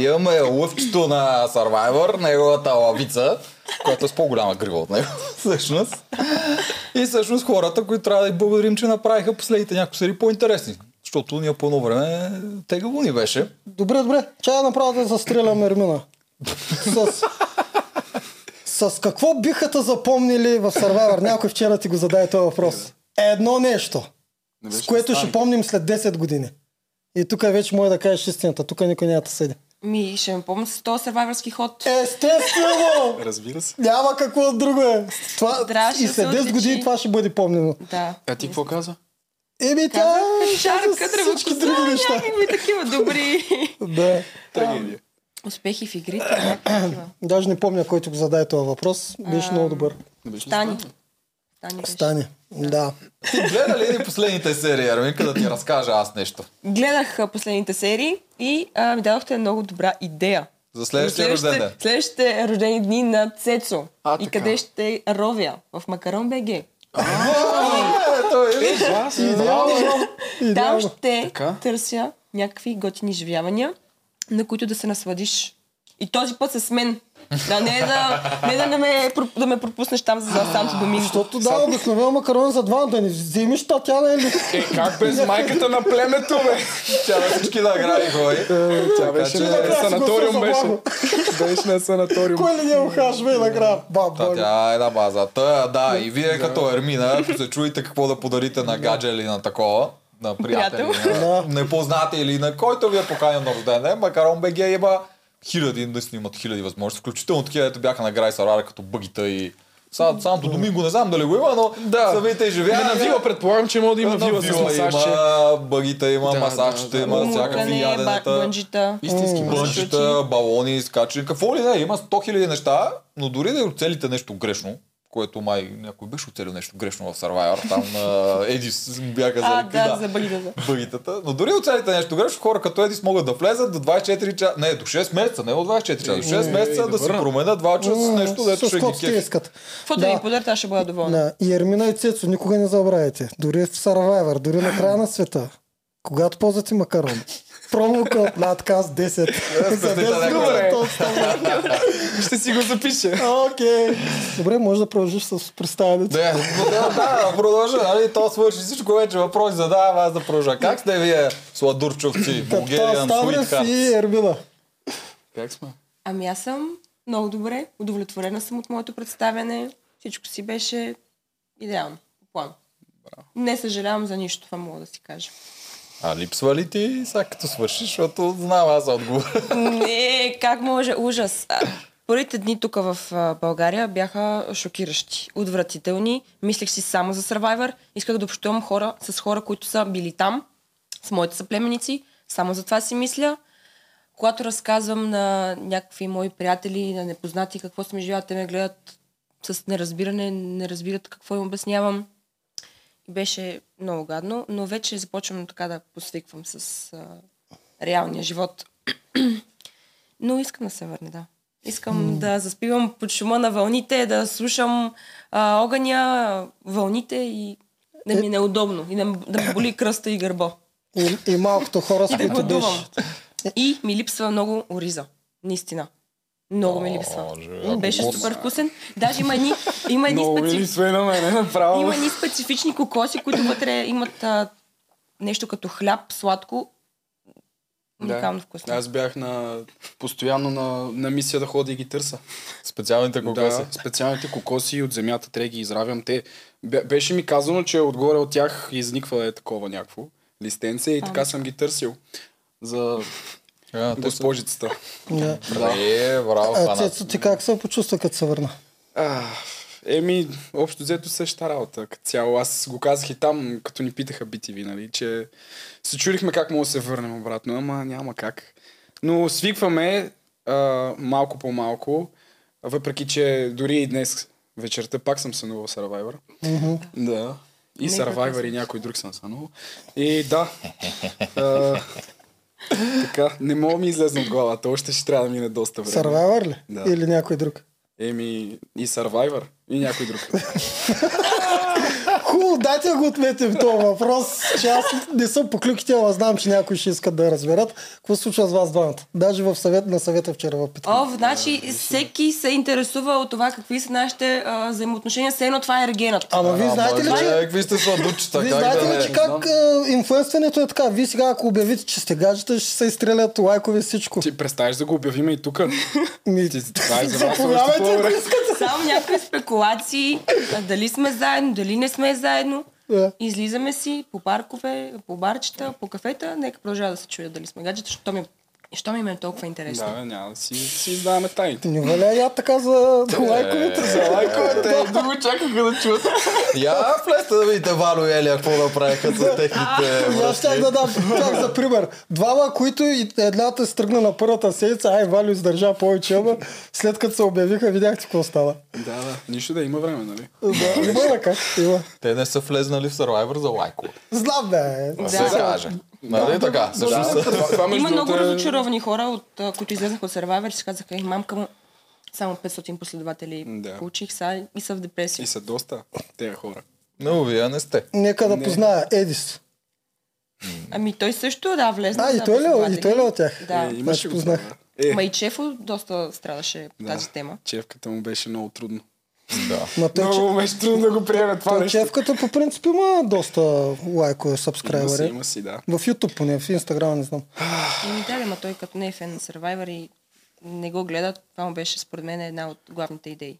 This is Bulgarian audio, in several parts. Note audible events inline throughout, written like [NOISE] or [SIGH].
Имаме лъвчето на Survivor, неговата лавица, която е с по-голяма грива от него, [LAUGHS] всъщност. И всъщност хората, които трябва да и благодарим, че направиха последните няколко серии по-интересни. Защото ние по едно време тегаво ни беше. Добре, добре. Чая направо да застрелям Ермина. С... С какво биха те запомнили в Survivor? Някой вчера ти го зададе този въпрос. Едно нещо, Не с беше което ще Стани. помним след 10 години. И тук е вече може да кажеш истината. Тук никой няма да седи. Ми, ще ме помня с този сървайвърски ход. Естествено! Разбира се. Няма какво друго е. Това, Здраве, и ще след се 10 години отличи. това ще бъде помнено. Да. Е, А ти какво каза? Еми тя... Шарка, Е, всички други дръвкоса, неща. някакви такива добри Да. Трагедия. успехи в игрите. някакви такива. Даже не помня, който го зададе този въпрос. Беше много добър. Не беше ли Стани. Стани? Стани беше. Стани. Да. Ти гледа ли ни последните серии, Ерминка, да ти разкажа аз нещо? Гледах а, последните серии и а, ми дадохте много добра идея. За следващия За рожден ден. Следващите рождени дни на Цецо. А, и така. къде ще ровя? В Макарон БГ. Е, той е. Класно, браво! Идеално. Там Идеално. ще Така. търся някакви готини живявания, на които да се насладиш. И този път с мен. Да, не да, не да, не ме, проп- да ме пропуснеш там за Санто Доминго. Защото да, обикновено макарон за два, да не вземиш Татяна или... Е, как без майката на племето, бе? Тя на всички награди ходи. Тя беше че- Значи на санаториум, Накрая си беше. го Беше на санаториум. Кой ли не го хашва и накрая? Ба, Та, бой. тя е една база. Та, да, и вие като Ермина, ако се чуете какво да подарите на гадже или на такова, на приятели, Приятел. на непознати или на който ви е поканен на рожден ден, Макарон БГ има е, хиляди, наистина имат хиляди възможности, включително такива, дето бяха на Грай Сарара, като бъгита и Са- Санто Доминго, не знам дали го има, но да. самите живеят. Ами На вила предполагам, че мога да има на вила с вила масажче. има, бъгита има, Да, масажчета да, да. има, всякакви Мукане, ба- яденета. бънджита. Истински мъж. Бънчета, балони, скачани, какво ли не, има 100 000 неща, но дори да оцелите нещо грешно, което май някой беше оцелил нещо грешно в Survivor, там на Едис бяха А, за да, за бъгитата. бъгитата. Но дори оцелите нещо грешно, хора като Едис могат да влезат до 24 часа, не, до 6 месеца, не от 24 часа, до 6 Е, месеца е, да си добре. променят ваучера с нещо, дето Е, С ще каквото ги те кефи. искат. Каквото Да. да. ми подарите, аз ще бъда доволна. Да. И Ермина и Цецо, никога не забравяйте. Дори в Survivor, дори на края на света. Когато ползвате макарон. Промокът на отказ 10. За 10 спестите няколко. долара то става. Ще си го запиша. Окей. Добре, може да продължиш с представянето. Да, но да, да, продължа, нали, то свърши всичко вече, въпроси задавам аз да продължа. Как сте вие, сладурчовци, Капитан Bulgarian Ставрев Sweetheart? и Ермина. Как сме? Ами аз съм много добре. Удовлетворена съм от моето представяне. Всичко си беше идеално. по План. Не съжалявам за нищо, това мога да си кажа. А липсва ли ти сега като свършиш, защото знам аз отговор. [LAUGHS] [LAUGHS] Не, как може? Ужас. А, Първите дни тук в а, България бяха шокиращи, отвратителни. Мислех си само за Survivor. Исках да общувам хора с хора, които са били там, с моите съплеменици. Само за това си мисля. Когато разказвам на някакви мои приятели, на непознати какво сме живяли, те ме гледат с неразбиране, не разбират какво им обяснявам. И беше много гадно, но вече започвам така да посвиквам с а, реалния живот. Но искам да се върне, да. Искам mm. да заспивам под шума на вълните, да слушам а, огъня, вълните и да ми е неудобно. И да, м- да ме боли кръста и гърбо. И, и малкото хора, с И да които гладувам. беше. И ми липсва много ориза. Наистина. Много ми липсва. Боже, Беше ако супер вкусен. Даже има едни, има едни Много специфични ми све на мене, направо. Ами значи има ни специфични кокоси, които вътре имат а, нещо като хляб, сладко. Уникално вкусно. Аз бях на, постоянно на, на мисия да ходя и ги търса. Е, Специалните кокоси. Да, специалните кокоси от земята трябва да ги изравям. Те, бе- беше ми казано, че отгоре от тях изниква е такова някакво листенце и така съм ги търсил за Да. госпожицата. Да. Да. Е, браво, А Хана. Цецо, ти как се почувства, като се върна? А, еми, общо взето същата работа. Като цяло, аз го казах и там, като ни питаха BTV, нали, че се чудихме как мога да се върнем обратно, ама няма как. Но свикваме а, малко по малко, въпреки че дори и днес вечерта пак съм сънувал Survivor. Да. И Нека Survivor и някой друг съм сънувал. И да. а, така, не мога да ми излезна от главата, още ще трябва да мине доста време. Сървайвър ли? Да. Или някой друг? Еми, и Survivor, и някой друг. Хубаво, дайте да го отметим този въпрос, че аз не съм по клюките, ама знам, че някои ще искат да я разберат. Какво се случва с вас двамата? Даже в съвет на съвета вчера в питах. О, значи всеки се интересува от това какви са нашите а, взаимоотношения. Все едно това е ергенът. Ама вие знаете ли, Ама, че... е, Какви сте сладучета? Вие как знаете да не? ли, че как а, инфлуенстването е така? Вие сега, ако обявите, че сте гаджета, ще се изстрелят лайкове и всичко. Ти представяш да го обявиме и тук. Ми, Ти- това е за вас още Заповядайте, ако по-добре. искате. Само някакви спекулации, а, дали сме заедно, дали не сме заедно. Да. Излизаме си по паркове, по барчета, по кафета. Нека продължава да се чуя дали сме гаджета, защото ми, що ми е толкова интересно. Да, бе, няма да си, си издаваме тайните. Не валя я така за Е, лайковете. За лайковете, друго чакаха да чуят. Я влезте да видите Вало и Елия какво направиха с техните И Аз щях връзки. да дам тях за пример. Двама, които и едната се тръгна на първата седмица, ай, Валю издържа повече, ама след като се обявиха, видяхте какво става. Да, да. Нищо да има време, нали? Да, има ръка, има. Те не са влезнали в Survivor за лайко. Знам, бе. Да. Да. Се каже. Нали така? Също са. Това, това между Има много другото е- разочаровани хора, от, а, които излезнаха от Survivor и си казаха, ех, мамка му, само 500 последователи Да. получих са и са в депресия. И са доста тези хора. Но вие не сте. Нека да позная Едис. Ами той също, да, влезна. А, и на той ли е- и последователи. той ли е от тях? Да. Е, Значи имаше го. познах. това, бе. Е, Ма и Чефо доста страдаше по да. тази тема. Чевката му беше много трудно. Да. Ма той, че... Много беше трудно да го приеме това Той нещо. чевката по принцип има доста лайкове, Има си, сабскрайбери. има си, да. В YouTube поне, в Instagram не знам. И ми да, ма той като не е фен на Survivor и не го гледа, това му беше според мен една от главните идеи.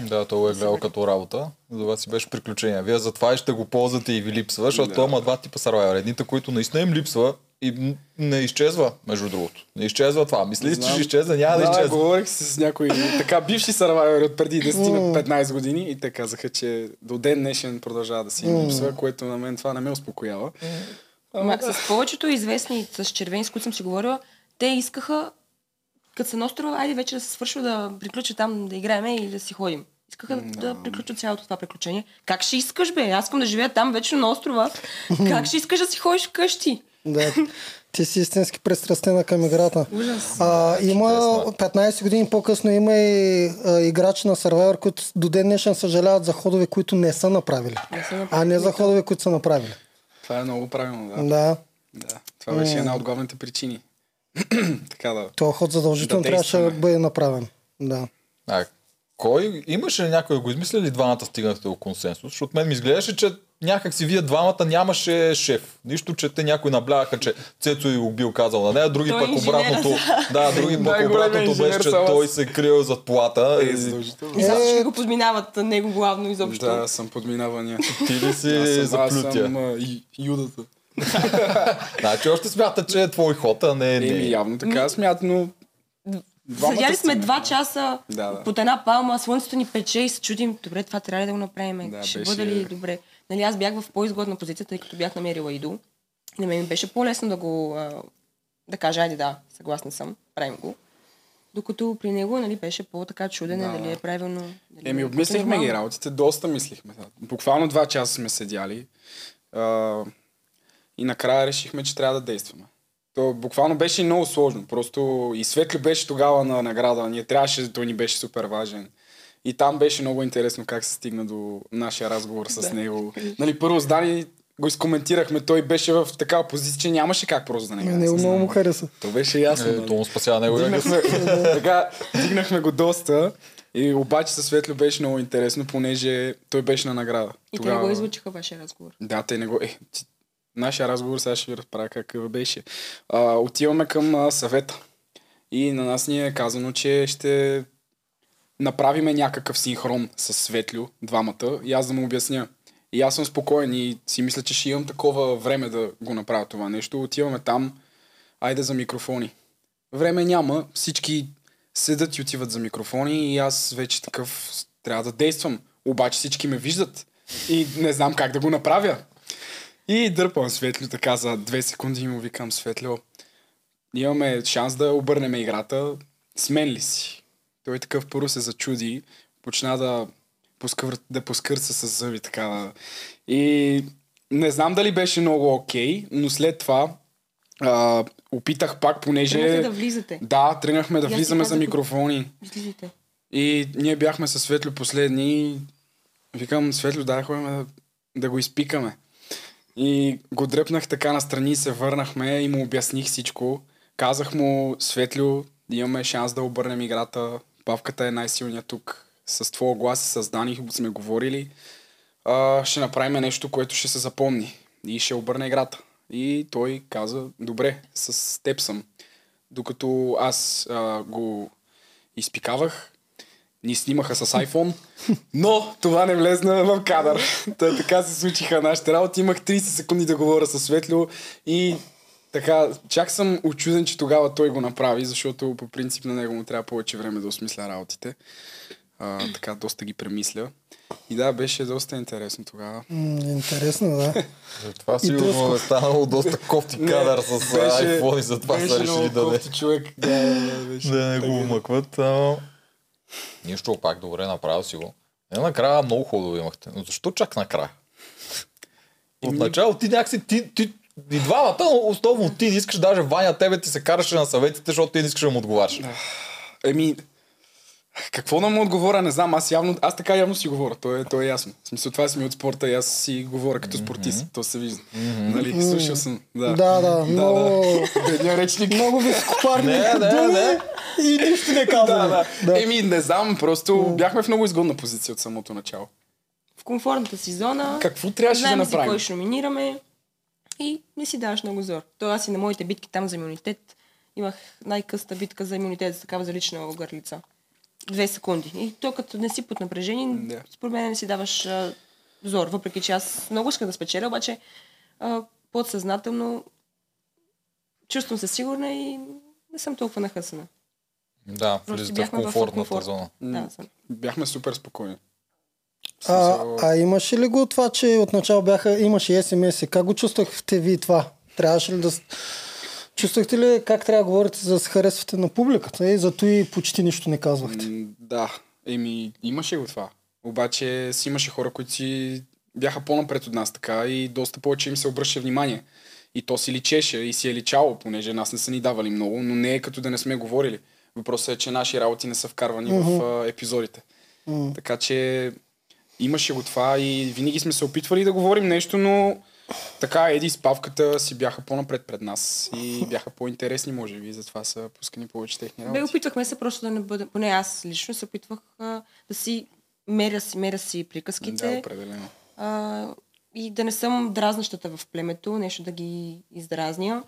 Да, той го е гледал като работа. Това си беше приключение. Вие затова и ще го ползвате и ви липсва, защото Да. да. има два типа Survivor. Едните, които наистина им липсва и м- не изчезва, между другото. Не изчезва това. Мислиш, че Знам. ще изчезне, няма да, Да, изчезне. говорих с някои така бивши сървайвери от преди 10 на 15 години и те казаха, че до ден днешен продължава да си им липсва, което на мен това не ме успокоява. Ма, с повечето известни, с червени, с които съм си говорила, те искаха, като се на острова, айде вече да се свършва, да приключи там, да играеме и да си ходим. Искаха да, да приключат цялото това приключение. Как ще искаш, бе? Аз искам да живея там вечно на [LAUGHS] острова. Как ще искаш да си ходиш вкъщи? Да. Ти си истински престрастена към играта. Ужас. А, има Чудесно 15 години по-късно има и а, играчи на Survivor, които до ден днешен съжаляват за ходове, които не са направили. Не са направили. А не за ходове, които са направили. Това е много правилно, да. Да. да. Това беше една от главните причини. [CLEARS THROAT] така да. Този ход задължително Да трябваше да действаме. бъде направен. Да. А, кой, имаше ли някой да го измисли ли двамата стигнахте до консенсус? Защото мен ми изглеждаше, че някак си вие двамата нямаше шеф. Нищо, че те някои наблягаха, че Цецо и го бил казал на нея, други Той е пък инженер, обратното. Да, други пък Най-големият обратното инженер беше, че Салас. той се крил зад плата. Е, И задължително. И сега ще го подминават а, него главно изобщо. Да, съм подминавания. [LAUGHS] ти ли Аз съм- си аз заплютя? съм а, и- юдата. Значи още смята, че е твой ход, а не е Еми, не. явно така смятам, но... двамата Седяли сме сме. два часа Да, да. под една палма, слънцето ни пече и се чудим, добре, това трябва ли да го направим? Да, Ще беше- бъде ли добре? Нали, аз бях в по-изгодна позиция, тъй като бях намерила идол. На мен ми беше по-лесно да го а, да кажа, айде да, съгласна съм, правим го. Докато при него нали, беше по-така чудене, Да, дали е да. правилно. Дали Нали, Еми, е обмислихме нормално. ги работите, доста мислихме. Буквално два часа сме седяли а, и накрая решихме, че трябва да действаме. То буквално беше и много сложно. Просто и Светли беше тогава на награда. Ние трябваше, той ни беше супер важен. И там беше много интересно как се стигна до нашия разговор [LAUGHS] с него. Нали, първо с Дани го изкоментирахме. Той беше в такава позиция, че нямаше как просто да не На го него много разпознае. му хареса. То беше ясно. Е, нали? то му спасява него. Дигнахме, [LAUGHS] така, дигнахме го доста. И обаче със Светлио беше много интересно, понеже той беше на награда. И те не го излучиха вашия разговор. Да, те не го... Е, ти... Нашия разговор сега ще ви разправя какъв беше. А, отиваме към а, съвета. И на нас ни е казано, че ще направиме някакъв синхрон с Светлю, двамата, и аз да му обясня. И аз съм спокоен и си мисля, че ще имам такова време да го направя това нещо. Отиваме там, айде за микрофони. Време няма, всички седат и отиват за микрофони и аз вече такъв трябва да действам. Обаче всички ме виждат и не знам как да го направя. И дърпам Светлю така за две секунди и му викам Светлю, имаме шанс да обърнем играта, смен ли си? Той такъв първо се зачуди, почна да, поскър... да поскърца с зъби така. да. И не знам дали беше много окей, но след това а, опитах пак, понеже... Тръгнахте да влизате. Да, тръгнахме И да аз ти влизаме за казах- микрофони. Излизайте. И ние бяхме със Светлю последни. Викам, Светлю, дай ходим да да го изпикаме. И го дръпнах така настрани, се върнахме и му обясних всичко. Казах му, Светлю, имаме шанс да обърнем играта. Павката е най-силният тук. С твоя глас и с Дани сме говорили. А, ще направим нещо, което ще се запомни. И ще обърне играта. И той каза, добре, с теб съм. Докато аз а, го изпикавах, ни снимаха с iPhone, но това не влезна в кадър. Та, така се случиха нашите работи. Имах 30 секунди да говоря с Светлио и така, чак съм очуден, че тогава той го направи, защото по принцип на него му трябва повече време да осмисля работите. А, така, доста ги премисля. И да, беше доста интересно тогава. М, Интересно, да. Това сигурно е дръско. станало [LAUGHS] доста кофти кадър с iPhone и затова беше са решили много да не, кофти човек. Да, да, да, беше да не го така. е. умъкват. Ама... Нищо пак добре направил си го. Е, накрая много хубаво имахте. Но защо чак накрая? От начало ти някакси ти, ти и двамата, но основно ти не искаш, даже Ваня тебе ти се караше на съветите, защото ти не искаш да му отговаряш. Еми, какво да му отговоря, не знам. Аз, явно, аз така явно си говоря, то е, то е ясно. В смисъл, това си ми от спорта и аз си говоря като спортист, то се вижда. Нали, слушал съм. Да, Да, да, много- Бедния [LAUGHS] речник. Много високопарни Не, не, думи не. и нищо не казваме. да, да. Еми, не знам, просто бяхме в много изгодна позиция от самото начало. В комфортната си зона. Какво трябваше да Знаем си направим? кой ще номинираме и не си даваш много зор. То аз и на моите битки там за имунитет имах най-къста битка за имунитет за такава залична гърлица. Две секунди. И то като не си под напрежение, Да. според мен не си даваш а, зор. Въпреки че аз много исках да спечеля, обаче а, подсъзнателно чувствам се сигурна и не съм толкова нахъсана. Да, Просто влизате в бяхме в комфортната комфорт. зона. Да, съм. Бяхме супер спокойни. А, а имаше ли го това, че отначало бяха, имаше SMS? Как го чувствахте ви това? Трябваше ли да... с- Чувствахте ли как трябва да говорите за да се харесвате на публиката и зато и почти нищо не казвахте? М, Да, еми, имаше го това. Обаче си имаше хора, които си бяха по-напред от нас така и доста повече им се обръща внимание. И то си личеше и си е личало, понеже нас не са ни давали много, но не е като да не сме говорили. Въпросът е, че наши работи не са вкарвани в а, епизодите. Така че имаше го това и винаги сме се опитвали да говорим нещо, но така Еди и Спавката си бяха по-напред пред нас и бяха по-интересни, може би, и затова са пускани повече техни Бе, работи. опитвахме се просто да не бъдем, поне аз лично се опитвах а, да си меря си, меря си Да, приказките определено. а, и да не съм дразнащата в племето, нещо да ги издразня,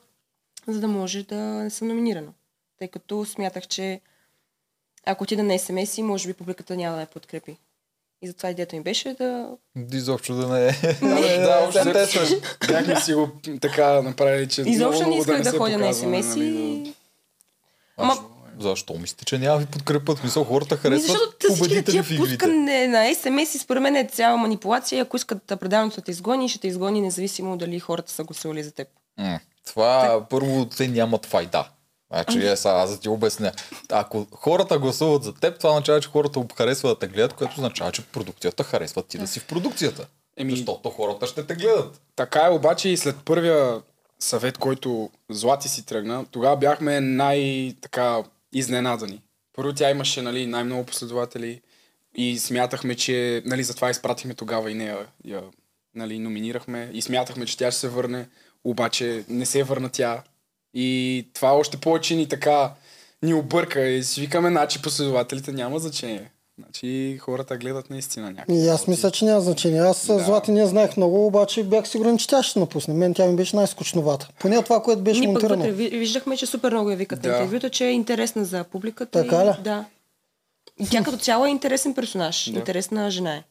за да може да не съм номинирана. Тъй като смятах, че ако отида на СМС, може би публиката няма да я подкрепи. И затова идеята ми беше да... Изобщо да не е. Да, Не. Ами да, общо Тем те са- взето бяхме си го така направили, че Изобщо не Е, много исках не да, се ходя на показваме, СМС нали, да. и... Ами, Ама, Защо мислите, че няма ви подкрепят? Мисъл, хората Ми, харесват защото те всички победители тия в игрите. пускане на СМС и според мен е цяла манипулация. Ако искат да предаването да те изгони, ще те изгони независимо дали хората са гласували за теб. М, Това първо те нямат файда. Ами- Значи, е, сега аз да ти обясня. Ако хората гласуват за теб, това означава, че хората харесват да те гледат, което означава, че продукцията харесват ти да си в продукцията. Еми- Защото хората ще те гледат. Така е обаче и след първия съвет, който Злати си тръгна, тогава бяхме най-така изненадани. Първо тя имаше нали, най-много последователи и смятахме, че нали, затова изпратихме тогава и нея. Я, нали, номинирахме и смятахме, че тя ще се върне, обаче не се върна тя. И това още повече ни така ни обърка и си викаме, значи последователите няма значение. Значи хората гледат наистина някакво. И аз мисля, че няма значение. Аз да. Да. Злати не знаех много, обаче бях сигурен, че тя ще напусне. Мен тя ми беше най-скучновата. Поне това, което беше Ние Ами пък монтирано. вътре ви- виждахме, че супер много я викат да. Да. на интервюта, че е интересна за публиката. Така ли? И, да. И тя като цяло е интересен персонаж. Да. Да. Интересна жена е.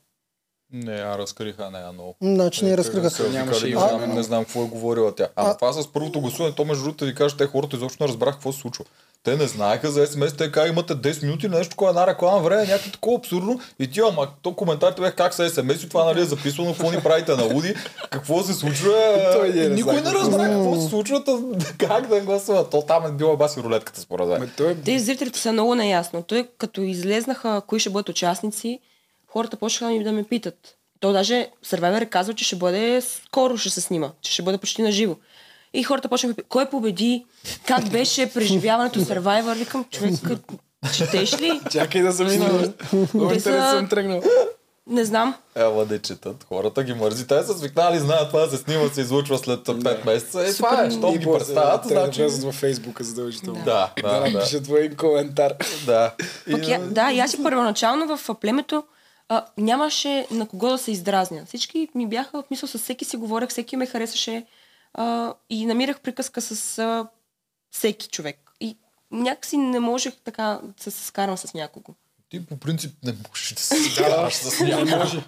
Не, а разкриха нея много. Значи Е, не разкриха. Се Нямаше обикали, и не време, знам- но- Не знам какво е говорила тя. А, А- това с първото гласуване, то между другото ви кажа, те хората изобщо не разбрах какво се случва. Те не знаеха за СМС, те как имате 10 минути, нещо, такова, една реклама време, някакво такова абсурдно. И ти, ама, то коментарите бяха как са СМС и това нали е записано, какво ни правите на луди, какво се случва. [LAUGHS] Той не е И разбра Никой не какво разбра става. какво се случва, та как да гласува. То там е била баси рулетката, според Ме, мен. той е Те зрителите са много наясно. Той като излезнаха кои ще бъдат участници, хората почнаха ми да ме питат. То даже Survivor е казал, че ще бъде скоро ще се снима, че ще бъде почти на живо. И хората почнаха да кой победи, как беше преживяването Survivor, викам човек, като- четеш ли? Чакай да замина. Много Те са- интересно съм тръгнал. Не знам. Ела да Е, четат. Хората ги мързи. Те са свикнали, знаят това, се снима, се излучва след 5 месеца. Е, това е, щом ги представят, Трябва да значи... влязат във Фейсбука задължително. Да, Да, да, да. напишат твой коментар. Да. И- Пък я, да, и аз и първоначално в а, племето а, нямаше на кого да се издразня. Всички ми бяха, в смисъл, с всеки си говорех, всеки ме харесваше а, и намирах приказка с а, всеки човек. И някакси не можех така да се скарам с някого. Ти по принцип не можеш да се изкараш [LAUGHS] с някой. може.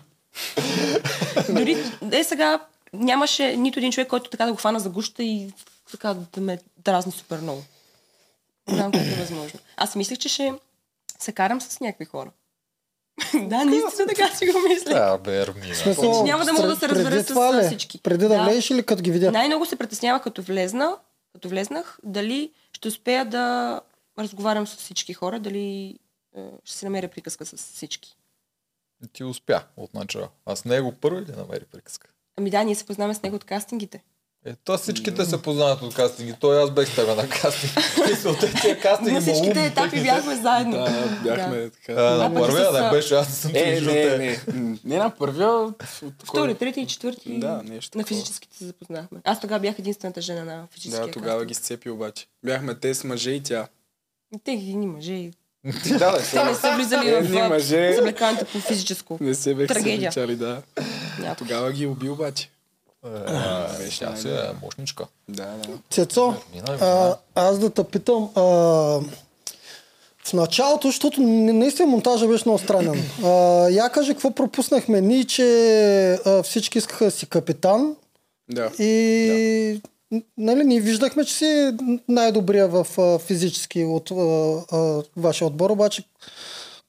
Дори е сега нямаше нито един човек, който така да го хвана за гуща и така да ме дразни супер много. Не Знам колко е възможно. Аз мислех, че ще се карам с някакви хора. [LAUGHS] да, наистина така си го мислех. Да, бе, Ермина. Смисъл, Значи няма да мога да се преди разбера с- това с ли? всички. Преди да Да. влезеш или като ги видя? Най-много се притеснявах като влезна, като влезнах, дали ще успея да разговарям с всички хора, дали е, ще си намеря приказка с всички. Ти успя от начало. А с него първи ли намери приказка? Ами да, ние се познаваме с него от кастингите. Е, то всичките се познават от кастинги. Той аз бех с тебе на кастинг. Мисля, те тия кастинги На ма всичките умни, етапи техните. бяхме заедно. Да, бяхме А, така. На Да, пък първия с- да беше, аз съм Е, чужда не, те. не. Не на първия. от- от Втори, кой? трети и четвърти Да, нещо на такова. физическите се запознахме. Аз тогава бях единствената жена на физическия Да, тогава ги кастинг. сцепи обаче. Бяхме те с мъже и тя. И Те ги ни мъже. и- Да, да, Те не сега са влизали Едни в мъже. съблеканите по физическо. не се бех Трагедия. съвличали, да. Някой. Тогава ги уби обаче. Е, Беше Тя си е мощничка. Да, да. Цецо, Ермина, а, Ермина. аз да те питам, а, в началото, защото н- наистина монтажа беше много странен. А, я кажи, какво пропуснахме ние, че а, всички искаха да си капитан Да. и н- нали, ние виждахме, че си най-добрия в а, физически от а, а, вашия отбор, обаче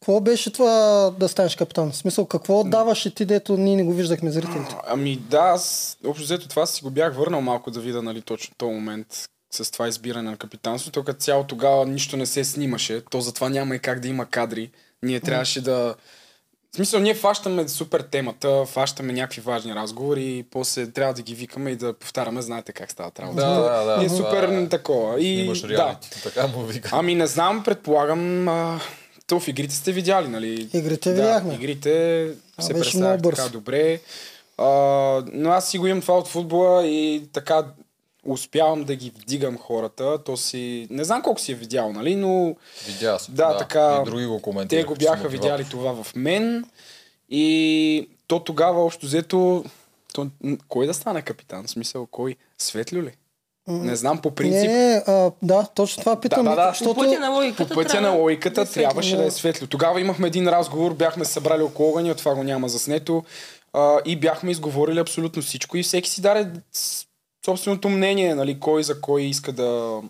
какво беше това да станеш капитан? В смисъл, какво даваше ти, дето ние не го виждахме зрителите? Ами да, аз общо взето това си го бях върнал малко да видя нали, точно този момент с това избиране на капитанството. Като цяло тогава нищо не се снимаше, то затова няма и как да има кадри. Ние трябваше да... В смисъл, ние фащаме супер темата, фащаме някакви важни разговори и после трябва да ги викаме и да повтаряме, знаете как стават работата. Да, да, да, Ние това супер е. такова. И, Снимаш да. реалити. Така му вика. Ами не знам, предполагам, а, то в игрите сте видяли, нали? Игрите да, видяхме. Игрите се беше представях много бърз. така добре. А, но аз си го имам това от футбола и така успявам да ги вдигам хората. То си... Не знам колко си е видял, нали? Но Видя се. да, така. И други го коментираха. те го с бяха мотивация. видяли това в мен. И то тогава общо взето... То, м, кой да стане капитан? В смисъл, кой? Светлю ли? Не знам, по принцип. Не, а, да, точно това питам. да, да. По Защото... пътя на По логиката пътя трябва на да- логиката да се трябваше да е светло. Тогава имахме един разговор, бяхме се събрали около огъня, това го няма заснето а, и бяхме изговорили абсолютно всичко и всеки си даде с- собственото мнение, нали, кой за кой иска да,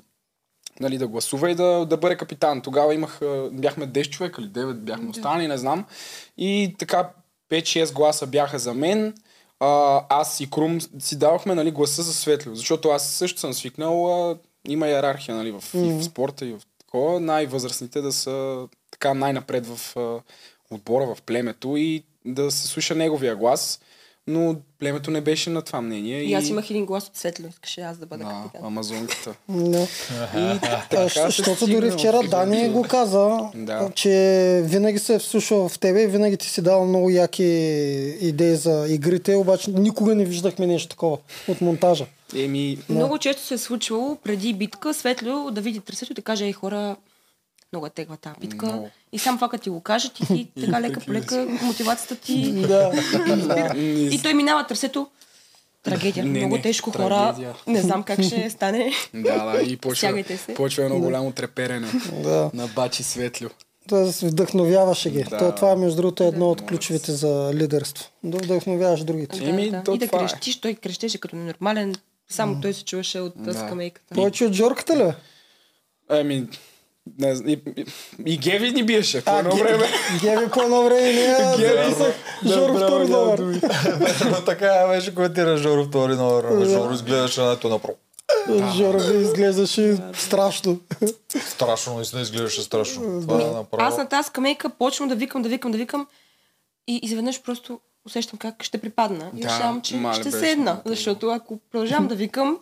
нали, да гласува и да, да бъде капитан. Тогава имах, а, бяхме 10 човека или 9 бяхме останали, не знам. И така 5-6 гласа бяха за мен. А, аз и Крум си давахме нали, гласа за светло, защото аз също съм свикнал, а, има иерархия нали, в, и в спорта и в такова. Най-възрастните да са така най-напред в а, отбора, в племето и да се слуша неговия глас. Но племето не беше на това мнение. И аз имах един глас от светло, искаше аз да бъда да, капитан. Амазонката. Да. И А, така щ- се Защото стигна дори вчера до- Дани го каза, Да. че винаги се е вслушал в тебе и винаги ти си дал много яки идеи за игрите, обаче никога не виждахме нещо такова от монтажа. Еми, Много често се е случвало преди битка Светлио да види трасето и да каже, ей хора, много е тегла тази битка. Много. И сам това като ти го кажа, ти, [LAUGHS] ти така лека по лека мотивацията ти. Да. и той минава трасето. Трагедия. Не, много не, тежко трагедия. хора. Не знам как [LAUGHS] ще стане. Да, да, и почва, Стягайте се. почва едно голямо треперене да. на бачи светлю. Тоест вдъхновяваше ги. Да. То, това е между другото едно от Моля ключовете за лидерство. Да вдъхновяваш другите. Еми, да, да. то И да това е. крещиш, той крещеше като ненормален. Само той се чуваше от да. скамейката. Повече от Жорката ли? Еми, не, зн- и, и, и Геви ни биеше по А, едно Ге- време. Геви по едно време не я Геви. записах. Жорко Направо втори няма номер. думи. Но така е, беше коментира Жоро втори номер. Ама Жоро изгледаше нето направо. Жоро ви Е, изглеждаше страшно. Страшно, наистина изглеждаше страшно. Това е направо. Аз на тази скамейка почвам да викам, да викам, да викам. И изведнъж просто усещам как ще припадна. И Да, решавам, че мале ще беше седна. много. Защото ако продължавам да викам,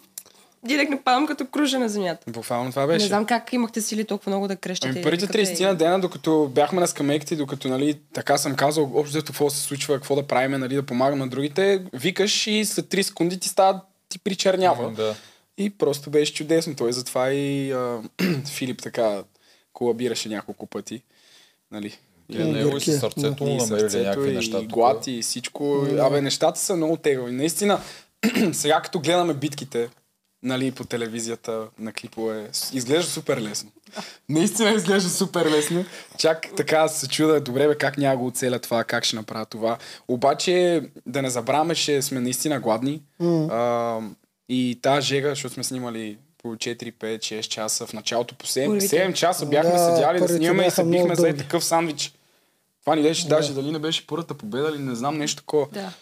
директно падам като кружа на земята. Буквално това Беше. беше. Не знам е как имахте сили толкова много да крещете. Ами първите и да викате. 30 на дена, докато бяхме на скамейките, и докато нали, така съм казал, общо взето какво се случва, какво да правим, нали, да помагам на другите, викаш и след 3 секунди ти става, ти причернява. Да. И просто беше чудесно. Той затова и а, [CLEARS THROAT] Филип така колабираше няколко пъти. Нали? И на него и с Гъркия, сърцето му И намерили сърцето, някакви и неща. тук. глад, и всичко. Абе, нещата са много тегави. Наистина, [CLEARS THROAT] сега като гледаме битките, нали, по телевизията, на клипове, с- изглежда супер лесно. Наистина изглежда супер лесно. Чак така се чуда, добре бе, как няма го оцеля това, как ще направя това. Обаче, да не забравяме, че сме наистина гладни. А, и тази жега, защото сме снимали по 4, 5, 6 часа в началото по 7, Първите. 7 часа бяхме Да, седяли да първите снимаме и бяха се бихме много за е дълги. такъв сандвич. Това ни беше даже, дали не беше първата победа или не знам нещо такова. Да.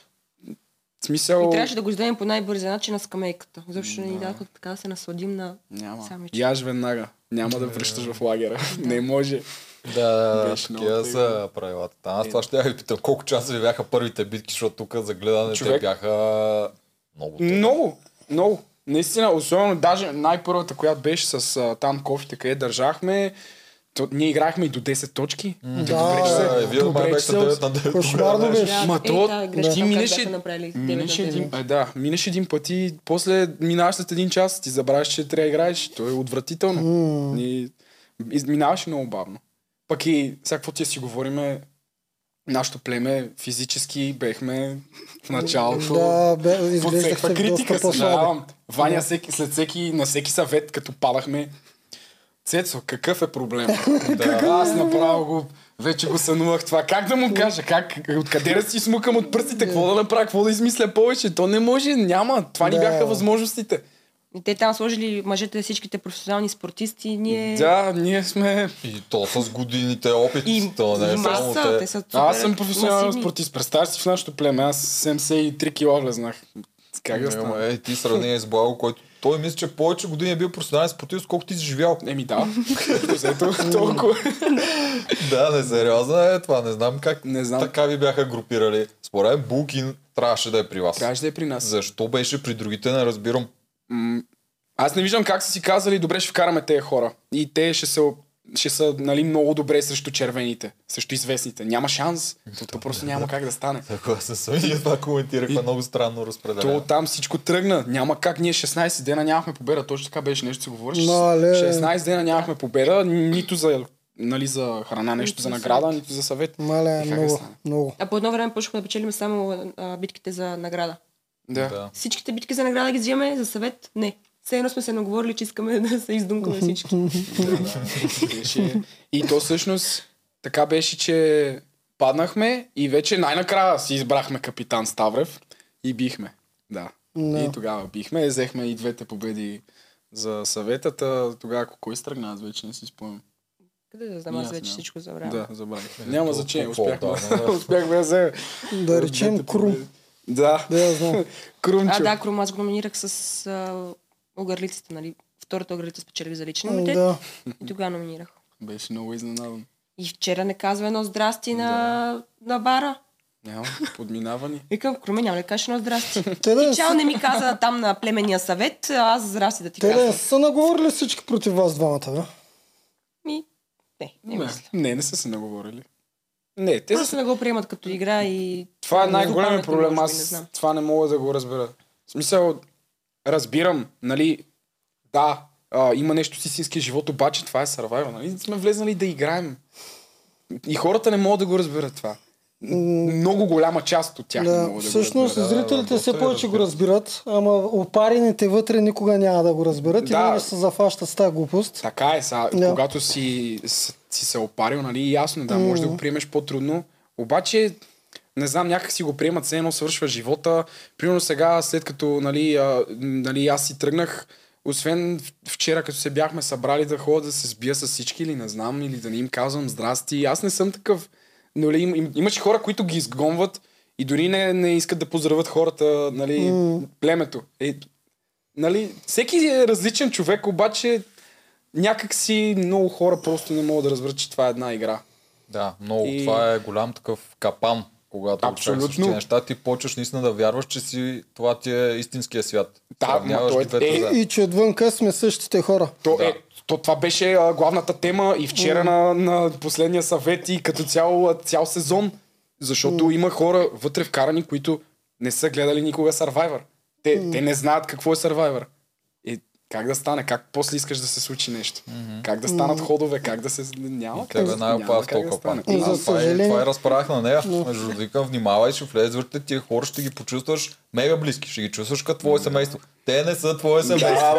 В смисъл... И трябваше да го издаем по най-бързия начин на скамейката. Защото ни даха така да се насладим на Няма. Самички. Яж веднага. Няма да връщаш в лагера. [LAUGHS] Не може. Да, да, да, Беше такива много Е. са правилата. Там аз това ще я ви питам. Колко часа ви бяха първите битки, защото тук за гледане те Човек. бяха много. тъпи. Много, много. Наистина, особено даже най-първата, която беше с а, там кофите, къде държахме, то, ние играхме и до 10 точки. Да, че Да, бе. е, Вие май Добре, че бяхте се 9 на 9. Кошмарно беше. Да, Ма е, то- та грешка, ти как минеше- бяха направили девет на Минеш девет. един, а, да, минеш един път и после минаваш след един час, ти забравяш, че трябва да играеш. То е отвратително. Mm. И, из- минаваше много бавно. Пък и сега какво ти си говориме, нашето племе физически бехме в началото. Да, бе, Под всякаква изглеждахте критика доста се по-слаби. надявам. Ваня всеки, след всеки, на всеки съвет, като падахме, Цецо, какъв е проблем? [LAUGHS] да. Аз направо го, вече го сънувах това. Как да му кажа? Как, откъде да си смукам от пръстите? Какво да направя? Какво да измисля повече? То не може, няма. Това ни Да. бяха възможностите. И те там сложили мъжете всичките професионални спортисти и Е. ние... Да, ние сме... И то с годините опит. И, то не и е само маса, те те. са супер Аз съм професионален масивни. спортист. Представяш си в нашото племе. Аз 73 кг влезнах. Как да Е, ама, стана? Е, ти сравнение с Благо, който той мисля, че повече години е бил професионален спортист, колкото ти си живял. Еми да, [LAUGHS] Взето толкова. [LAUGHS] Да, не сериозно е това. Не знам как Не знам. така ви бяха групирали. Според мен Булкин трябваше да е при вас. Трябваше да е при нас. Защо беше при другите, не разбирам. М, аз не виждам как са си казали, добре ще вкараме тези хора. И те ще са, ще са нали, много добре срещу червените, срещу известните. Няма шанс. То, то просто няма как да стане. Съгласен съм. Ние това коментирахме много странно То разпределение. там всичко тръгна. Няма как. Ние 16 дена нямахме победа. Точно така беше нещо, се говориш. Мале. 16 дена нямахме победа, нито за, нали, за храна, нещо за награда, нито за съвет. Мале, И Е, как да много, стане? много. А по едно време почнахме да печелим само а, битките за награда. Да. Всичките битки за награда ги взимаме, за съвет не. Все едно сме се наговорили, че искаме да се издумкаме всички. Беше... И то всъщност така беше, че паднахме и вече най-накрая си избрахме капитан Ставрев и бихме. Да. Да. И тогава бихме, взехме и двете победи за съветата. Тогава ако кой стръгна, аз вече не си спомням. Къде да знам, аз Ясно. вече всичко забравям. Да, забравих. Няма то значение, по успяхме. по-давно, да. [LAUGHS] Успяхме да вземем. Да речем двете Крум. победи. Да. Да, я знам. [LAUGHS] Крумчо. А, да, Крум, аз го номинирах с а, огърлицата, нали? Втората огърлица спечелих за лични номите Да. и тогава номинирах. Беше много изненадан. И вчера не казва едно здрасти на, на бара. Няма, подминавани. Викам, Круме, няма ли да кажеш [LAUGHS] едно здрасти? Те да не И чао са, не ми каза там на племенния съвет, а аз здрасти да ти те да не кажа. са наговорили всички против вас двамата, бе? Ми, не, не Не, мисля. не, не са се наговорили. Не, те са Просто не го приемат като игра и... Това е най-големият най-големият проблем. Не Аз знам. това не мога да го разбера. В смисъл, разбирам, нали, да, а, има нещо с истинския живот, обаче това е survival, нали? Сме влезнали да играем. И хората не могат да го разберат това. Много голяма част от тях не Да, могат да всъщност го разберат. да, зрителите да, все да, повече да, го разбират, ама опарените вътре никога няма да го разберат и Да. винаги се зафащат с тази глупост. Така е, сега, Да. когато си, с- си се опарил, нали, ясно, да, може да го приемеш по-трудно. Обаче, не знам, някак си го приемат, все едно свършва живота. Примерно сега, след като, нали, а, нали аз си тръгнах, освен в- вчера, като се бяхме събрали да ходя да се сбия с всички или не знам, или да не им казвам здрасти, аз не съм такъв. Нали, им, им, имаше хора, които ги изгонват и дори не, не искат да поздравят хората, нали, племето. Е, нали, всеки е различен човек, обаче някак си много хора просто не могат да разберат, че това е една игра. Да, много. И- Това е голям такъв капан когато Абсолютно. Абсолютно. неща, ти почваш наистина да вярваш, че си, това ти е истинския свят. Да, ма Сравняваш той ги двете е- заедно. И че отвънка сме същите хора. То, Да. е, то това беше а, главната тема и вчера на, на последния съвет и като цял, цял сезон. Защото има хора вътре вкарани, които не са гледали никога Survivor. Те, те не знаят какво е Survivor. И как да стане? Как после искаш да се случи нещо? Как да станат ходове? Как да се... Няма как, Ами, Тебе да- най-опав няма как да толкова стане. пак. И за Аз това, е, съжаление- това е разправях на нея. Между другото, викам, внимавай, ще влезеш вътре, тия хора ще ги почувстваш мега близки, ще ги чувстваш като твое семейство. Те не са твое семейство.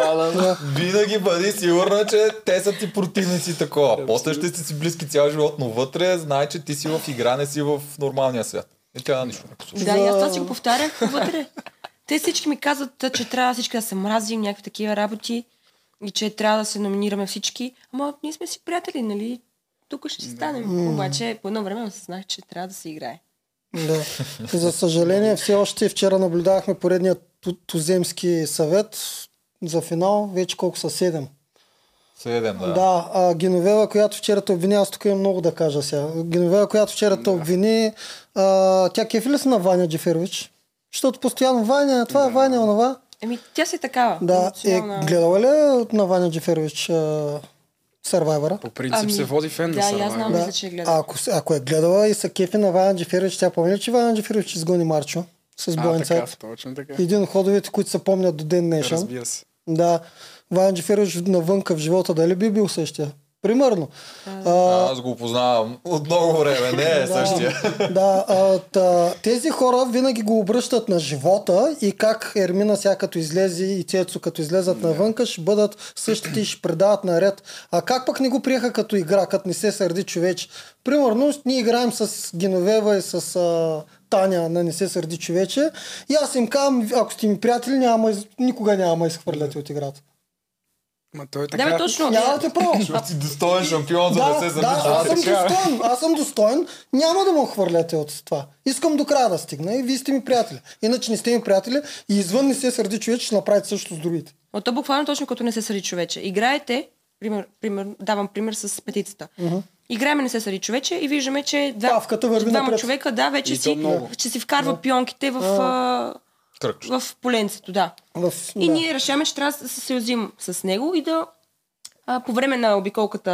Винаги бъди сигурна, че те са ти противници такова. После ще си си близки цял живот, но вътре знай, че ти си в игра, не си в нормалния свят. И тя нищо не послуша. Да, За- и аз това си го [LAUGHS] повтарях вътре. Те всички ми казват, а, че трябва всички да се мразим, някакви такива работи и че трябва да се номинираме всички. Ама ние сме си приятели, нали? Тук ще станем. Обаче по едно време осъзнах, че трябва да се играе. [LAUGHS] Да. И за съжаление, все още вчера наблюдавахме поредния ту- туземски съвет за финал, вече колко са седем. Седем, да. Да, да а, Геновела, която вчера те обвини, аз тук имам много да кажа сега. Геновела, която вчера те обвини, а, тя кефи ли си на Ваня Джеферович? Защото постоянно Ваня, това е Ваня, онова. Еми, тя си е такава. Да, е, емоционална. гледала ли е на Ваня Джеферович а, Сървайвъра? По принцип Ами, се води фен да, на и аз знам. Survivor. Да. мисля, че е гледала. А, ако, с- ако е гледала и са кефи на Ваня Джеферович, тя помни ли, че Ваня Джеферович изгони Марчо с А, е така, бойнцата? точно така. Един от ходовете, които се помнят до ден днешен. Разбира се. Да, Ваня Джеферович навънка в живота, дали би бил същия? Примерно. А, Аз го познавам от много време, не е същия. [LAUGHS] да, а, та, тези хора винаги го обръщат на живота и как Ермина сега като излезе и Тецо като излезат навънка, ще бъдат същите и ще предават наред. А как пък не го приеха като игра, като не се сърди човеч? Примерно, ние играем с Геновева и с а, Таня на Не се сърди човече. И аз им казвам, ако сте ми приятели, няма, из- никога няма изхвърляте от играта. Ма той е Да, така. бе, точно. Нямате право. [LAUGHS] Защото си достоен шампион, за да, се да, аз съм задържа. достоен. Аз съм достоен. Няма да му хвърляте от това. Искам до края да стигна и вие сте ми приятели. Иначе не сте ми приятели и извън не се сърди човек, ще направите също с другите. Но то буквално точно като не се съди човече. Играете, пример, пример, давам пример с петицата. Uh-huh. Играеме не се съди човече и виждаме, че два, Павката върви двама напред. човека, да, вече И то си, много. ще си вкарва пионките в, а, Кръг. в поленцето, да. В, И да. ние решаваме, че трябва да се съюзим с него и да а, по време на обиколката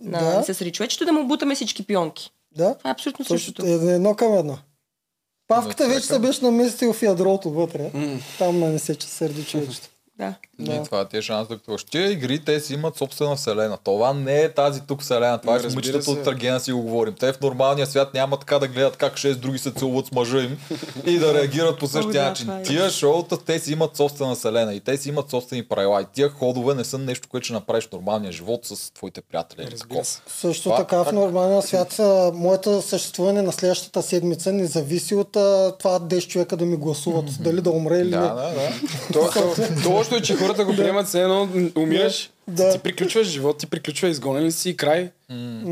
на Да. да. не се съди човечето да му бутаме всички пионки. Да? Това е абсолютно Точно. същото. Е, едно към едно. Павката Да, вече се така. беше наместил в ядрото вътре. Там на не се че сърди човечето. Да. Да. И това ти е шанс да актуваш. Тия игри, те си имат собствена вселена. Това не е тази тук вселена. Това Не, е с Ами, разбира момичетата се. от Трагена си го говорим. Те в нормалния свят няма така да гледат как шест други се целуват с мъжа им и да реагират по О, същия да, начин. това е. Тия шоута, те си имат собствена вселена и те си имат собствени правила. И тия ходове не са нещо, което ще направиш в нормалния живот с твоите приятели. или Разбира такова. се. Също Това- така в нормалния свят а, моето съществуване на следващата седмица не зависи от а, това 10 човека да ми гласуват, дали да умре или Да, не. да, да. То, то, точно е, че хората го приемат все едно м, умираш, Да. да. ти приключваш живот, ти приключва изгонен ли си и край.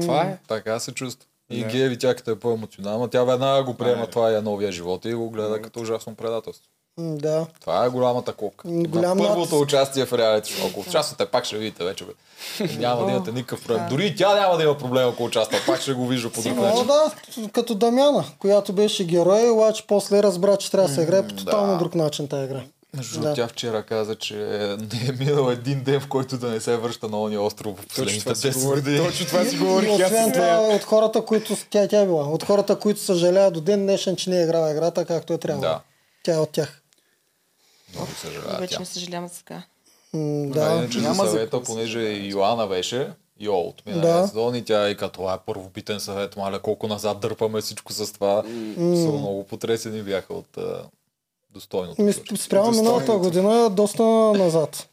Това е. Така се чувства. И Да. Гея Витяката е по-емоционална. Тя веднага го приема А, е. това е новия живот и го гледа като ужасно предателство. М, Да. Това е голямата клопка. М, Голям голям на първото натиск. участие в реалити шоу. Ако участвате, пак ще видите вече. Бе. Няма да имате никакъв проблем. Дори и тя няма да има проблем, ако участва. Пак ще го вижда по друг О, начин. да, като Дамяна, която беше герой, обаче после разбра, че трябва да се играе по тотално да. друг начин тази игра. Между Да. другото, тя вчера каза, че не е минал един ден, в който да не се е връща на ония остров в Точно последните това си 10 говори. години. Точно това си И говорих. и аз освен с нея. това, от хората, които тя, тя е била, от хората, които съжаляват до ден днешен, че не е играла играта, както е трябвало. Да. Тя е от тях. Много съжалява Вече тя. не съжалявам за така. М, Да, да. иначе за Няма за съвета, какво понеже Йоана беше, Йо от миналия Да. сезон и тя и като това е първобитен съвет, маля колко назад дърпаме всичко с това. Са много потресени бяха от а, достойното. Ми, също. спрямо миналата година доста назад.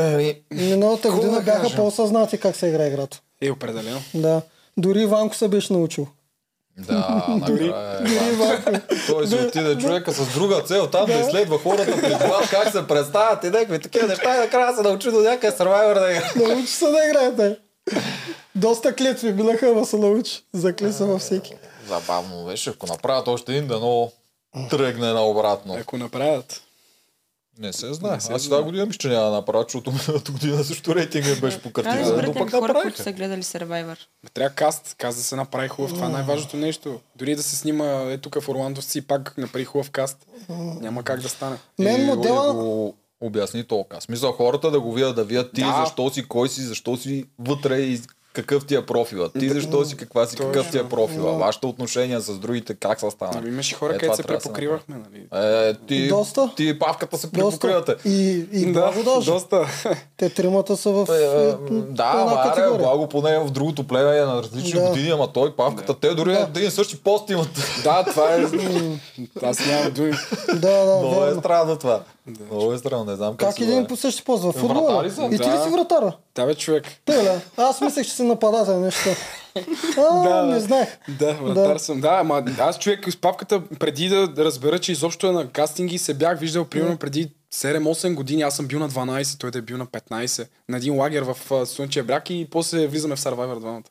Еми, Миналата Какво година да бяха кажа? по-осъзнати как се играе играта. Е, определено. Да. Дори Иванко се беше научил. Да, накрая. е, да. Иванко. Той си отиде човека с друга цел, там да изследва хората пред това, как се представят и някакви такива неща и накрая се научи до някъде Survivor да играе. Научи се да играете. Доста клетви бинаха, ама се научи. Закли се във всеки. Забавно беше, ако направят още един, дано тръгне наобратно. Ако направят. Не се знае. Аз сега година мисля, че няма да направя, защото миналата година също рейтинга беше по Трябва да картина. Но изберете пък хора, които направиха. са гледали Survivor. Ма Трябва каст, каст да се направи хубав. Това е най-важното нещо. Дори да се снима е тук в Орландо си, пак направи хубав каст. Няма как да стане. Мен И модела- да го обясни толкова. В Смисъл хората да го видят, да видят ти Да. защо си, кой си, защо си вътре и какъв ти е профила. Ти защо си, каква си, какъв ти е профила. Вашите отношения с другите, как са Нали, станали. имаше хора, Е, където това се трябва да се препокривахме. Нали? Е, ти, Доста. ти и павката се препокривате. Доста. И, и благо даже. доста. [LAUGHS] Те тримата са в Е, е, е, Да, една Варе, категория. Благо поне е в другото племе е на различни Да. години, ама той павката, те дори да. един и същи пост имат. да, [LAUGHS] това е... Аз нямам думи. Ами, Да, да, Много е верно. странно това. Много е странно, не знам как Как се един прави. по същи ползва? Футбола. Вратари са? И ти ли Да. си вратара? Да, бе, човек. Теле. Аз мислех, че си [LAUGHS] нападател нещо. А, Да, да. не знаех. Да, вратар Да. съм. Да, ама аз човек с папката преди да разбера, че изобщо е на кастинги, се бях виждал примерно преди 7-8 години. Аз съм бил на 12, той да е бил на 15. На един лагер в а, Слънчев бряг и после влизаме в Survivor двамата.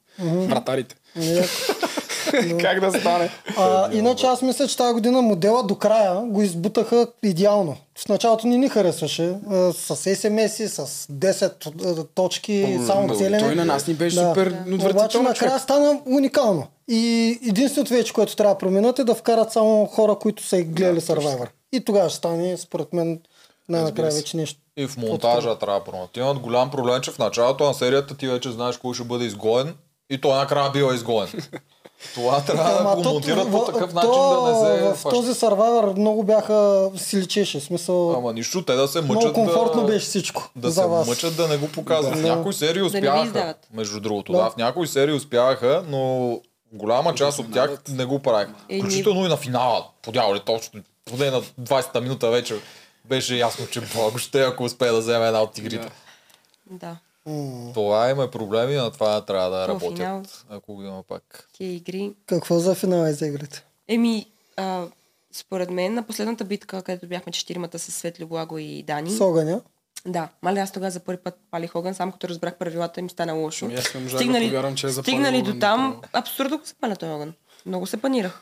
Вратарите. Не. [LAUGHS] как да стане? А, иначе аз мисля, че тази година модела до края го избутаха идеално. В началото ни ни харесваше. А, С SMS, с 10 а, точки, само да, целене. той на нас ни беше супер отвратително, Обаче накрая човек. стана уникално. И единственото вече, което трябва да променят е да вкарат само хора, които са гледали Survivor. И тогава ще стане, според мен, най-накрая вече нещо. И в монтажа трябва да промат. Имат голям проблем, че в началото на серията ти вече знаеш кой ще бъде изгоен и той накрая бил [LAUGHS] изгоен. Това трябва да Ама го то- монтират по в- такъв то начин да не се В фаща. този Survivor много бяха, си личеше, в смисъл, Ама нищо, те да се много мъчат комфортно да... беше всичко да за се вас. мъчат да не го показват. В някои серии не ви успяваха, издават. между другото. Да. Да, в някои серии успяваха, но голяма част от тях не го правиха. Е, Включително и на финала, подявали точно, поне на 20-та минута вече беше ясно, че Благо ще, ако успее да вземе една от тигрите. Да. Това има проблеми, на това трябва да По работят, финал. ако го има пак. Тия игри. Какво за финала за игрите? Еми, а, според мен, на последната битка, където бяхме четиримата с Светли, Благо и Дани. С огъня? Да, мале аз тогава за първи път палих огън, само като разбрах правилата им стана лошо. Ами аз не можах да повярвам, че е запалил стигнали огън до там, направо. абсурдно се паля този огън. Много се панирах.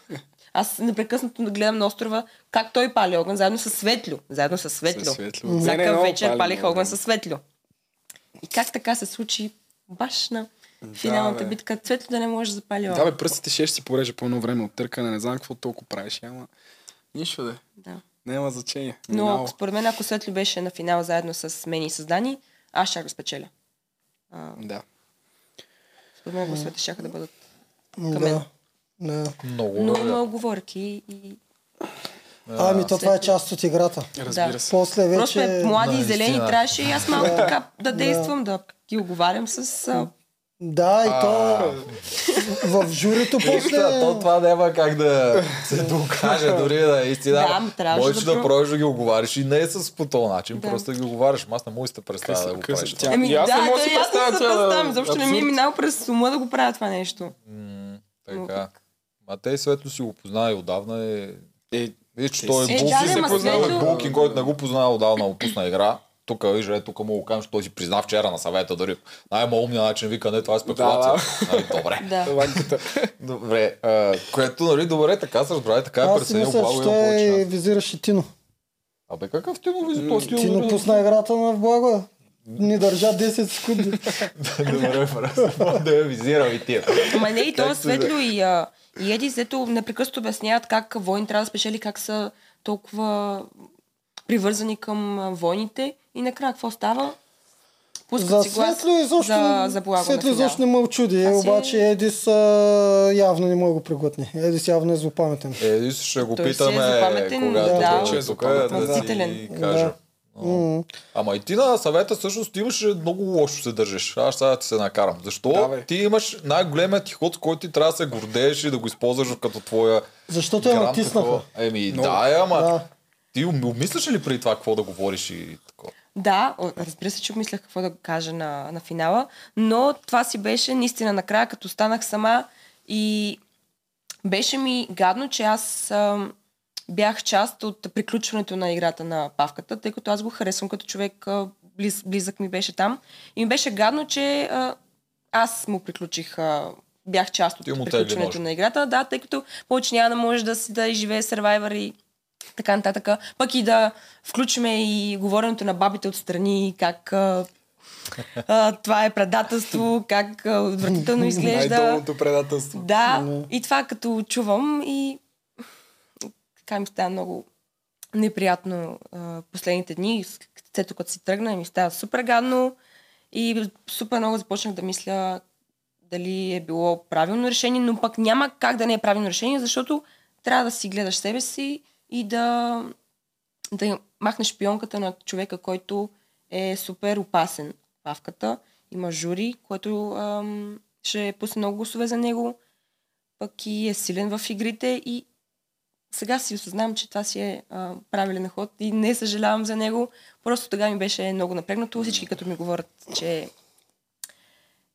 Аз непрекъснато гледам на острова как той пали огън, заедно с Светлю. Заедно с Светлю. Със Светлю. Не, не, Всяка много вечер пали палих огън огън. с Светлю. И как така се случи баш на финалната бе. битка, Светлю да не може да запали огън. Да, бе, пръстите ще ще си пореже по едно време от търкане. Не знам какво толкова правиш, ама... Нищо да е. Да. Няма значение. Но Минало. според мен, ако Светлю беше на финал заедно с мен и с Дани, аз ще да спечеля. А, Да. според мен гласовете ще да бъдат към мен. Да. Не. Много Много вероятно. много говорки и... Ами то това е част от играта. Разбира Да. се. После вече... Просто е млади и Наистина. зелени, трябваше и аз малко така да действам, да ги оговарям с... а, Да, и то в журито после... После... То това няма как да се [LAUGHS] докаже дори да е истина. Да, ама трябваше Можеш да да про- пробваш да ги оговариш и не е с по този начин, Да. просто да ги оговариш. Ама Аз не мога да си те представя да го Късен- правиш. късен- тя- Еми, И ами да, аз не то мога да си и аз не представя, се че е представям. Защо не ми е абсурд. минало през ума да го правя това нещо? Така. Ма те и Светло си го познава и отдавна е... Е, Виж, че Те той е си- Е, Булкин, да, се ама познава Светло- Булкин, който не го познава отдавна, опусна игра. Тук, виж, е, тук му го кажем, че той си призна вчера на съвета, дори най-малумния начин вика, не, това е спекулация. Нали, добре. Да. Ланката. Добре, а, което, нали, добре, така се разбра, и така е Аз си преценил мисля, Благо че има той повече е шанс. визираше Тино. Абе, какъв ти му визи? Той си Тино добре. пусна играта на Благо. Ни държа 10 секунди. Добре, Фрас, да я визирам и тия. Ма не, и то Както да е. Светло и, а, и Еди, зето непрекъснато обясняват как войн трябва да спечели, как са толкова привързани към а, войните. И накрая какво става? Пускат За си глас Светло изобщо, за, за благо Светло на финала. изобщо не ме очуди, Аз си- обаче Едис а, явно не мога го преглътне. Едис явно е злопаметен. Е, и ще го Той си е питаме, запаметен, когато да. да, Че е е тук, запаметен, да си мъчителен. каже. Да. М. Ама и ти на съвета всъщност ти имаше много лошо се държиш. Аз сега ти се накарам. Защо Да, бе. ти имаш най-големият ти ход, с който ти трябва да се гордееш и да го използваш като твоя Защото я гранд натиснаха. такова? Еми Много. да, е, ама Да. ти обмисляш ли преди това какво да говориш и такова? Да, о, разбира се, че обмислях какво да кажа на, на финала, но това си беше наистина накрая, като станах сама и беше ми гадно, че аз ам, бях част от приключването на играта на Павката, тъй като аз го харесвам като човек, а, близ, близък ми беше там. И ми беше гадно, че а, аз му приключих, а, бях част от Ти му тегли приключването ножа. на играта, да, тъй като повече няма да може да си да изживее Survivor и така нататък. Пък и да включиме и говоренето на бабите отстрани, как а, а, това е предателство, как а, отвратително изглежда. Най-долното предателство. Да, и това като чувам и така ми става много неприятно а, последните дни. Цето като си тръгна и ми става супер гадно и супер много започнах да мисля дали е било правилно решение, но пък няма как да не е правилно решение, защото трябва да си гледаш себе си и да, да махнеш пионката на човека, който е супер опасен. Павката има жури, което ам, ще пусне много гласове за него, пък и е силен в игрите и сега си осъзнавам, че това си е а, правилен ход и не съжалявам за него. Просто тогава ми беше много напрегнато. Всички като ми говорят, че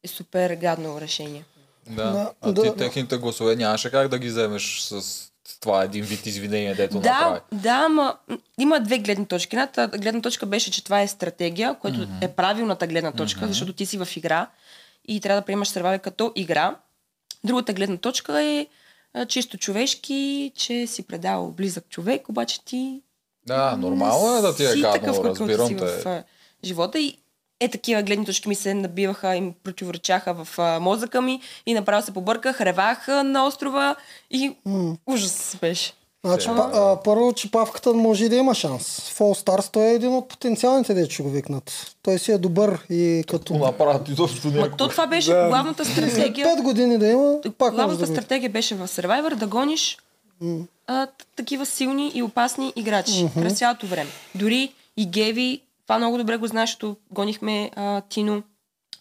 е супер гадно решение. Да. Да, А да. ти техните гласове нямаше как да ги вземеш с това един вид извинение, дето направи. Да, да, ма м, има две гледни точки. Едната гледна точка беше, че това е стратегия, което mm-hmm. е правилната гледна точка, mm-hmm. защото ти си в игра и трябва да приемаш Survivor като игра. Другата гледна точка е а, чисто човешки, че си предал близък човек, обаче ти Да, нормално е да ти е си такъв, гадно, какъвто разбирам си в те. а, живота и е такива гледни точки ми се набиваха и ми противоречаха в а, мозъка ми и направо се побърках, ревах а, на острова и ужас беше. Значи, Е. Те, па, а, първо, че павката може и да има шанс. В All Stars той е един от потенциалните дечи го викнат. Той си е добър и Ту като направят изобщо Ма то някакво. това беше Да. главната стратегия. 5 години да има, пак може да Главната го викнат. стратегия беше в Survivor да гониш а, т- такива силни и опасни играчи през цялото време. Дори и Геви, това много добре го знаеш, защото гонихме а, Тино,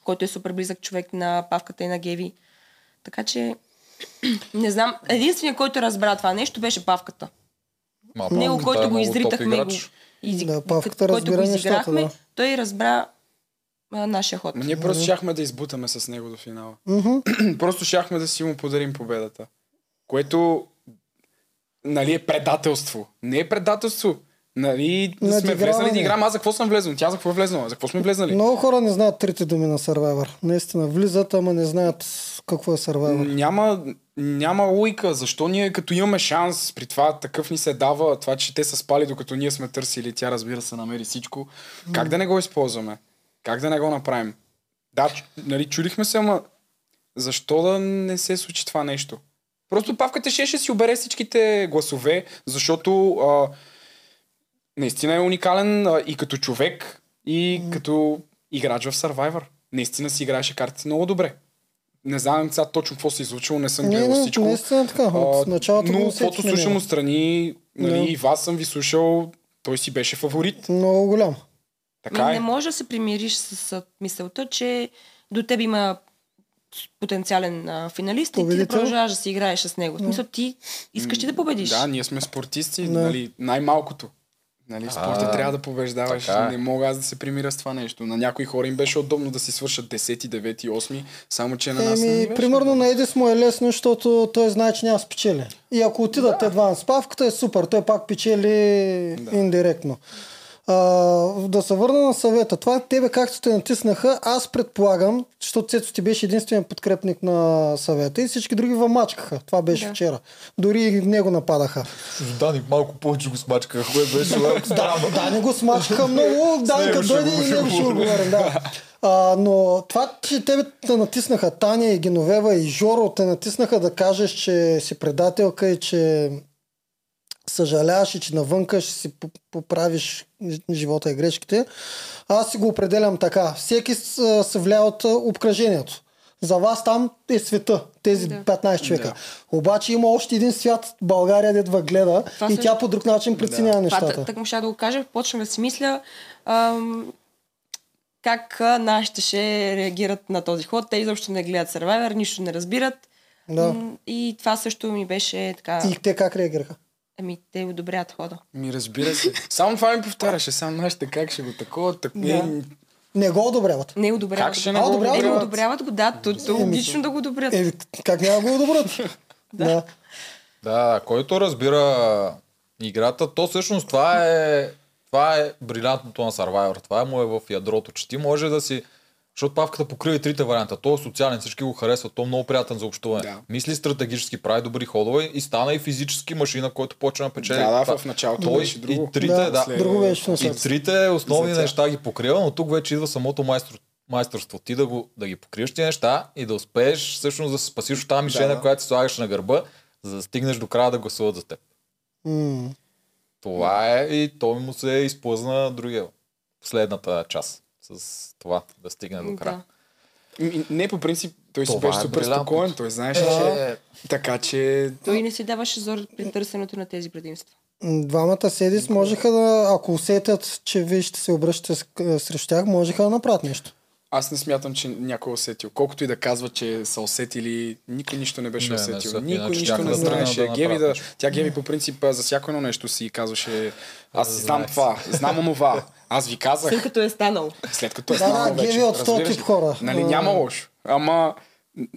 който е супер близък човек на Павката и на Геви. Така че, [CLEARS THROAT] не знам, единственият, който разбра това нещо, беше Павката. Ма, Него, Павката е който го много топ изритахме, го, играч. изи, Да, Павката който разбира го нещата, изиграхме, да. той разбра а, нашия ход. Ма ние просто щяхме да избутаме с него до финала. Мгм. просто щяхме да си му подарим победата. Което нали, е предателство. Не е предателство. Нали, да сме Надиграване. влезнали да играм, аз за какво съм влезнал? Тя за какво е влезнала? За какво сме влезнали? Много хора не знаят трите думи на Survivor. Наистина, влизат, ама не знаят какво е Survivor. Няма, няма логика. Защо ние като имаме шанс, при това такъв ни се дава, това, че те са спали докато ние сме търсили, тя разбира се намери всичко. Как да не го използваме? Как да не го направим? Да, ч- нали, чудихме се, ама защо да не се случи това нещо? Просто павката ще, ще си обере всичките гласове, защото а, наистина е уникален а, и като човек, и като играч в Survivor. Наистина си играеше картите много добре. Не знам сега точно какво се е излучило, не съм Не, гледал не, всичко. наистина е така. От А, началото но го каквото усетих на слушам него. отстрани, нали, Да. и вас съм ви слушал, той си беше фаворит. Много голям. Така Ми е. Не можеш да се примириш с, с мисълта, че до теб има с- потенциален а, финалист и ти Победител. да продължаваш да си играеш с него. В смисъл ти искаш ти да победиш. Да, ние сме спортисти, Да. нали, най-малкото. Нали, в спорта А, трябва да побеждаваш. така е. Не мога аз да се примиря с това нещо. На някои хора им беше удобно да си свършат 10, 9, 8, само че на нас не ни Еми, беше. примерно на Едис му е лесно, защото той знае, че няма спечели. И ако отидат да. едва на спавката е супер, той пак печели да. индиректно. А, да се върна на съвета. Това тебе както те натиснаха, аз предполагам, защото Цецо ти беше единствен подкрепник на съвета и всички други въмачкаха. Това беше да. Да. вчера. Дори и него нападаха. Дани малко повече го смачка, кое беше малко странно. Да, не го смачкаха много. Данка него ще дойде го- и ще него го ще го говорим. Да. А, но това, че тебе те натиснаха Таня и Геновева и Жоро, те натиснаха да кажеш, че си предателка и че съжаляваш и че навънка ще си по- поправиш ж- живота и грешките. Аз си го определям така. Всеки с- а, се влия от а, обкръжението. За вас там е света, тези Да. 15 човека. Обаче има още един свят, България, дедва гледа Това и също- тя по друг начин преценява Това, нещата. та- так му ще да го кажа, почвам да си мисля ам, как а, нашите ще реагират на този ход. Те изобщо не гледат Survivor, нищо не разбират. Да. М, И това също ми беше така. И те как реагираха? Ами те одобряват хода. Ми разбира се. Само това ми повтаряше. Само нашите как ще го такова, така. Да. Е, Не го одобряват. Не одобряват. Как ще не го А, Е, не Одобряват. одобряват го, да, то, то логично да го одобрят. Е, как няма го [LAUGHS] одобрят? да. Да, който разбира играта, то всъщност това е, това е брилянтното на Survivor. Това му е в ядрото, че ти може да си Защото павката покрива и трите варианта. Той е социален, всички го харесват, той е много приятен за общуване. Да. Мисли стратегически, прави добри ходове и стана и физически машина, който почва да печели. Да, да, Та- в началото той беше друго. И трите, да, Да, след- Друго беше в и насока. трите основни За тях. неща ги покрива, но тук вече идва самото майстор, майсторство. Ти да, го, да ги покриеш тези неща и да успееш всъщност да се спасиш от тази мишена, да. която си слагаш на гърба, за да стигнеш до края да гласуват за теб. М. Това е и той му се изплъзна другия, последната част с това да стигне до края. Да. М, Не, по принцип, той си Това беше е супер брилянтното. спокоен, той Е. знаеше, Да. че... Така че... Той не си даваше зор при търсенето на тези предимства. М, Двамата седис можеха да, ако усетят, че вие ще се обръщате с- к- срещу тях, можеха да направят нещо. Аз не смятам, че някой е усетил. Колкото и да казва, че са усетили, никой нищо не беше Не, не усетил. са. никой Иначе нищо щяха не да тръгнат знаеше. да Геви направят да... нещо. Тя Геви по принцип а, за всяко едно нещо си казваше аз Аз знам знаех. това, знам онова, аз ви След казах, като е станал. след като е Да, станало да, вече. Геви е от този разбираш тип ли? хора. Нали, Да. няма лошо. Ама... н-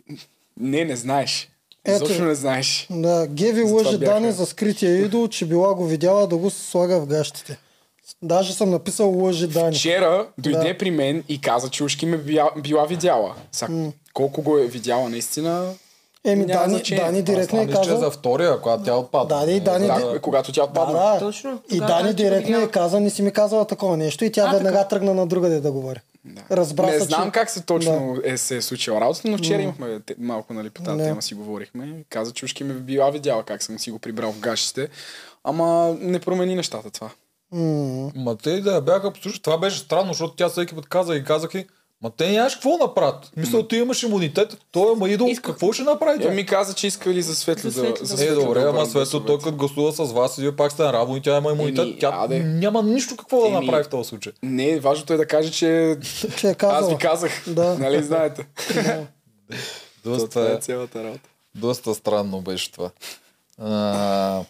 Не, не знаеш. Ето. Изобщо не знаеш. Да, Геви Затова лъже бяха. Дани за скрития идол, че била го видяла да го слага в гащите. Даже съм написал лъже Дани. Вчера дойде Да. при мен и каза, че ушки ме била, била видяла. Сега, колко го е видяла наистина? Еми, няма Дани, значение. Дани директно Аз е мисля, че е за казал... втория, когато тя отпадна. Ами Да, да, и Дани- Да, бе, когато тя Да, отпадна. да. Точно. И Тогава Дани Дани директно е проверява. каза, не си ми казала такова нещо и тя А, веднага тръгна на другаде да говори. Разбра не се, знам че... как се точно е, се е случила работата, но вчера имахме те- малко нали, по тази Да. тема си говорихме. Каза, че ушки ме била видяла как съм си го прибрал в гащите. Ама не промени нещата това. М, Ма те и да я бяха послушали. Това беше странно, защото тя всеки път каза и казах и Ма те нямаш какво да направят. Мисля, ти имаш имунитет, той ама идол, Исках- какво ще направите? Тя Е, ми каза, че искали за светло За да... Светло за да Е, Светло добре, да ама обърнат Светло, той гласовете. като гласува с вас, и вие пак сте наравно и тя има имунитет. Еми, тя аде. няма нищо какво да Еми. направи в този случай. Не, важното е да каже, че [LAUGHS] Че е аз ви казала. казах. Да. Нали знаете? То Това е Доста, цялата работа. доста странно беше това. А,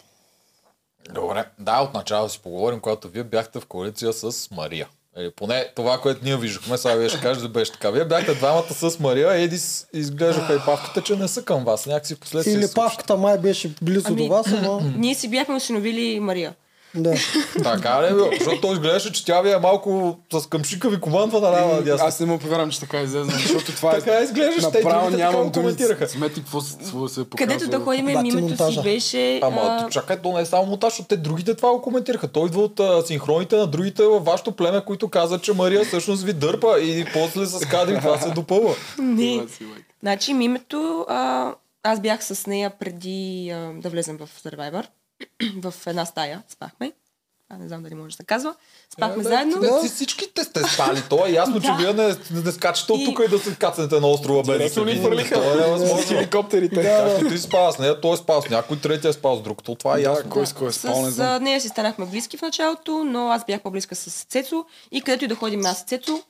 добре, да, отначало си поговорим, когато вие бяхте в коалиция с Мария. Или поне това, което ние виждахме, сега вие ще кажете, беше така. Вие бяхте двамата с Мария, Едис изглеждаха и павката, че не са към вас. Някакси последствия. Или се случиха. павката май беше близо Ами- до вас, [LAUGHS] но... Ние си бяхме осиновили Мария. Да. Така ли, е, бе? Защото той изглеждаше, че тя ви е малко с къмшика ви командва на лава дясно. Аз не му повярвам, че така излезе, защото това е... Така изглеждаш, те и Направо другите така нямам го думи. коментираха. Смети какво се какво се е показва. Където да ходим, Да, ти мимето монтажа. си беше... Ама, а, то чакай, то не е само монтаж, защото те другите това го коментираха. Той идва от а, синхроните на другите във вашето племе, които казват, че Мария всъщност ви дърпа и после с кадри това се допълва. Не. Значи мимето, а, аз бях с нея преди а, да влезем в Survivor. [CLEARS THROAT] в една стая спахме. А, не знам дали може да се казва. Спахме Е, бе, заедно. Те, си- всичките сте стали. То е ясно, че Да. вие не, не, не скачате от И- тук и да се кацнете на острова без да се Директно ли Ами, видите. фърлиха? То е С невъзможно. хеликоптерите. Както ти спава с нея, той е спал с някой, третия е спал с друг. То това е ясно. кой с кой е спал, не С знам. а, нея си станахме близки в началото, но аз бях по-близка с Цецо и където и да ходим аз с Цецо,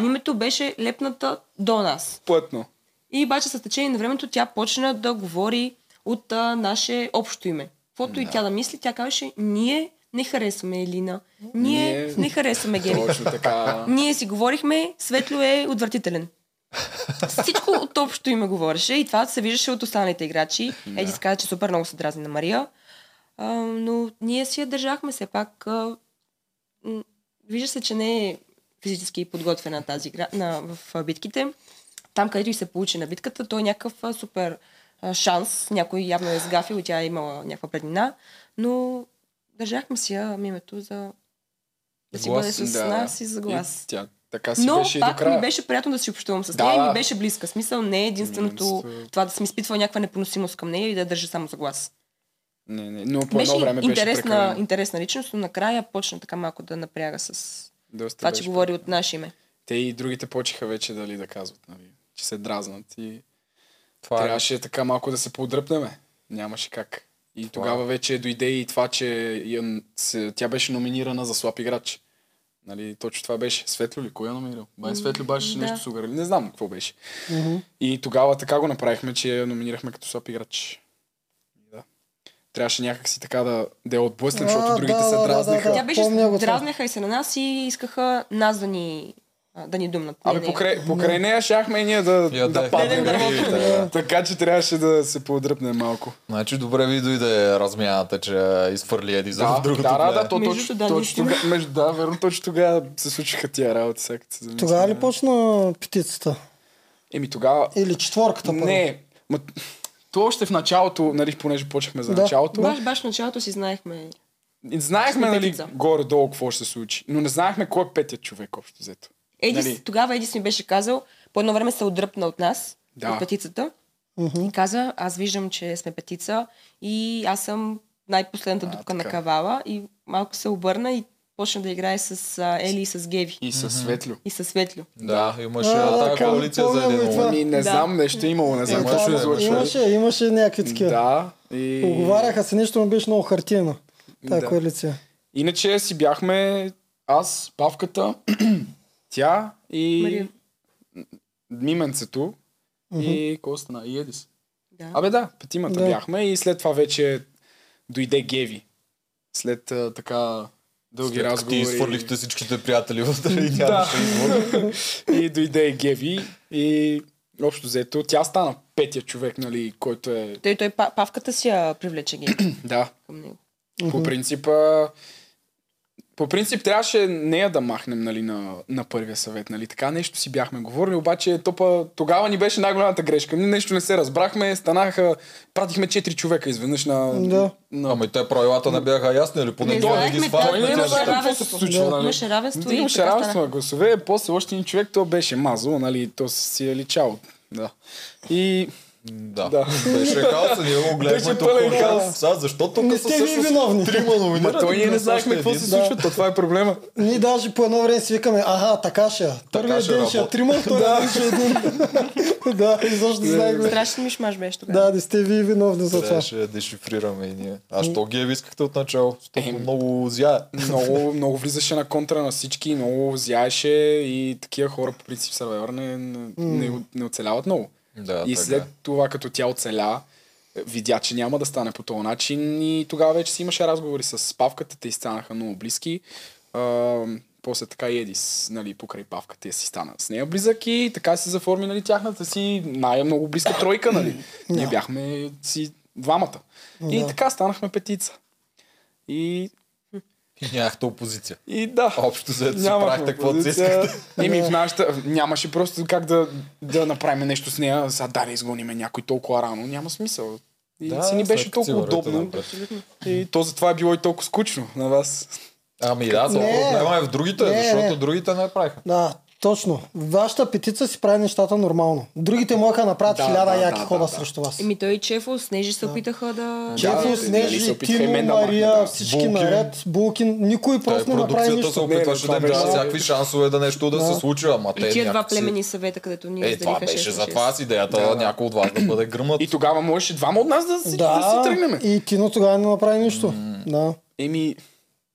мимето беше лепната до нас. Пътно. И обаче с течение на времето тя почна да говори от а, наше общо име. Каквото и тя да мисли, тя казваше, ние не харесваме Елина, ние, Ние- не харесваме Геви. Точно така. Ние си говорихме, Светло е отвратителен. Всичко от общо име говореше и това се виждаше от останалите играчи. Еди каза, че супер много се дразни на Мария. А, но ние си я държахме все пак. А, м, вижда се, че не е физически подготвена на тази игра на, в а, битките. Там, където и се получи на битката, той е някакъв а, супер а, шанс. Някой явно е сгафил и тя е имала някаква преднина. Но държахме си я мимето за да си Глас, бъде с да. нас и за глас. И Тя така си Но беше и до пак ми края. беше приятно да си общувам с Да, нея и да. ми беше близка. Смисъл не е единственото Единствено. това да съм изпитвала някаква непоносимост към нея и да я държа само за глас. Не, не, но по беше едно време беше интересна, прекалено. интересна личност, но накрая почна така малко да напряга с Доста това, беше че говори от наше име. Те и другите почеха вече дали да казват, нали, че се дразнат и Това е трябваше така малко да се подръпнеме. Нямаше как. Това И е. тогава вече дойде и това, че я- се- тя беше номинирана за слаб играч. Нали, точно това беше. Светло ли? Кой я е номинирал? Бай Светло беше да. нещо с угар. Не знам какво беше. Мгм. И тогава така го направихме, че я номинирахме като слаб играч. Да. Трябваше някакси така да, да я отблъснем, А, защото другите да, се да, да, дразниха. да. Тя беше помня го това. дразняха и се на нас и искаха нас да ни а, а, да ни думнат. Не, Абе, не. покрай, покрай нея щяхме и ние да, Я да, да е. да паднем. Така че трябваше да се подръпнем малко. Значи добре ви дойде размяната, че изхвърли Еди за в Да, другото. да, да, племе. да, то Между точно, да, точно наистина. тогава, между, да, верно, точно тогава се случиха тия работи, сега като се замисля. Тогава ли почна петицата? Еми тогава, Или четворката? първо? не, ма, то още в началото, нали, понеже почнахме за Да. началото, Баш, баш в началото си знаехме. И знаехме, Сме нали, петица. горе-долу какво ще се случи, но не знаехме кой е петият човек общо взето. Едис, Нали? тогава Едис ми беше казал, по едно време се отдръпна от нас, Да. от петицата. Мгм. И каза, аз виждам, че сме петица и аз съм най-последната А, дупка на така. кавала. И малко се обърна и почна да играе с а, Ели и с Геви. И със Светлю. И с Светлю. Да, имаше А, тази така, коалиция за помня един го и това. момент. Ами, не Да. знам, нещо е имало, не Е, знам. Ама това- ще какво се да случва. имаше, имаше някакви такива. Да. И... Оговаряха се нещо, но беше много хартиено. Тая Да. коалиция. Иначе си бяхме аз, Павката, [CLEARS THROAT] тя и Мария. Мименцето и Костана и Едис. Да. Абе да, петимата Да. бяхме и след това вече дойде Геви. След а, така дълги След като Ти разговори. изхвърлихте всичките приятели вътре и Да. нямаше избор. [LAUGHS] и дойде Геви и общо взето тя стана петия човек, нали, който е... Той, той па- павката си я привлече Геви Да, към него. По принцип, а, по принцип трябваше нея да махнем нали, на, на първия съвет. Нали. Така нещо си бяхме говорили, обаче топа, тогава ни беше най-голямата грешка. Ние нещо не се разбрахме, станаха, пратихме четири човека изведнъж на... Да. на... Ама и те правилата не бяха ясни, или поне Не той не знаехме ги сваля. тя как да ще- не знаехме. какво равенство. се случва, нали? Имаше равенство Да, и Имаше така равенство стана. на гласове, после още един човек, то беше мазо, нали, то си е личало. Да. И Да. Да. Беше хаос, ние го гледахме Беше тук. пълен и хаос. казах, Сега, защо тук са Не сте вие всъщност виновни. Трима номинирани. Ма той ние не Просто знаехме какво един. се Да. случва, то това е проблема. Ние даже по едно време си викаме, аха, така ще. е. Първият ще ден ще е работи. трима, втория ден ще е един. [LAUGHS] Да, изобщо не знаехме. Страшен мишмаш беше тогава. Да, не сте вие виновни за това. Трябваше да дешифрираме и ние. А Ами- що ги е искахте от начало? Толкова много зя. много, много влизаше на контра на всички, много зяеше и такива хора по принцип в Survivor не, не, не, не оцеляват много. Да, и така след е. това, като тя оцеля, е, видя, че няма да стане по този начин и тогава вече си имаше разговори с Павката, те й станаха много близки. А, после така и Едис, нали, покрай Павката, я си стана с нея близък и така се заформи, нали, тяхната си най-много близка тройка, нали. Ние бяхме си двамата. И така станахме петица. И И нямахте опозиция. и да. Общо взето си Нямахме правихте каквото си позиция. искахте. Еми, в нашата... Нямаше просто как да, да направим нещо с нея. Сега да не изгониме някой толкова рано. Няма смисъл. И Да, да, си ни след беше като си толкова вървите удобно. напред. И то затова е било и толкова скучно на вас. Ами да, то Не. проблема е в другите, Не, защото не. другите не правиха. Да, точно. Вашата петица си прави нещата нормално. Другите могат да направят Да, хиляда да, яки да, хора да, да. срещу вас. Еми той и Чефо, Снежи се опитаха да... Чефо, да, нали, се Снежи, опитаха и Тино, мен да махна, Мария, да. всички Булкин. наред, Булкин, никой Та и просто не направи Е, продукцията се нищо. опитваше Не, да им това дава беше- всякакви шансове да нещо да се случи, ама Е, те И тия два някакси- племени съвета, където ние Е, това разделиха беше 6 за на 6. това с идеята Да, да. някой от вас да бъде гръмнат. И тогава можеше двама от нас да си, да. Да, си тръгнем. и Тино тогава не направи нищо. Да. Еми,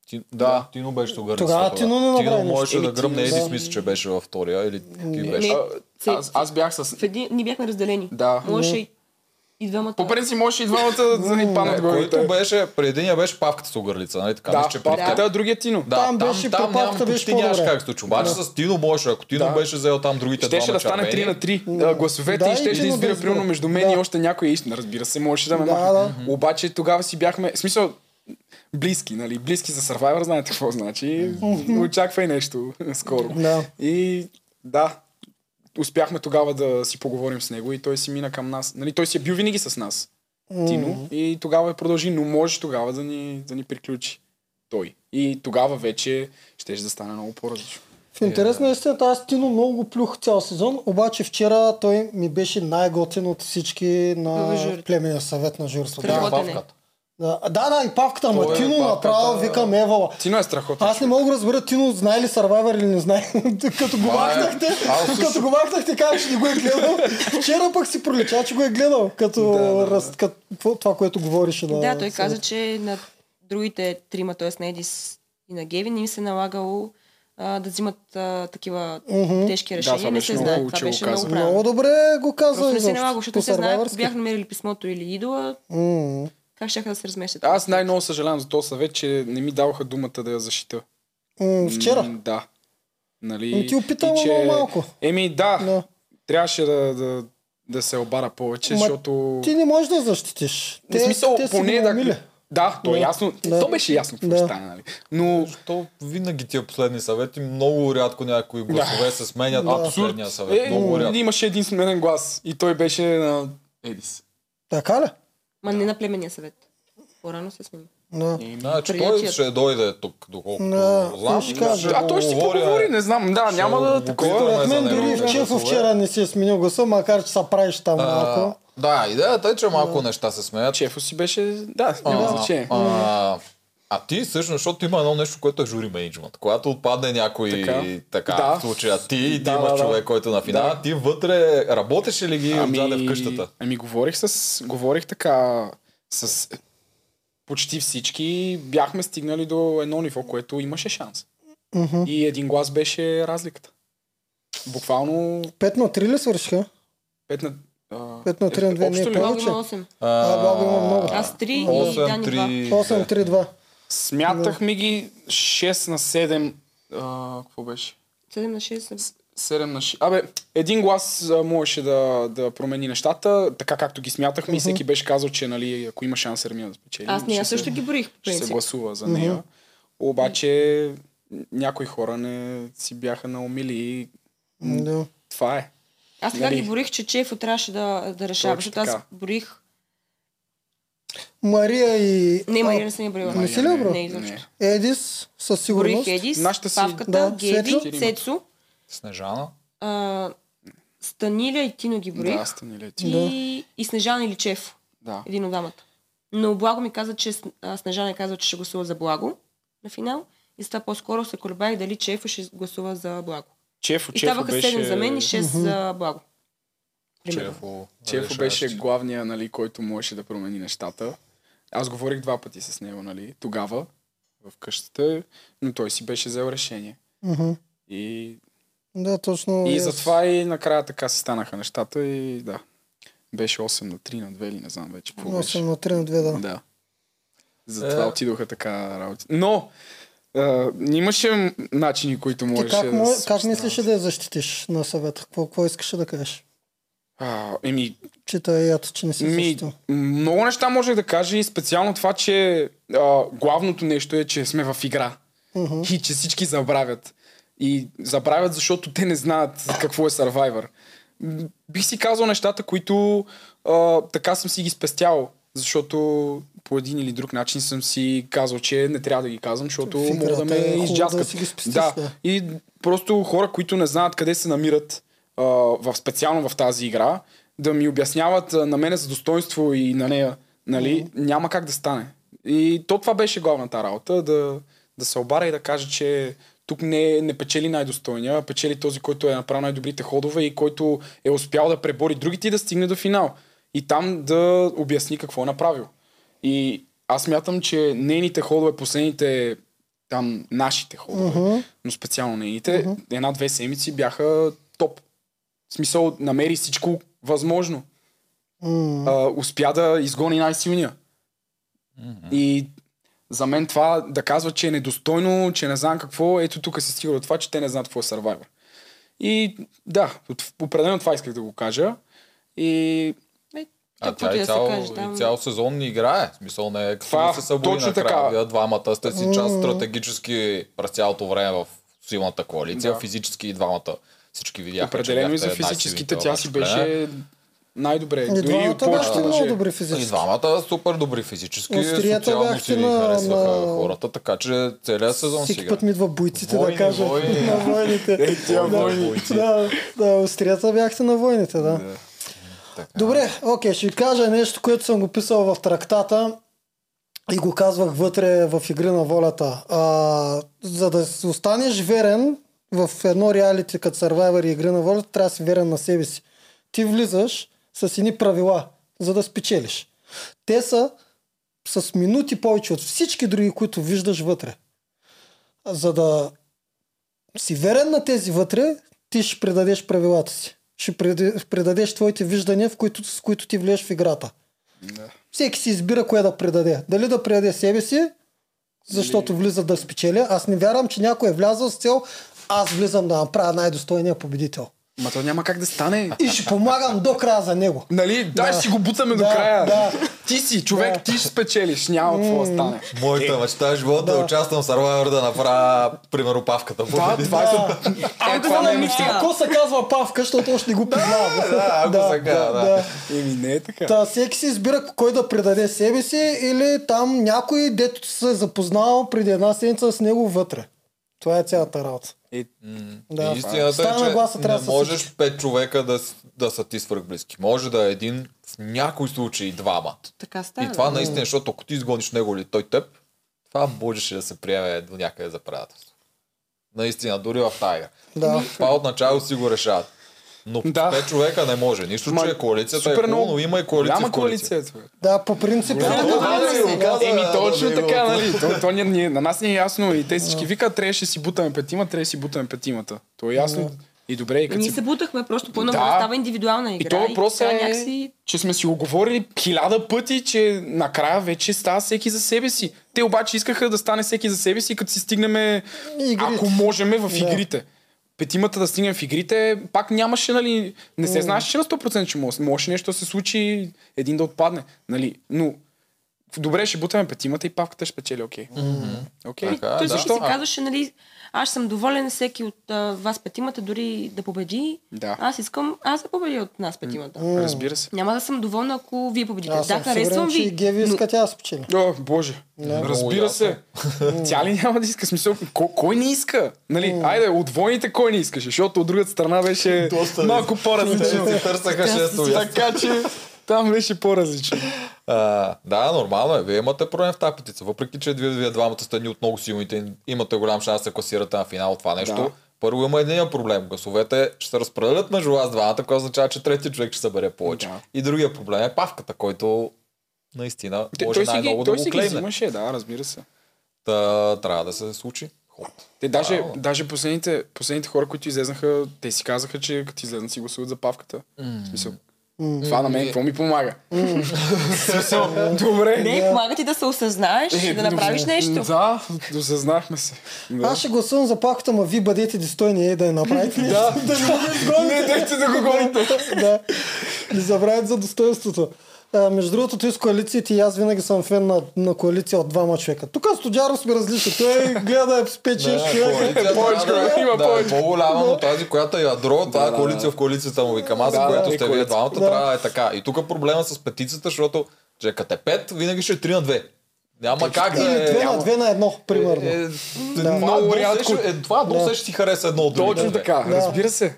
Ти, да, Тино беше тогава. Тогава Тино не направи Тино нищо. можеше Еми, да гръмне Тино, Едис, да. мисля, че беше във втория или ти беше. Не. а, аз, аз бях с... В един... Ние бяхме разделени. Да. Можеше и- и двамата... По принцип можеше и двамата да ни Не, паднат Е, Който главите. беше, при единия беше павката с огърлица, нали така? Да, мисля, че при теб. папката, а другия Тино. Да, Там там, там, беше, при нямам, папката беше почти нямаш по-добре. как се случи. Обаче Да. с Тино можеше. Ако Тино Да. беше взел там другите Щеше двама да стане 3 червени, на 3 а, гласове Да, да, и и щеше да Дино да избира избира. примерно между мен Да. и още някой и разбира се, можеше да ме Да, махне. да. Обаче тогава си бяхме, в смисъл, близки, нали? Близки за Survivor, знаете какво значи. Очаквай нещо скоро. Да. И да, успяхме тогава да си поговорим с него и той си мина към нас. Нали, той си е бил винаги с нас, Тино, и тогава е продължи, но може тогава да ни, да ни приключи той. И тогава вече щеше да стане много по-различно. В интерес на истината, аз Тино много го плюх цял сезон, обаче вчера той ми беше най-готин от всички на Във журито. племенния съвет на журство. Да, Да, Страхотен. павката. да, да, да, и павката, ама Той е Тино павката, направо, да. викам Евала. Тино е страхотен. Аз не мога да разбера, Тино знае ли Survivor или не знае. [LAUGHS] като го Това е- махнахте, Аз също- като го махнахте, как ще не го е гледал. Вчера пък си пролича, че го е гледал, като, раз, като какво- това, което говореше на... Да, той каза, че на другите трима, т.е. на Едис и на Гевин, им се е налагало а, да взимат а, такива Мгм. тежки това решения. не беше се много знае. Това учило, беше много каза. правилно. Много добре го каза. Просто не се е изобщо, налагало, защото по не се знае, ако сървайвърски. бяха намерили писмото или идола, М. как ще да се разместят. Аз най-много съжалявам за този съвет, че не ми даваха думата да я защита. М, М, Вчера. Да. Нали? Ами ти опита, ама много малко. Еми да, Да. трябваше да, да, да се обара повече, Ма защото... Ти не можеш да защитиш. В смисъл, те си поне го умили. да... Да, то е Да. ясно. Да. То беше ясно какво Да. ще стане, нали? Но То винаги тия последни съвети, много рядко някои гласове се сменят, а последния съвет, Е, много е, рядко. имаше един сменен глас и той беше на Едис. Така ли? Ма не на племенния съвет. По-рано се снима. Да. Значи той Приятият. ще дойде тук, доколкото Да, знам. той ще каже. го А той ще си поговори, не знам. Да, ще няма го да провокираме. такова. Според мен за него дори в Чефо гласове. вчера не си е сменил гласа, макар че са правиш там А, малко. да, идеята е, че малко неща се смеят. Чефо си беше... Да, няма А, значение. а, а ти всъщност, защото има едно нещо, което е жури менеджмент. Когато отпадне някой така, Така. така Да. в случая ти и ти Да, имаш да, да. човек, който е на финала, Да. ти вътре работеше ли ги ами... отзаде в къщата? Ами говорих с... Говорих така с почти всички. Бяхме стигнали до едно ниво, което имаше шанс. Мгм. И един глас беше разликата. Буквално Пет на три ли свършиха? 5 на... а, Пет на три на две, общо не е ли? повече. Много има 8. А, Благо има много. Аз 3 и Дани 2. 8-3. 8-3-2. Смятахме ги 6 на 7. А, какво беше? 7 на 6. 7 на 6. Абе, един глас а, можеше да, да промени нещата, така както ги смятахме и всеки беше казал, че нали, ако има шанс Ермина да спечели, Аз не, ще аз също се, ги борих по ще се принцип. гласува за нея. Обаче някои хора не си бяха наумили и Да. това е. Аз така Нали? ги борих, че Чефо трябваше да, да решава, Точно защото аз така. борих... Мария и Не, Мария не съм я борила. Нали, Не си ли е я брал? Не, изобщо. Едис със сигурност. Борих Едис, Нашата си- Павката, Да, Геви, Светло. Цецо, Снежана. а, Станиля и Тино ги борих. Да, Станиле, ти. и, и Снежана или Чефо. Да. един от двамата. Но Благо ми каза, че С- а, Снежана е казва, че ще гласува за Благо на финал. И затова по-скоро се колебаех дали Чефо ще гласува за Благо. Чефо, И Чефо ставаха 7 беше... за мен и 6 за Благо. Примерно. Чефо. Чефо решаващ. беше главния, нали, който можеше да промени нещата. Аз говорих два пъти с него, нали, тогава в къщата, но той си беше взел решение. Мгм. И, Да, точно. и аз- затова и накрая така си станаха нещата и да. Беше 8 на 3 на 2 или не знам вече какво 8 беше. на 3 на 2, да. Да. Затова Е. отидоха така работи. Но а, имаше начини, които Ти можеше как, да му, се как справя. мислеше да я защитиш на съвета? Какво, какво искаше да кажеш? А, еми, Че той е ято, че не си Ми, защитил. много неща можех да кажа и специално това, че а, главното нещо е, че сме в игра. Uh-huh. И че всички забравят. И забравят, защото те не знаят какво е Survivor. М, Бих си казал нещата, които а, така съм си ги спестял. Защото по един или друг начин съм си казал, че не трябва да ги казвам, защото В могат да играта ме е хубаво да изджаскат. си ги спестиш, да. да. И просто хора, които не знаят къде се намират а, в, специално в тази игра, да ми обясняват а, на мене за достоинство и на нея, нали, mm-hmm. няма как да стане. И то това беше главната работа, да, да се обара и да каже, че тук не, не печели най-достойния, а печели този, който е направил най-добрите ходове и който е успял да пребори другите и да стигне до финал. И там да обясни какво е направил. И аз мятам, че нейните ходове, последните там нашите ходове, uh-huh. но специално нейните, uh-huh. една-две седмици бяха топ. В смисъл, намери всичко възможно. М, А, успя да изгони най-силния. И за мен това да казва, че е недостойно, че не знам какво, ето тук се стига до това, че те не знаят какво е Survivor. И да, от- определено това исках да го кажа. И Е, А каквото тя и и да се цял, каже, да, и цял сезон не играе. В смисъл не е като Това, да се събуди точно накрая. така. Вие двамата сте си част стратегически през цялото време в силната коалиция. Да. Физически и двамата всички видяха, определено че и за бяхте Е. физическите най-силните тя във си вашето племе. беше най-добре. И Дори двамата от повечето бяхте много мъже. добри И физически. двамата супер добри физически, Острията социално бяхте си ви на- харесваха на- хората, така че целият сезон си Всеки игра. път ми идва бойците да Войни, кажа. войни. На Е, войните. Ой, Да, ой, бойци. Да, да, острията бяхте на войните, да. Така. Добре, окей, ще ви кажа нещо, което съм го писал в трактата и го казвах вътре в Игри на волята. А, за да си останеш верен в едно реалити като Survivor и Игри на волята, трябва да си верен на себе си. Ти влизаш с едни правила, за да спечелиш. Те са с минути повече от всички други, които виждаш вътре. За да си верен на тези вътре, ти ще предадеш правилата си. Ще преда- предадеш твоите виждания, в които, с които ти влезеш в играта. Да. Всеки си избира кое да предаде. Дали да предаде себе си, защото влиза да спечеля. Аз не вярвам, че някой е влязъл с цел аз влизам да направя най-достойния победител. Ма то няма как да стане. И ще помагам до края за него. Нали? Да, Да. ще си го бутаме до Да, края. да. Ти си човек, Да. ти ще спечелиш. Няма какво да стане. Моята мечта е живота да. Да. участвам в Survivor да направя, примерно, павката. Да, това е... Е, това не е ми- мечта. Да. Ако се казва павка, защото още не го познавам. да, ако сега, да. Еми, не е така. Та, всеки си избира кой да предаде себе си или там някой, дето се е запознал преди една седмица с него вътре. Това е цялата работа. Е, Да. Да, Истината е, Стана че гласа, трябва не да се можеш случи. пет човека да, с- да са ти свръхблизки. Може да е един, в някои случаи двама. Така става. И това наистина, е, защото ако ти изгониш него или той теб, това можеше да се приеме до някъде за предателство. Наистина, дори в тайга. Да. Това отначало си го решават. Но Да. да. пет човека не може. Нищо, Ма, че е коалицията е супер хубаво, много- но има и коалиция Голяма в коалиция. коалиция. бе. Да, по принцип. Да, Да, Голяма. това да, си да, го каза, Еми да, точно да, така, да. нали? То, то ни, ни, на нас ни е ясно и те всички викат, трябваше да си бутаме петима, трябва да си бутаме петимата. То е ясно. И добре, и Е, като Ние си... се бутахме, просто по-много Да. да. става индивидуална игра. И то въпрос е, така някакси... че сме си оговорили хиляда пъти, че накрая вече става всеки за себе си. Те обаче искаха да стане всеки за себе си, като си стигнем, Игрите. ако можем, в Да. игрите. Петимата да стигнем в игрите, пак нямаше, нали, не се знаеше че на 100% че може, може нещо да се случи, един да отпадне, нали, но добре, ще бутаме петимата и павката ще печели, окей. Окей, Той Така, той да. всички Защо? си казваше, нали, аз съм доволен всеки от а, вас петимата, дори да победи. Да. Аз искам аз да победя от нас петимата. разбира се. Няма да съм доволна, ако вие победите. Аз Да, съм сигурен, харесвам че и ви. Геви иска тя да спечели. О, боже. Разбира се. Тя ли няма да иска смисъл? Ко- кой не иска? Нали, айде, от войните кой не искаше, защото от другата страна беше Доста малко по-различно. Те си търсаха шесто място. така че там беше по-различно. А, да, нормално е. Вие имате проблем в тази петица. Въпреки, че вие, вие двамата сте едни от много силните, имате голям шанс да се класирате на финал това нещо. Да. Да. Първо има един проблем. Гласовете ще се разпределят между вас двамата, което означава, че третия човек ще събере повече. Да. Да. И другия проблем е павката, който наистина Те- може Той си ги, най-много той да си го ги клейме. взимаше, да, разбира се. Та, трябва да се случи. Ход. Те даже, Браво. даже последните, последните хора, които излезнаха, те си казаха, че като излезнат си гласуват за павката. В смисъл, това на мен какво ми помага? [LAUGHS] В смисъл, е добре. Не, помага ти да се осъзнаеш, Е, да направиш до- нещо. Да, досъзнахме се. Да. Аз ще гласувам за павката, ма ви бъдете достойни и да [LAUGHS] я направите. Да. нещо, да не го изгоните. Не, дайте да го гоните. да. Не забравяйте за достоинството. А, между другото, той с коалициите и аз винаги съм фен на, на коалиция от двама човека. Тук Стоджаров сме различни. Той гледа да е с 5-6 човека. коалицията повече, трябва да е- има да, е повече. По-голяма, но тази, която е ядро, това Да, е да, коалиция в коалицията му. Викам аз, Да, за да, което е сте вие коалиция. двамата, Да. трябва да е така. И тук проблема с петицата, защото че като е пет, винаги ще е 3 на 2. Няма как Или да е... 2 на 2 на 1, примерно. Е, Да. е, Много Да. рядко. Е, това до ще си хареса едно от другите. Точно две. така, разбира се.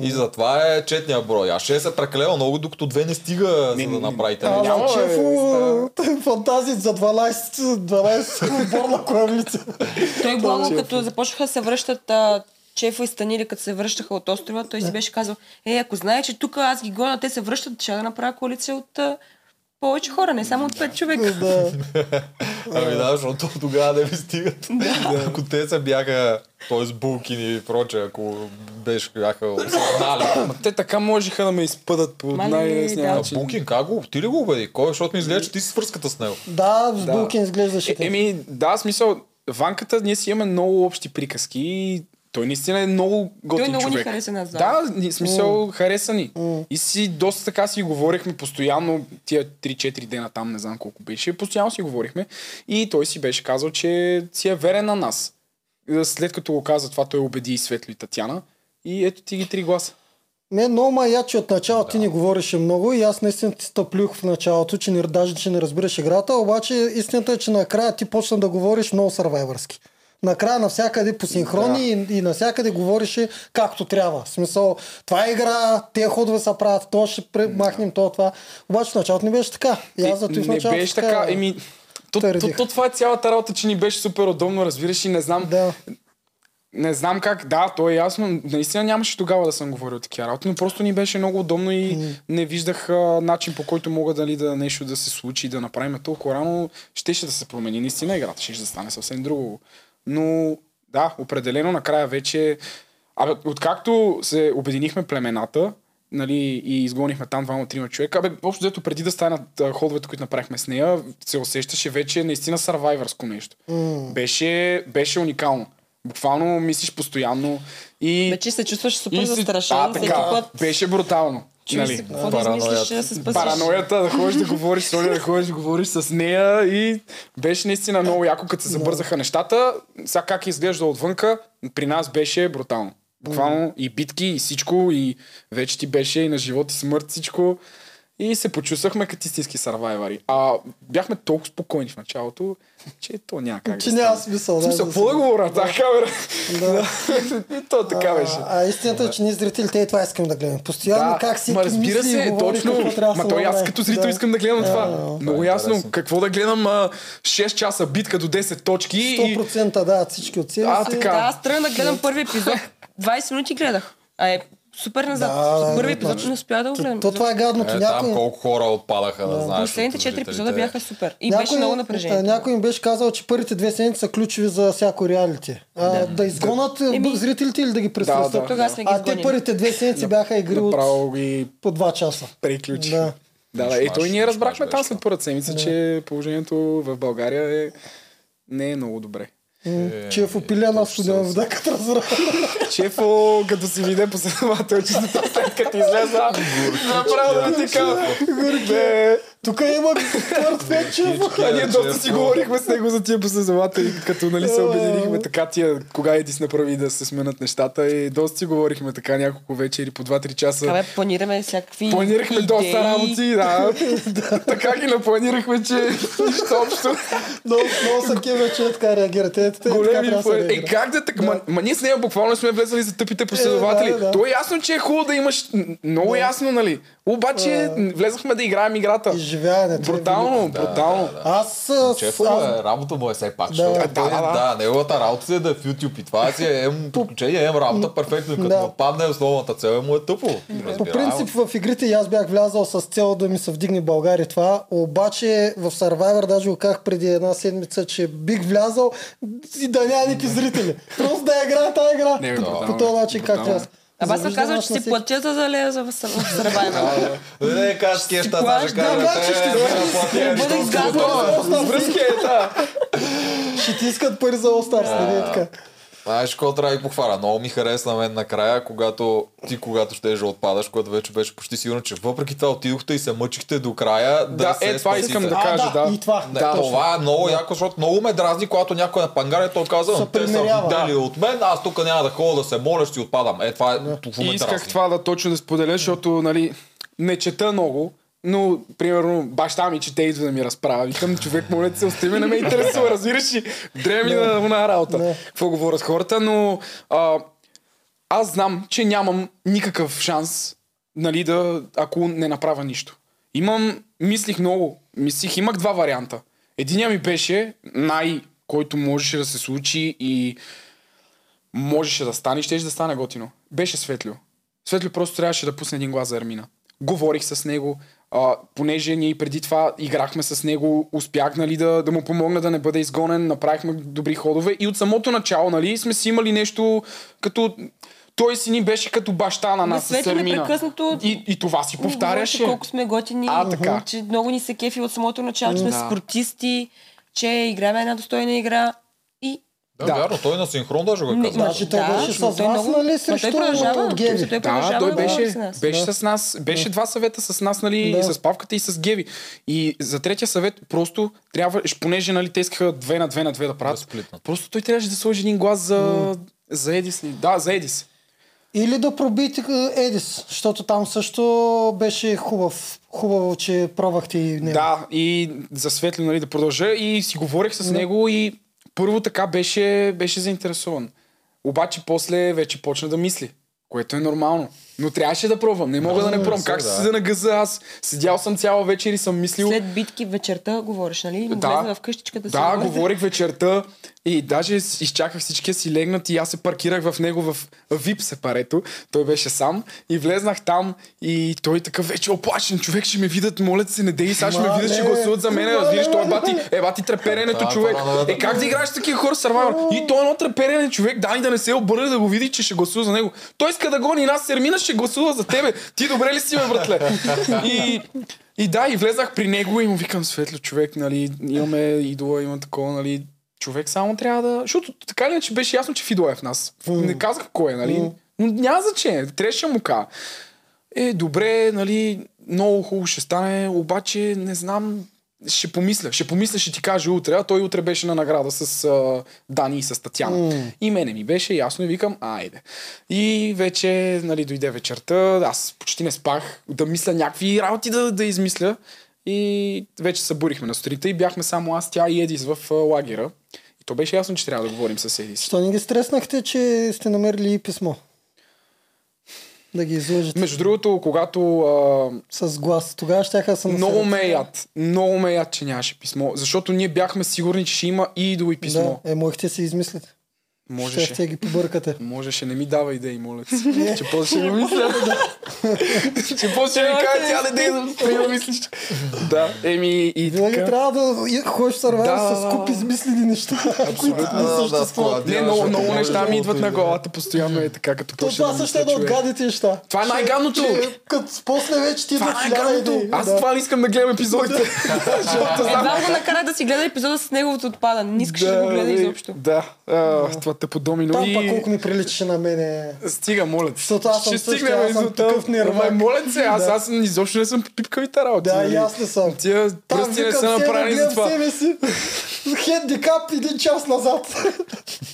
И затова е четния брой. А 6 е прекалено много, докато 2 не стига, за да направите Ала нещо. няма, бе, Чефо, фантазии за 12, [LAUGHS] 12 отборна коалиция. Той Благо, е. като започнаха да се връщат а, Чефа и Станили, като се връщаха от острова, той си беше казал, е, ако знае, че тук аз ги гоня, те се връщат, ще да направя коалиция от а, повече хора, не само от пет човека. Да. Е, Ами да, защото тогава не ви стигат. Да. Ако те са бяха, т.е. булкини и проче, ако беше бяха осъзнали. Ама те така можеха да ме изпъдат по Мали, най-лесния да. А начин. Букин, как го? Ти ли го убеди? Кой? Защото ми изглежда, че ти си свърската с него. Да, с Булкин изглеждаше Е, така. Еми, да, смисъл, Ванката, ние си имаме много общи приказки и той наистина е много готин много ни човек. хареса нас Да, двамата. ни- смисъл, хареса ни. И си доста така си говорихме постоянно, тия 3-4 дена там, не знам колко беше, постоянно си говорихме. И той си беше казал, че си е верен на нас. След като го каза това, той убеди и Светло и Татяна. И ето ти ги три гласа. Не, но ма я, че от начало ти не говореше много и аз наистина ти стъплюх в началото, че не, даже че не разбираш играта, обаче истината е, че накрая ти почна да говориш много сървайвърски. Накрая навсякъде по синхрони да. и, и навсякъде говореше както трябва. В смисъл, това е игра, те ходове са правят, то ще премахнем, да. то това. Обаче в началото не беше така. И аз за в Е, не началото беше така, ами- еми... То, то, то, Търдих. то, това е цялата работа, че ни беше супер удобно, разбираш и не знам. Да. Не знам как, да, то е ясно. Наистина нямаше тогава да съм говорил такива работи, но просто ни беше много удобно и не виждах а, начин по който мога дали да нещо да се случи, да направим толкова рано. Щеше да се промени наистина играта, щеше да стане съвсем друго. Но да, определено накрая вече... Абе, откакто се обединихме племената, нали, и изгонихме там двама-трима човека. Абе, общо взето преди да станат а, ходовете, които направихме с нея, се усещаше вече наистина сървайвърско нещо. Mm. Беше, беше уникално. Буквално мислиш постоянно и... Бе, че се чувстваш супер и си- застрашен А, всеки така. Нали, път. Беше брутално. Чуеш се какво да параноята. измислиш, да се спасиш. Параноята, да ходиш да говориш с Оля, да ходиш да говориш с нея и беше наистина много яко, като се забързаха нещата. Сега как изглежда отвънка, при нас беше брутално. Буквално и битки, и всичко, и вече ти беше и на живот и смърт всичко. И се почувствахме като истински сарвайвари. А бяхме толкова спокойни в началото, че то няма как Че да няма стане. смисъл. В смисъл, да, какво да говоря? Та камера. [LAUGHS] Да. И то така беше. А, а истината е, че ние зрителите и това искаме да гледаме. Постоянно как си ма разбира мисли и се, говори точно. какво трябва да Ма се той аз направи. като зрител искам да гледам това. Много Да, ясно. интересно. Какво да гледам а, 6 часа битка до 10 точки и... 100% да, всички от себе А, си. така. Е, Да, аз тръгна да гледам първи [LAUGHS] епизод. 20 минути гледах. А е супер назад. Да, да, първи да, епизод не успя да го То, гледам. то това е гадното. Е, там някой, колко хора отпадаха, да, знаеш. Последните от 4 епизода зрителите. бяха супер. И някой, беше много а, напрежение. Някой им беше казал, че първите две седмици са ключови за всяко реалити. А, да. да изгонат е, Еми- зрителите или да ги присъстват. Да, да. Тогава сме ги а те изгонили. първите две седмици бяха игри от Направо ги по два часа. приключи. Да. Да. Да, да, ето и ние Миш-маш, разбрахме миш-маш там беше, след да. първата седмица, че положението в България е... не е [LAUGHS] много добре. М, Че е в опилена студена вода, като разбра. Чефо, като си видя последователчетата, след като излеза, направо да ми така. Горке. Тук има твърд вече. А ние доста си говорихме с него за тия последователи, като нали се обединихме така тия, кога Едис направи да се сменят нещата и доста си говорихме така няколко вечери по 2-3 Така часа. бе, планираме всякакви Планирахме идеи. доста работи, [LAUGHS] да. така ги напланирахме, че нищо общо. Много, много са кива, че така реагират. Е, така Големи трябва да се плани- Е, реагира. как да така? Ма, ма ние с нея буквално сме влезли за тъпите последователи. да, да. То е ясно, че е хубаво да имаш. м, Много ясно, нали? Обаче влезахме да играем играта. Изживяването. е велико. Брутално, брутално. Аз, а, с- Чефо аз е, работа му е все пак. Да, Да, да, да, да, да. да, неговата работа е да е в YouTube и това си е ем приключение, ем работа перфектно. И Като Да. да. падне основната цел, му е тъпо. По Разбираемо. принцип в игрите и аз бях влязал с цел да ми се вдигне България това, обаче в Survivor даже го казах преди една седмица, че бих влязал и да няма никакви зрители. Просто да я играя тази игра. Не, бе, По- брутално, по този начин как брутално. трябва. Ама аз съм Завиждам казал, аз че на си всеки. платя за да лея за Сървайна. Не, не, кажеш тия щата, плащам, даже кажеш. да, че ще Е, дойда. Не ще бъде изгадвала. Просто Връзки е, да. Ще ти искат пари за All Stars, нали така. Знаеш какво трябва да ги похваля? Много ми хареса на мен накрая, когато ти когато ще да отпадаш, когато вече беше почти сигурно, че въпреки това отидохте и се мъчихте до края да, Да, се е, това спасите. искам да А, кажа, да, да. и това. Не, Да, точно. това е много яко, защото много ме дразни, когато някой е на пангаря, той казва, Се "Ама те са примирява. видели от мен, аз тук няма да ходя да се моля, ще си отпадам. Е, това е това И ме исках дразни. това да точно да споделя, защото нали, не чета много, но, примерно, баща ми чете и идва да ми разправя. Викам, човек, моля ти се, остави ме, не ме [LAUGHS] интересува, разбираш ли? Дреми на на работа. Какво говорят хората, но а, аз знам, че нямам никакъв шанс, нали, да, ако не направя нищо. Имам, мислих много, мислих, имах два варианта. Единия ми беше най- който можеше да се случи и можеше да стане, щеше да стане готино. Беше Светлио. Светлио просто трябваше да пусне един глас за Ермина. Говорих с него, а, понеже ние и преди това играхме с него, успях нали, да, да му помогна да не бъде изгонен, направихме добри ходове и от самото начало нали, сме си имали нещо като... Той си ни беше като баща на нас с Светлио Ермина. непрекъснато И, и това си повтаряше. Колко сме готини, А, така. че много ни се кефи от самото начало, че сме Да. спортисти, че играем една достойна игра. И Да, Да. вярно, той на синхрон даже го е Не, казал. ма- Даже той беше с но той вас, много- нали, ма той срещу продължава, от Геви. той Да, продължава той да говори беше, с нас. беше с нас. Беше два съвета с нас, нали, Да. и с Павката и с Геви. И за третия съвет просто трябва, понеже нали, те искаха две на две на две да Да правят, сплитнат. просто той трябваше да сложи един глас за, за Едис. ли? Да, за Едис. Или да пробиете е, Едис, защото там също беше хубав. Хубаво, че пробвахте и него. Да, и за Светли, нали, да продължа. И си говорих с него и първо така беше, беше заинтересован. Обаче после вече почна да мисли, което е нормално. Но трябваше да пробвам. Не мога да, не пробвам. се, Как да. се седя на гъза аз? Седял съм цяла вечер и съм мислил. След битки вечерта говориш, нали? Да. Влезе в къщичката си. Да, говорите. говорих вечерта и даже с- изчаках всички да си легнат и аз се паркирах в него в VIP сепарето. Той беше сам и влезнах там и той такъв вече оплашен човек, ще ме видят, моля те се, не дей, сега ще ме Мале! видят, ще гласуват за мен, разбираш, той е Мале! бати, е бати треперенето Това е човек. параноята. Е как да играеш с такива хора с Survivor? И той е едно треперене човек, дай да не се обърне да го види, че ще гласува за него. Той иска да гони нас, Сермина ще гласува за тебе. Ти добре ли си, бе, братле? И, и да, и влезнах при него и му викам, светло човек, нали, имаме идола, има такова, нали, човек само трябва да... Защото така ли, че беше ясно, че Фидо е в нас. Не казах кой е, нали? Но няма значение, трябваше да му кажа. Е, добре, нали, много хубаво ще стане, обаче не знам, ще помисля, ще помисля, ще ти кажа утре, а той утре беше на награда с а, Дани и с Татяна. Mm. И мене ми беше ясно и викам, айде. И вече, нали, дойде вечерта, аз почти не спах, да мисля някакви работи да, да измисля. И вече събурихме на сутринта и бяхме само аз, тя и Едис в а, лагера. И то беше ясно, че трябва да говорим с Едис. Що не ги стреснахте, че сте намерили и писмо? Да ги излъжете Между другото, когато а, с глас. Тогава щяха да съм... Много ме е яд. Много ме яд, че нямаше писмо. Защото ние бяхме сигурни, че ще има и идол и писмо. Да, е, можехте си измислите. Можеше. Щяхте да ги побъркате. Можеше, не ми дава идеи, моля [LAUGHS] ти. че после ще го мисля. че после ще ми кажа, тя не дей да ти го мислиш. да, еми и Винаги така. трябва да и- ходиш в сървайвър Да, да, с да, куп да. измислени неща, [LAUGHS] които не да, да, съществуват. склад. Не, Нямаше много, много такова неща ми животно идват на идея. главата, постоянно е така, като То почне това да също мисля е да човек. отгадите неща. Това е най-гадното. Че, Като после вече ти Това идват е хиляда най-гадното. идеи. Аз Да. това не искам да гледам епизодите. [LAUGHS] Защото знам, Едва го накара да си гледа епизода с неговото отпадане. Не искаше да, го гледа бе, изобщо. Да, а, това тъпо домино. Там и- пак колко ми приличаше на мене. Стига, моля те. Защото аз съм Ще същия, стигнем аз съм до там. такъв нервак. Ама, моля се, аз, Да. аз изобщо не съм по пипкавите работи. Да, нали? и аз не съм. Тия Там пръсти не викам са себе, направени за гледам това. себе си. [LAUGHS] Хендикап един час назад. [LAUGHS]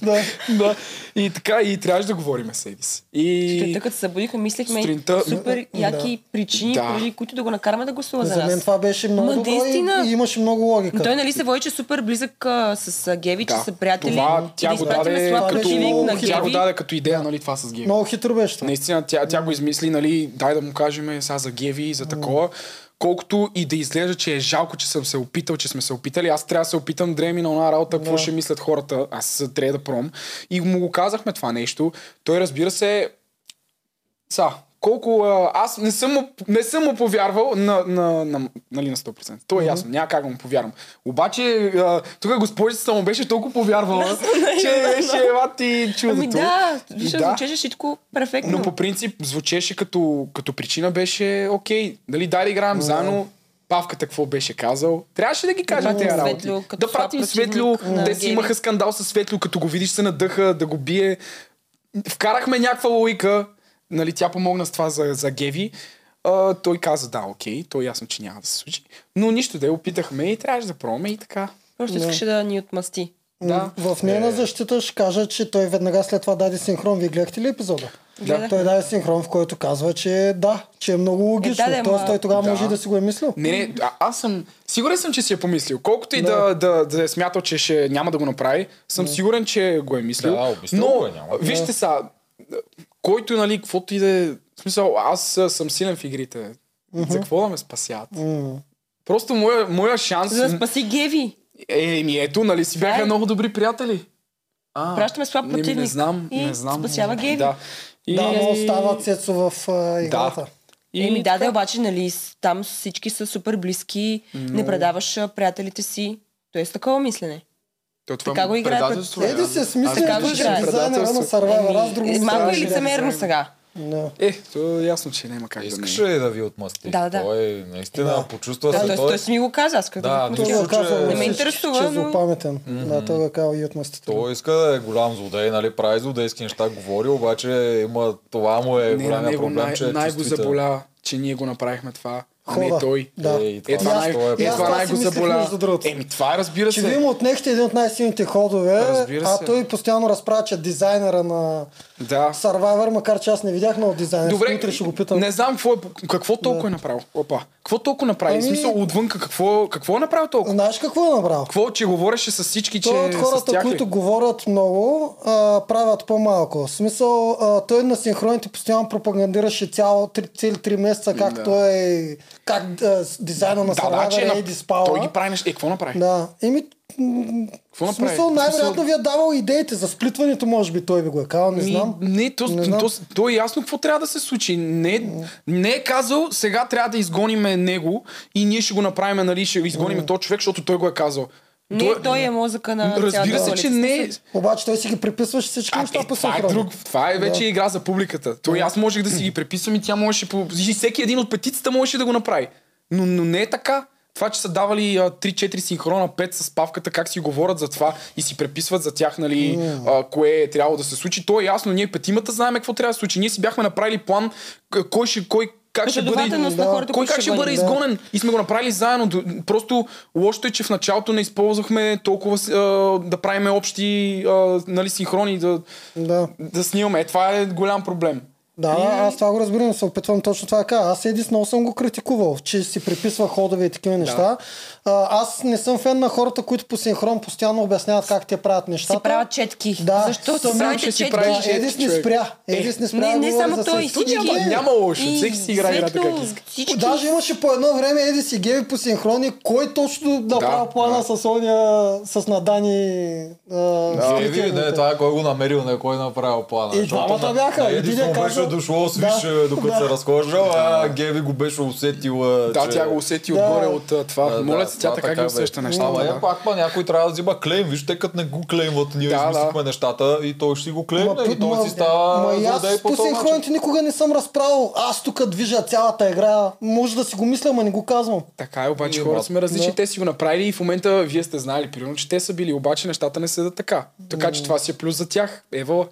да. Да. И така, и трябваше да говорим с Едис. Сутринта, И... като се събудихме, мислехме Сутринта- супер Да. яки причини, Да. поради които да го накараме да гласува за, За мен нас. това беше много Ма, добро наистина. и, и имаше много логика. Той нали се води, че е супер близък а, с а, Геви, че Да. са приятели. Това тя да го изпратиме даде слаб като, противник на тя го Геви. даде като идея, нали, това с Геви. Много хитро беше това. Наистина, тя, тя го измисли, нали, дай да му кажем сега за Геви, за такова. Колкото и да изглежда, че е жалко, че съм се опитал, че сме се опитали, аз трябва да се опитам дреми на една работа, какво ще мислят хората, аз трябва да пром. И му го казахме това нещо. Той разбира се, са, колко а, аз не съм, му- не съм му повярвал на, на, на, нали, на 100%. То е ясно, няма как да му повярвам. Обаче, а, тук госпожицата му беше толкова повярвала, че беше ева ти чудото. Ами да, И защото да. звучеше всичко перфектно. Но по принцип звучеше като, като причина беше окей, нали дай да играем заедно, Павката какво беше казал. Трябваше да ги кажа пратим тези работи. Светлио като Да пратим слаб Светлио, противник на те си Гери. имаха скандал с Светлио, като го видиш се надъха, да го бие. Вкарахме някаква логика, нали, тя помогна с това за, за Геви. А, той каза да, окей, то е ясно, че няма да се случи. Но нищо да я опитахме и трябваше да пробваме и така. Просто искаше да ни отмъсти. Да. В Е. нейна защита ще кажа, че той веднага след това даде синхрон. Вие гледахте ли епизода? Да. Той даде синхрон, в който казва, че да, че е много логично. да, да, Тоест ма- той тогава Да. може и да си го е мислил. Не, не, а, аз съм. Сигурен съм, че си е помислил. Колкото и да, да, да е смятал, че ще, няма да го направи, съм сигурен, че го е мислил. Да, обяснил но, го е, няма. вижте са, който, нали, каквото и да е. В смисъл, аз а, съм силен в игрите. За какво да ме спасят? Просто моя, моя шанс. За да спаси Геви. Е, ми ето, нали, си бяха Ай. много добри приятели. А, Пращаме слаб не, ми, противник. Не знам, И не знам. спасява Геви. Да. И... Да, но Ами- остава Цецо в а, играта. Да. И- Еми да, да, обаче, нали, с- там всички са супер близки, не предаваш а, приятелите си. Тоест такова мислене. То, това Така го играят. предателство е, Еди се реално. смисля, Така го че играе. ще дизайнера на Предателство. Survivor. Аз друго Еми, не малко е трябваше да лицемерно дизайна. сега. Да. Е, то е ясно, че няма как да не е. Искаше ли да ви отмъсти? Да, да. Той наистина Да. почувства Да, се. тоест, той си ми го каза, аз като Да, да, го Той Мисля, го че- е казал Не на ме всички, интересува, че е но- злопаметен. Да, той го е казал и отмъстите. Той иска да е голям злодей, нали, прави злодейски неща, говори, обаче има, това му е не, на голямия него проблем, най- че е най- го чувствителен. заболя, че ние го направихме това, а не Хора, той. Да. Е, и Е, това, Аз- най- това е е, аз това това най- си го мислех, заболя. между другото. Еми, това разбира Че вие се. му отнехте един от най-силните ходове, Разбира а се. той постоянно разправя, че е дизайнера на Да. Survivor, макар че аз не видях много дизайнер. Добре, утре ще го питам. не знам какво, е, какво толкова е направил. Опа, какво толкова направи? Ами- В смисъл, отвънка, какво, какво е направил толкова? Знаеш какво е направил? Какво, че говореше с всички, че Той е от с хората, тях ли? които говорят много, а, правят по-малко. В смисъл, а, той на синхроните постоянно пропагандираше цяло, три, цели три месеца как Да. той е, как а, с- дизайна на Да, да, Survivor че е на... диспала. той ги прави неща. Е, какво направи? Да, еми, м, Какво в направи? смисъл, В най-вероятно смисъл- ви е давал идеите за сплитването, може би той ви го е казал, не Ми, знам. Не, то, Не не знам. то, то, е ясно какво трябва да се случи. Не, не е казал, сега трябва да изгониме него и ние ще го направим, нали, ще изгониме този човек, защото той го е казал. Не, той е мозъка на Разбира цялата се, че улица. не. е Обаче той си ги приписваше всички А, неща е, по това е синхрона. друг. Това е вече игра за публиката. Той аз можех да си ги преписвам и тя можеше по... И всеки един от петицата можеше да го направи. Но, но не е така. Това, че са давали а, 3-4 синхрона, 5 с павката, как си говорят за това и си преписват за тях, нали, а, кое е трябвало да се случи. То е ясно, ние петимата знаем какво трябва да се случи. Ние си бяхме направили план, к- кой ще, кой как ще бъде, Последователност е на хората, кой които как ще ще бъде бъдат, да. изгонен. И сме го направили заедно. До- Просто лошото е, че в началото не използвахме толкова с- а, да правиме общи а, нали, синхрони, да, Да. да снимаме. Е, това е голям проблем. Да, аз това го разбирам, се опитвам точно това да кажа. Аз Еди Сноу съм го критикувал, че си приписва ходове и такива неща. А, аз не съм фен на хората, които по синхрон постоянно обясняват как те правят нещата. Си правят четки. Да, Защо сам си правите ще си четки? правиш Да, Едис не човек. спря. Е, Едис не спря. Не, не говори само за той, сестрите. всички. няма- няма лошо, всеки си играе играта как иска. Всички. Даже имаше по едно време Едис и Геви по синхрони, кой точно направи Да, плана да. с Оня, с Надани. А, Да, скрития види, да, мутант. това е кой го намерил, не кой направил плана. И Защото двамата на- бяха, на и Едис Дидя му беше каза- дошло, свиш, Да, е, докато да. се разхождал, а Геви го беше усетила. Да, Е, че- тя го усети Да. отгоре от а, това. Да, Моля да, се, тя това така ги бе. усеща Ама нещата. е, да. пак, ма, някой трябва да взима клейм. Виж, те като не го клеймват, ние Да, да. измислихме нещата и той ще си го клеймне. Ма, И той ма- си става е Ма и злодей аз по по този начин. синхроните никога не съм разправил. Аз тук движа цялата игра. Може да си го мисля, ма не го казвам. Така е, обаче Има, хората сме различни. да. Те си го направили и в момента вие сте знали, примерно, че те са били, обаче нещата не седат така. Така че това си е плюс за тях. Ева,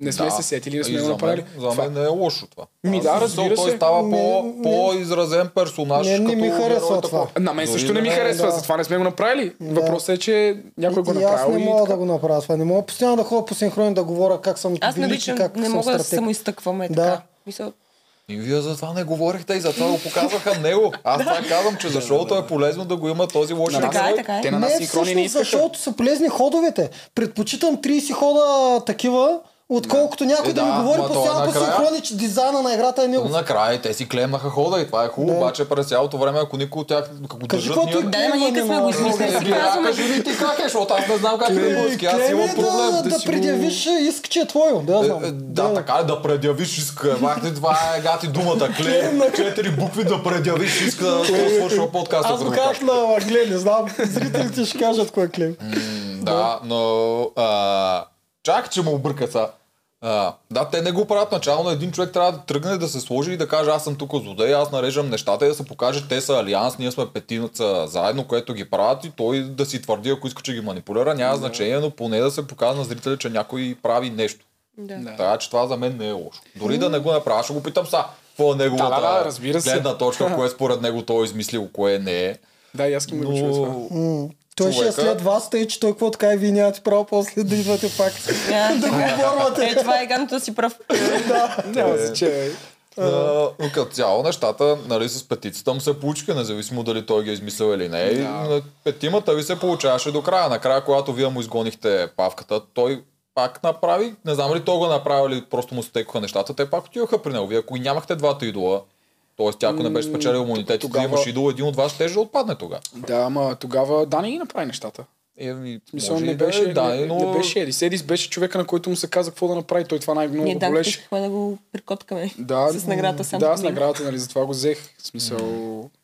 не сме Да. се сетили, не И сме го за мен- направили. За Това- мен не е лошо това. Ми Аз да, съм разбира смисъл, се. Той става по, Не, не. по-изразен персонаж. Не, не като ми герой, харесва така. това. На мен Дори също не ми на мен, харесва, да. затова не сме го направили. Въпросът е, че някой го и аз направил не и мога така. да го направя това. Не мога постоянно да ходя по синхрони да говоря как съм Аз не велик и обичам, как не съм мога да се стратег. самоизтъквам е Да. така. Мисъл, И вие за това не говорихте и за това го показваха него. Аз това казвам, [LAUGHS] че за шоуто е полезно да го има този лош На нас- Така е, така е. Те на нас не, синхрони не всъщност, искаха. защото са полезни ходовете. Предпочитам 30 хода такива, отколкото някой Е, да, да, ми говори ма то е постоянно по накрая. синхрони, че дизайна на играта е него. Накрая те си клемнаха хода и това е хубаво, Да. обаче през цялото време, ако никой от тях го Кажи държат, каквото ние... и Да, ама ние като сме го измислили, Е, си би, а, казваме. кажи ми ти как е, защото аз не знам как е на български, аз Клеми имам проблем. да да, да си го- предявиш иск, че е твой. Да, Е, знам. е, Да, така е, да предявиш иска. Махте, това е гати думата. Клем, четири букви да предявиш иска, да слуша подкаста. Аз го като казах кажа. на Англия, не знам. Зрителите ще кажат кой е клем. Да, но... а, Чак, че му обърка са. А, да, те не го правят начално. Един човек трябва да тръгне да се сложи и да каже аз съм тук злодей, аз нареждам нещата и да се покаже те са алианс, ние сме петинаца заедно, което ги правят и той да си твърди, ако иска, че ги манипулира, няма значение, но поне да се показва на зрителя, че някой прави нещо. да. Да. Така че това за мен не е лошо. Дори да не го направя, ще го питам са. Какво е неговата Да, да, да, разбира се. гледна точка, кое според него той е измислил, кое не е. Да, и аз искам да го чуя това. Но... Той ще е Човека. след вас, тъй че той какво така и вие нямате право после да идвате пак. Да. да го Е, оборвате. това е ганото си прав. Няма Е. значение. А, но като цяло нещата нали, с петицата му се получиха, независимо дали той ги е измислил или не. И Да. на петимата ви се получаваше до края. Накрая, когато вие му изгонихте павката, той пак направи, не знам ли то го направили, просто му стекоха нещата, те пак отиваха при него. Вие ако и нямахте двата идола, т.е. тя ако не беше спечелил имунитет, тогава... ти тогава- имаш идол, един от вас ще да отпадне тогава. Да, ама тогава Дани ги направи нещата. Еми, В Смисъл, може не и да е, беше, да, не, но... не беше Едис. Едис беше човека, на който му се каза какво да направи. Той това най-много Ние го да, болеше. искахме да го прикоткаме. [LAUGHS] Да, С наградата сам Да, като с ми. наградата, нали, затова го взех. В смисъл...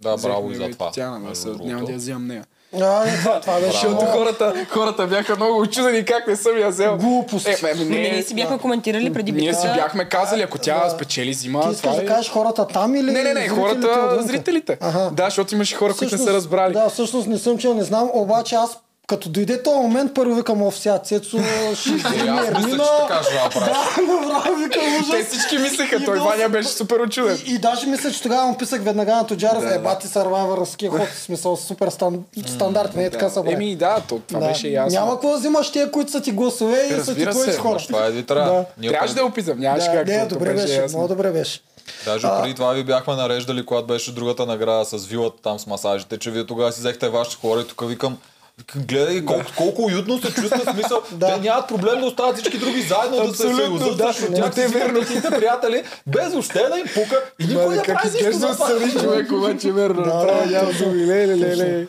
Да, взех браво и него за това, Татяна, да, между сега другото. нали, няма да я вземам нея. А, не, това, това беше Защото много. хората, хората бяха много очудени как не съм я взел. Глупост. Е, ме, ме, Ами, не, ние си бяхме коментирали преди Ние си битката. бяхме казали, ако тя спечели зима, Ти искаш това да е... кажеш хората там или Не, не, не, зрителите хората, отвънка? зрителите. Аха. Да, защото имаше хора, които не са Всъщност, разбрали. Да, всъщност не съм чел, не знам, обаче аз като дойде този момент, първо викам, о, сега Цецо, ще Е, аз изгледаме мисля, Ермина. че така ще направи. Да, направо викам, Те ужас. всички мислеха, И той бил- Ваня беше супер очуден. И, и даже мисля, че тогава му писах веднага на Тоджаров, Да, да, е, бати Survivor, с такива ход, в смисъл, супер стан, стандарт, не е така събран. Еми, да, то, това да. беше ясно. Няма какво да взимаш тия, които са ти гласове и са ти Разбира твоите се, хора. Ма, Това е ви трябва. Да. Ние Трябваше да я опитам, нямаше Да, как. не, то- то добре беше, ясно. много добре беше. Даже преди това ви бяхме нареждали, когато беше другата награда с вилата там с масажите, че вие тогава си взехте вашите хора и тук викам, «К- гледай колко, колко уютно се чувства в смисъл. Да. Те нямат проблем да остават всички други заедно да се Абсолютно, съюзат, да. защото Не, тях те те верно. верно приятели, без въобще да им пука и никой не Мале, как прави нищо изглежда за това. съди човек, обаче верно. Да, Направо да, няма думи. Ле, ле, ле, ле.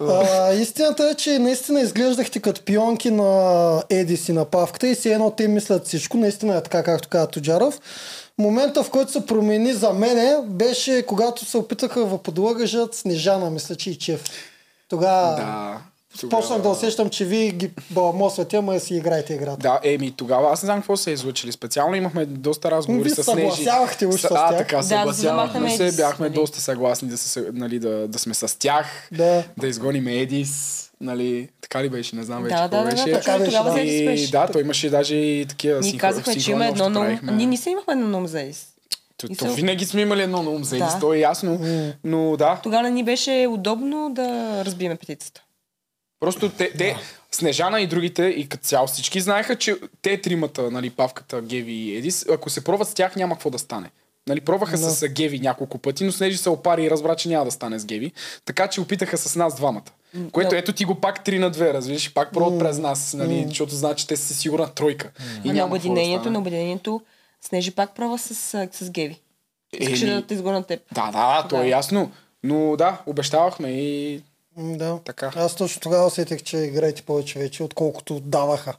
А, истината е, че наистина изглеждахте като пионки на Едис и на Павката и си едно те мислят всичко. Наистина е така, както каза Тоджаров. Момента, в който се промени за мене, беше когато се опитаха в подлъгажат Снежана, мисля, че и Чеф. Тогава Да. Тогава- Почнах да усещам, че вие ги баламосвате, ама си играете играта. Да, еми тогава аз не знам какво се е излучили. Специално имахме доста разговори Ами, Вие с Нежи. съгласявахте уж с А, тях. така, Да, за да съгласявахме махнем се. Едис, Бяхме нали? доста съгласни да, се, нали, да, да сме с тях, Да. да изгоним Едис. Нали, така ли беше? Не знам вече Да, какво да, да, беше. да, Така точно беше, тогава да. се и, изпеш. да, той имаше даже и такива Ние казахме, че има едно на ум. Ние не се имахме едно на ум за Ис. То, и то се- винаги сме имали едно на ум за Да. Едис, то е ясно. Но да, Тогава не ни беше удобно да разбиеме петицата. Просто те, те Снежана и другите, и като цяло всички знаеха, че те тримата, нали, Павката, Геви и Едис, ако се пробват с тях, няма какво да стане. Нали, пробваха Да. с Геви няколко пъти, но Снежи се опари и разбра, че няма да стане с Геви. Така че опитаха с нас двамата. Което да. ето ти го пак 3 на 2, разбираш, пак пробват през нас, нали, защото знаят, че те са си сигурна тройка. И А на няма какво да обединението, стане. на обединението, Снежи пак права с, а, с Геви. Искаше Еми, да те изгонят теб. Да, да, то е Да. ясно. Но да, обещавахме и М, Да. Така. Аз точно тогава усетих, че играете повече вече, отколкото даваха.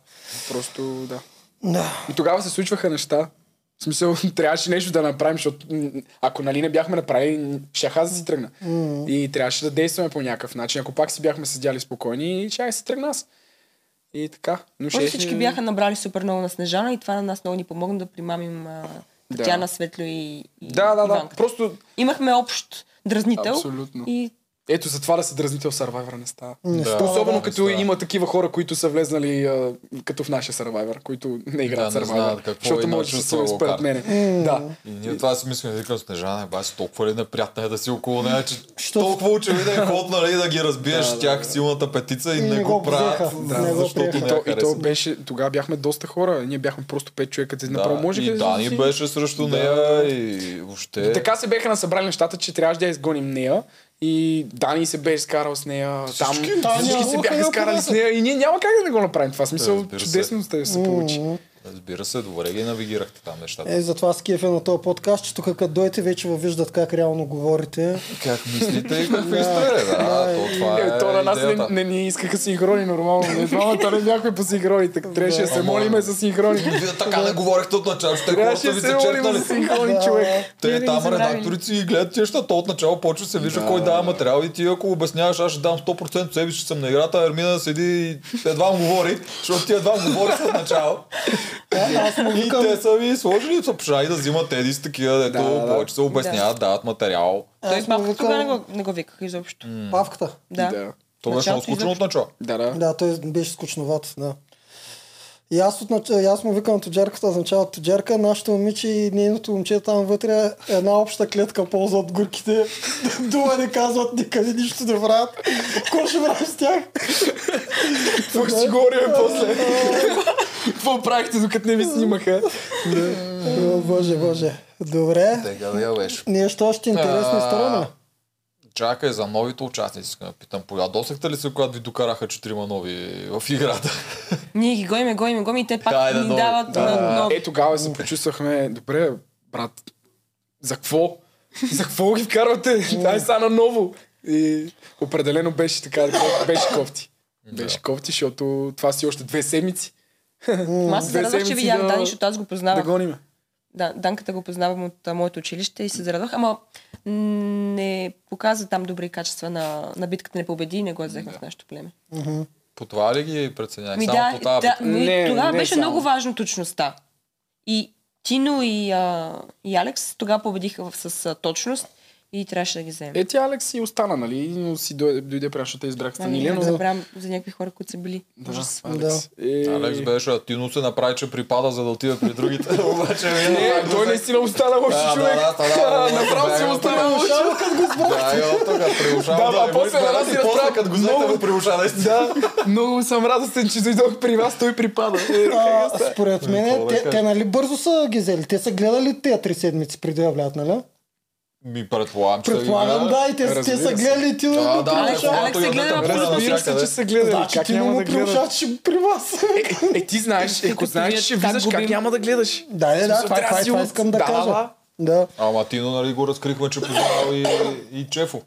просто да. Да. И тогава се случваха неща. В смисъл, [LAUGHS] трябваше нещо да направим, защото м, ако нали не бяхме направили, щях аз да си тръгна. И трябваше да действаме по някакъв начин. Ако пак си бяхме седяли спокойни, щях да си тръгна аз. И така. Но Може щеше- всички бяха набрали супер много на Снежана и това на нас много ни помогна да примамим а, Да. Татьяна, Светло и, и Да, да, да. Иванката. Просто Имахме общ дразнител. Абсолютно. И ето за това да се дразнител Survivor не става. Не Да. става, Особено да. като Не става. има такива хора, които са влезнали а, като в нашия Survivor, които не играят Да, не знаят Survivor, какво е защото и на може да се чувства го според карат. мене. Да. И ние това си мислим, викам Снежана, ба си толкова ли неприятна е да си около нея, че Що- толкова очевиден е ход, нали, да ги разбиеш Да, да, тях силната петица и, не го правят, взеха. да, Не го защото приеха. не И я то, и то харесват. беше, тогава бяхме доста хора, ние бяхме просто пет човека, ти направо да, може и да Дани си- беше срещу Да. нея и въобще... Така се беха насъбрали нещата, че трябваше да я изгоним нея. И Дани се беше скарал с нея. Там всички, Таня, се уха, бяха я скарали с нея. И ние няма как да не го направим това. В Смисъл, разбира се. чудесно се. се получи. Разбира се, добре ги навигирахте там нещата. Е, затова с кефе на този подкаст, че тук като дойте вече във виждат как реално говорите. Как мислите [LAUGHS] и какви сте? Да, то това Е, е то на нас не, идеята. не, ни искаха синхрони нормално. Не, двамата не бяхме по синхрони, така трябваше да се Ама- молиме за синхрони. Вие така не говорихте от начало, ще Трябваше хората ви да се се молим за чертали. синхрони, човек. Те ги там забравили. редакторите си гледат тия неща, то отначало почва да се вижда кой дава материал и ти ако обясняваш, аз ще дам 100% себе, си, че съм на играта, а Ермина седи и едва му говори, защото ти едва му говори от начало. Аз му И викам, те са ви сложили, са пошали да взимат тези с такива, дето Да, да. повече се обясняват, дават материал. той Аз му малко викам- тогава не го, не го викаха изобщо. павката. Да. Да. То беше много Началото скучно от изобщо. начало. Да, да. Да, той беше скучноват, да. И аз, от, и аз му викам тоджерката, в началото тоджерка, нашето момиче и нейното момче там вътре една обща клетка ползват горките. [LAUGHS] Дума не казват, никъде нищо не правят. Какво ще правим с тях? Какво ще си говорим после? Какво правихте, докато не ви снимаха? О, боже, боже. Добре. Тега да я беше. Нещо още интересно А, сторона. Чакай е за новите участници, искам да питам. Поядосахте ли се, когато ви докараха четирима нови в играта? Ние ги гоиме, гоиме, гоиме и те пак Хайде, ни нови. дават Да. на нови. Е, тогава се почувствахме, добре, брат, за какво? За какво ги вкарвате? Дай са на ново. И определено беше така, беше кофти. Беше кофти, защото това си още две седмици Ма Аз се Две зарадвах, че седмици видях Е, да- Дани, защото аз го да познавах. гоним. Да, Данката го познавам от а, моето училище и се зарадвах, ама м, не показа там добри качества на, на битката, не победи и не го взехме в нашето племе. По това ли ги преценях? Ми Само да, по тази да, битка? ми, Не, тогава не беше само. много важно точността. И Тино и, а, и Алекс тогава победиха в- с а, точност и трябваше да ги вземем. Е, тя Алекс си остана, нали? Но си дойде, дойде прямо, защото те избрах Ами, Станилия, да но... забравям за някакви хора, които са били. Да, Ужас. Алекс. Е, Алекс беше, а Тино се направи, че припада, за да отида при другите. [LAUGHS] Обаче ми Не, е, той наистина остана лоши Да, човек. да, да, стана лош. Направо си Бяга, остана бяга. лоши. Да, е, от тук, при ушава. Да, а и после му на нас избрах, ни и после разправя като го взете много. му при ушава, наистина. Да, много съм радостен, че дойдох при вас, той припада. Е, А, според мен, какво да те, кажа? те, нали бързо са ги взели? Те са гледали тези три седмици преди да влязат, нали? Ми предполагам, че Предполагам, да, и те, те разбира са се. гледали ти Да, да, да, Алекс- предполагам, Алекс се той гледа да на тръгне пулса. Разбира се, навсякъде. че са гледали. Значи как ти не няма му да гледаш? приучаваше при вас. Е, е, ти знаеш, е, ако като знаеш, вие ще как влизаш, как губим. няма да гледаш. Да, да, да, Смисъл, това, трябва това, да си това от- искам да да, кажа. да. Да. Ама Тино, нали, го разкрихме, че познава и, и Чефо.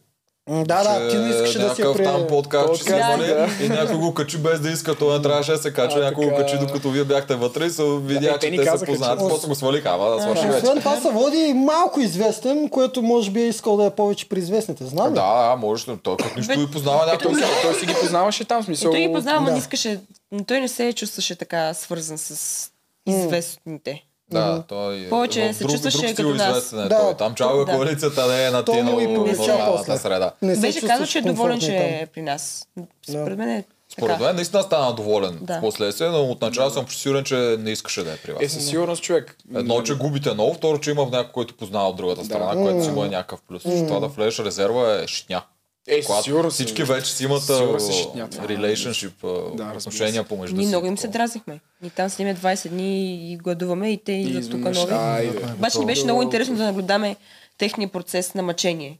М, Да, да, ти не искаш да си я някакъв там при... подкаст, че се Подкаст, води да. и някой го качи без да иска, той не трябваше да се качи, А, някой го така. качи докато вие бяхте вътре и се видя, е, те че ни те са казаха, че- познати, после го свалиха, ама да свърши вече. Освен това се води и малко известен, което може би е искал да е повече при известните. Знам ли? Да, да, може, но той като нищо и познава някой. Той, си- той си ги познаваше там, в И смисъл... той ги познава, но да. не искаше. но Той не се е чувстваше така свързан с М. известните. Да, той е Повече в се друг- чувстваше друг като стил нас. известен е Да, той. Там чалга да. коалицията не е на То тия му и на прилича после. проявената среда. Не се Беше чувстваш казал, че е доволен, че комфортно е при нас. Според мен е Според така. мен наистина стана доволен Да. в последствие, но отначало съм сигурен, че не искаше да е при вас. Е, със сигурност човек. Е, Едно, че губите много, второ, че има някой, който познава от другата страна, което си има някакъв плюс. Защото Това да влезеш резерва е шитня. Е, със Когато сигурност. всички вече си имат Сигурно си а, е шитня това. relationship, а, Да, разбира се. отношения е помежду Ние си. много им се Такова. дразнихме. И там сниме 20 дни и гладуваме и те И идват тук изведнъж, нови. айде. Обаче ни беше много интересно да наблюдаме техния процес на мъчение.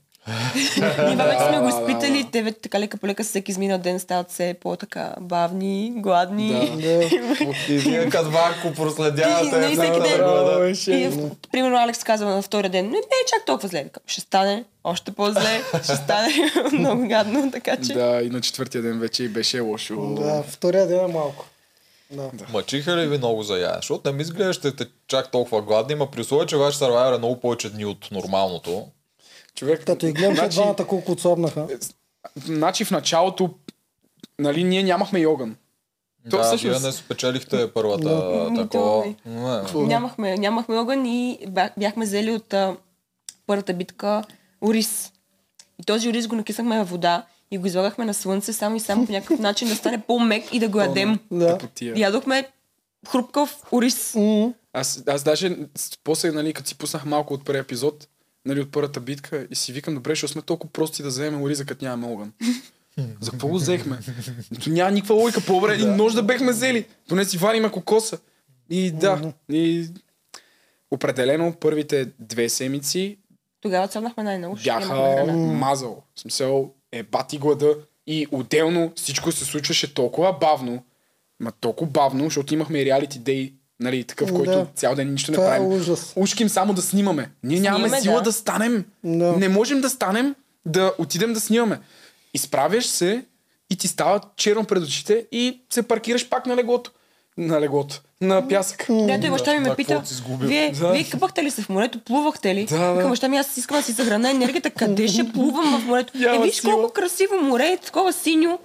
Ние вече сме го изпитали, те вече така лека по лека с всеки изминал ден стават все по-така бавни, гладни. Да. Да. И вие като вако проследявате. И- и- и всеки да, ден. да, да. И, в- примерно, Алекс казва на втория ден, не, не е чак толкова зле. Викам, Ще стане още по-зле, ще стане [LAUGHS] много гадно, така че... Да, и на четвъртия ден вече и беше лошо. Да, втория ден е малко. Да. Мъчиха ли ви много за яя? Защото не ми изглеждате чак толкова гладни, ма при условие, че ваш сървайвер е много повече дни от нормалното. Човек, Като и гледам, че значи, двамата колко отслабнаха. значи в началото, нали, ние нямахме и огън. То да, всъщност- вие не спечелихте първата М, е. такова. добре. Не. Нямахме, нямахме огън и бя- бяхме взели от а, първата битка ориз. И този ориз го накисахме във вода и го излагахме на слънце, само и само по някакъв начин да стане по-мек и да го ядем. Да. Тъпотия. Ядохме хрупкав ориз. М, Аз, аз даже с- после, нали, като си пуснах малко от първия епизод, нали, от първата битка и си викам, добре, ще сме толкова прости да вземем ориза, като нямаме огън. За какво го взехме? То няма никаква логика, по-добре един нож да бехме взели. Поне си варим ако коса. И да, и... Определено първите две седмици Тогава цъмнахме най-много. защото нямахме бяха храна. мазал. В смисъл, е бати глада и отделно всичко се случваше толкова бавно, ма толкова бавно, защото имахме и реалити дей, нали, такъв, Да. който цял ден нищо не Това е правим. ужас. Ушким само да снимаме. Ние нямаме Снимаме, сила да, да. станем. Да. Не можем да станем, да отидем да снимаме. Изправяш се и ти става черно пред очите и се паркираш пак на легото. На легото. На пясък. Дето и баща ми ме Да, пита, какво си изгубил? вие, Да. вие къпахте ли се в морето, плувахте ли? Да, да. Викам, баща ми, аз искам да си съхраня енергията, къде ще плувам в морето? Е, Няма виж сила. колко красиво море, е, такова синьо.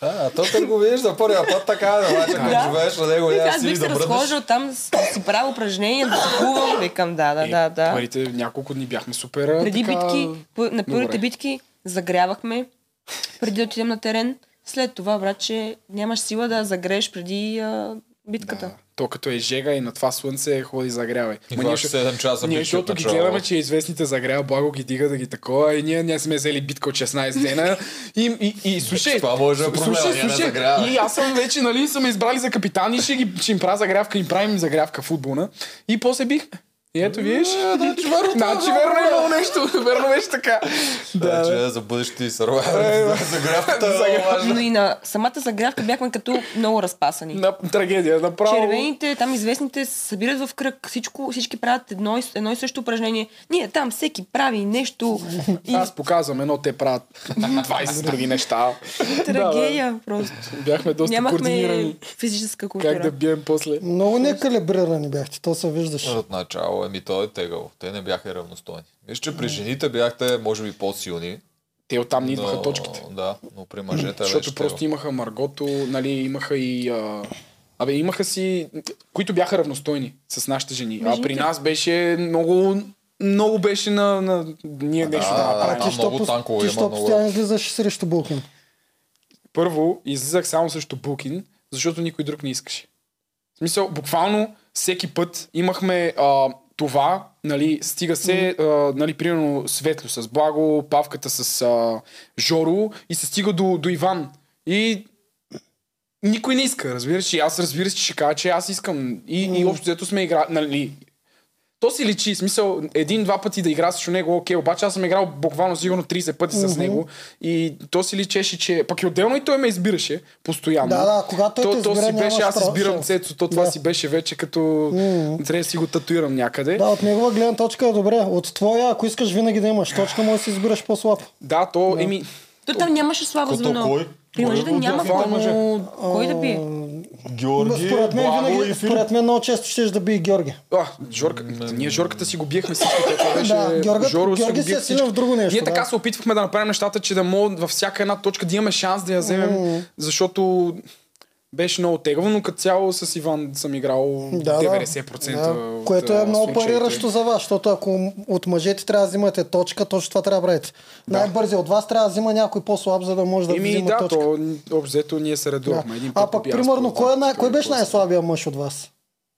А, то като го видиш за първия път, така е, обаче като Да. живееш на него, Вика, няма аз си бих да се бръднеш. разхождал там, да с- да си правя упражнения, да се плувам. Викам, да, да, Е, да, да. Първите няколко дни бяхме супер. а, Преди така... битки, по- на първите добре. битки загрявахме, преди да отидем на терен. След това, братче, нямаш сила да загрееш преди а, битката. Да. То като е жега и на това слънце ходи загрявай. И Ма хващаш 7 часа ние, битки от защото ги начало. гледаме, че известните загрява, благо ги дига да ги такова и ние, ние сме взели битка от 16 дена и, и, и слушай, Това може да е проблема, слушай, ние не слушай, загряваме. и аз съм вече, нали, са ме избрали за капитан и ще, ги, ще им правя загрявка, им правим загрявка футболна и после бих и ето виж. Е, Значи верно, [LAUGHS] значи верно е имало нещо. [LAUGHS] Верно беше така. Да, Да. че за бъдещи сървайвер, за графката е много важно. Но и на самата загрявка бяхме като много разпасани. На трагедия, направо. Червените, там известните, се събират в кръг. Всичко, всички правят едно и, едно и също упражнение. Ние там всеки прави нещо. И Аз показвам едно, те правят 20 [LAUGHS] други неща. трагедия просто. Бяхме доста Нямахме координирани. физическа култура. Как да бием после. Много некалибрирани бяхте, то се виждаше. От начало, еми той е тегъл. Те не бяха равностойни. Виж, Ами. че при жените бяхте, може би, по-силни. Те оттам ни идваха но- точките. Да, но при мъжете Защото беше просто просто... имаха Маргото, нали, имаха и... А... Абе, имаха си... Които бяха равностойни с нашите жени. А при Мъжете. нас беше много... Много беше на... на... Ние нещо да да, направим. да. А ти що много пос- танкове ти има, що много. постоянно излизаш срещу Булкин? Първо, излизах само срещу Букин, защото никой друг не искаше. В смисъл, буквално всеки път имахме а, това, нали, стига се, а, нали, примерно Светло с Благо, Павката с а, Жоро и се стига до, до Иван. И никой не иска, разбираш, и аз разбираш, че ще кажа, че аз искам. И, и общо взето сме играли, нали, То си личи, в смисъл, един-два пъти да игра срещу него, окей, обаче аз съм играл буквално сигурно 30 пъти с него и то си личеше, че пък и отделно и той ме избираше постоянно. Да, да, когато той то, те то избира, си беше, нямаш аз право, избирам шеф. Цецо, то това Да. си беше вече като Мгм. трябва да си го татуирам някъде. Да, от негова гледна точка е добре. От твоя, ако искаш винаги да имаш точка, може да си избираш по-слаб. Да, то, еми, То там нямаше слабо Като звено. кой? При мъжете Кой го няма дява? кой. Кой да бие? Георги, Според мен, Благо винаги, и Филип. според мен много често ще да би Георги. А, Жорка, ние Жорката си го биехме всички. той Това беше, Да, Георгът- Жоро си Георги го се бие е силен всички. в друго нещо, Ние да. така се опитвахме да направим нещата, че да мога във всяка една точка да имаме шанс да я вземем, защото беше много тегаво, но като цяло с Иван съм играл Да, да. 90%. Да, от, което а, е много случаите. париращо за вас, защото ако от мъжете трябва да взимате точка, точно това трябва да правите. Най-бързи от вас трябва да взима някой по-слаб, за да може да Еми взима да, точка. то общо взето ние се редувахме. Един път а пък, бях примерно, според кой, е мен, най- кой той беше най-слабия мъж от вас?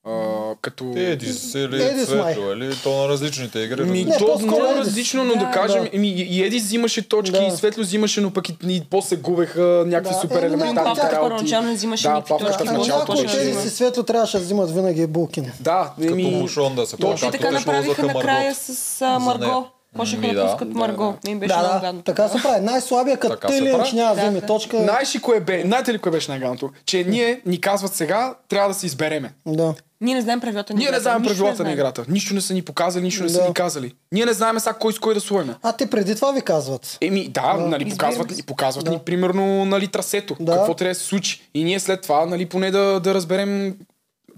А, като... Едис или Едис май. Цвето, или е то на различните игри. Ми, различни. Не, то е по-скоро много Едис. различно, но да, Да, кажем, да. ми, и Едис взимаше точки, Да. и Светло взимаше, но пък и, и после губеха някакви Да, супер е, но елементарни Павката работи. първоначално не взимаше да, никакви павката точки, в Ако началото някой точно от Ами не тези има. си взима. светло трябваше да взимат винаги Булкин. Да, Като еми, Мушон да се точно плаща. Те така Те ще направиха ползваха накрая Марго. с а, За Марго. нея. Почнаха Ми, да да. пускат Марго. Ми им беше Да, много да, гадно. така се прави. Най-слабия като Така ти се или прави. че няма да Да, вземе да. точка. Знаеш ли кое бе? Знаете ли кое беше най-ганото? Че ние ни казват сега, трябва да се избереме. Да. Ние не знаем правилата на Ние не играта. знаем Нищо правилата на знаем. играта. Нищо не са ни показали, нищо не са Да. ни казали. Ние не знаем сега кой с кой да слоеме. А те преди това ви казват. Еми, да, нали, показват, Избираме ни, се. показват ни, примерно, нали, трасето. Да. Какво трябва да се случи. И ние след това, нали, поне да, да разберем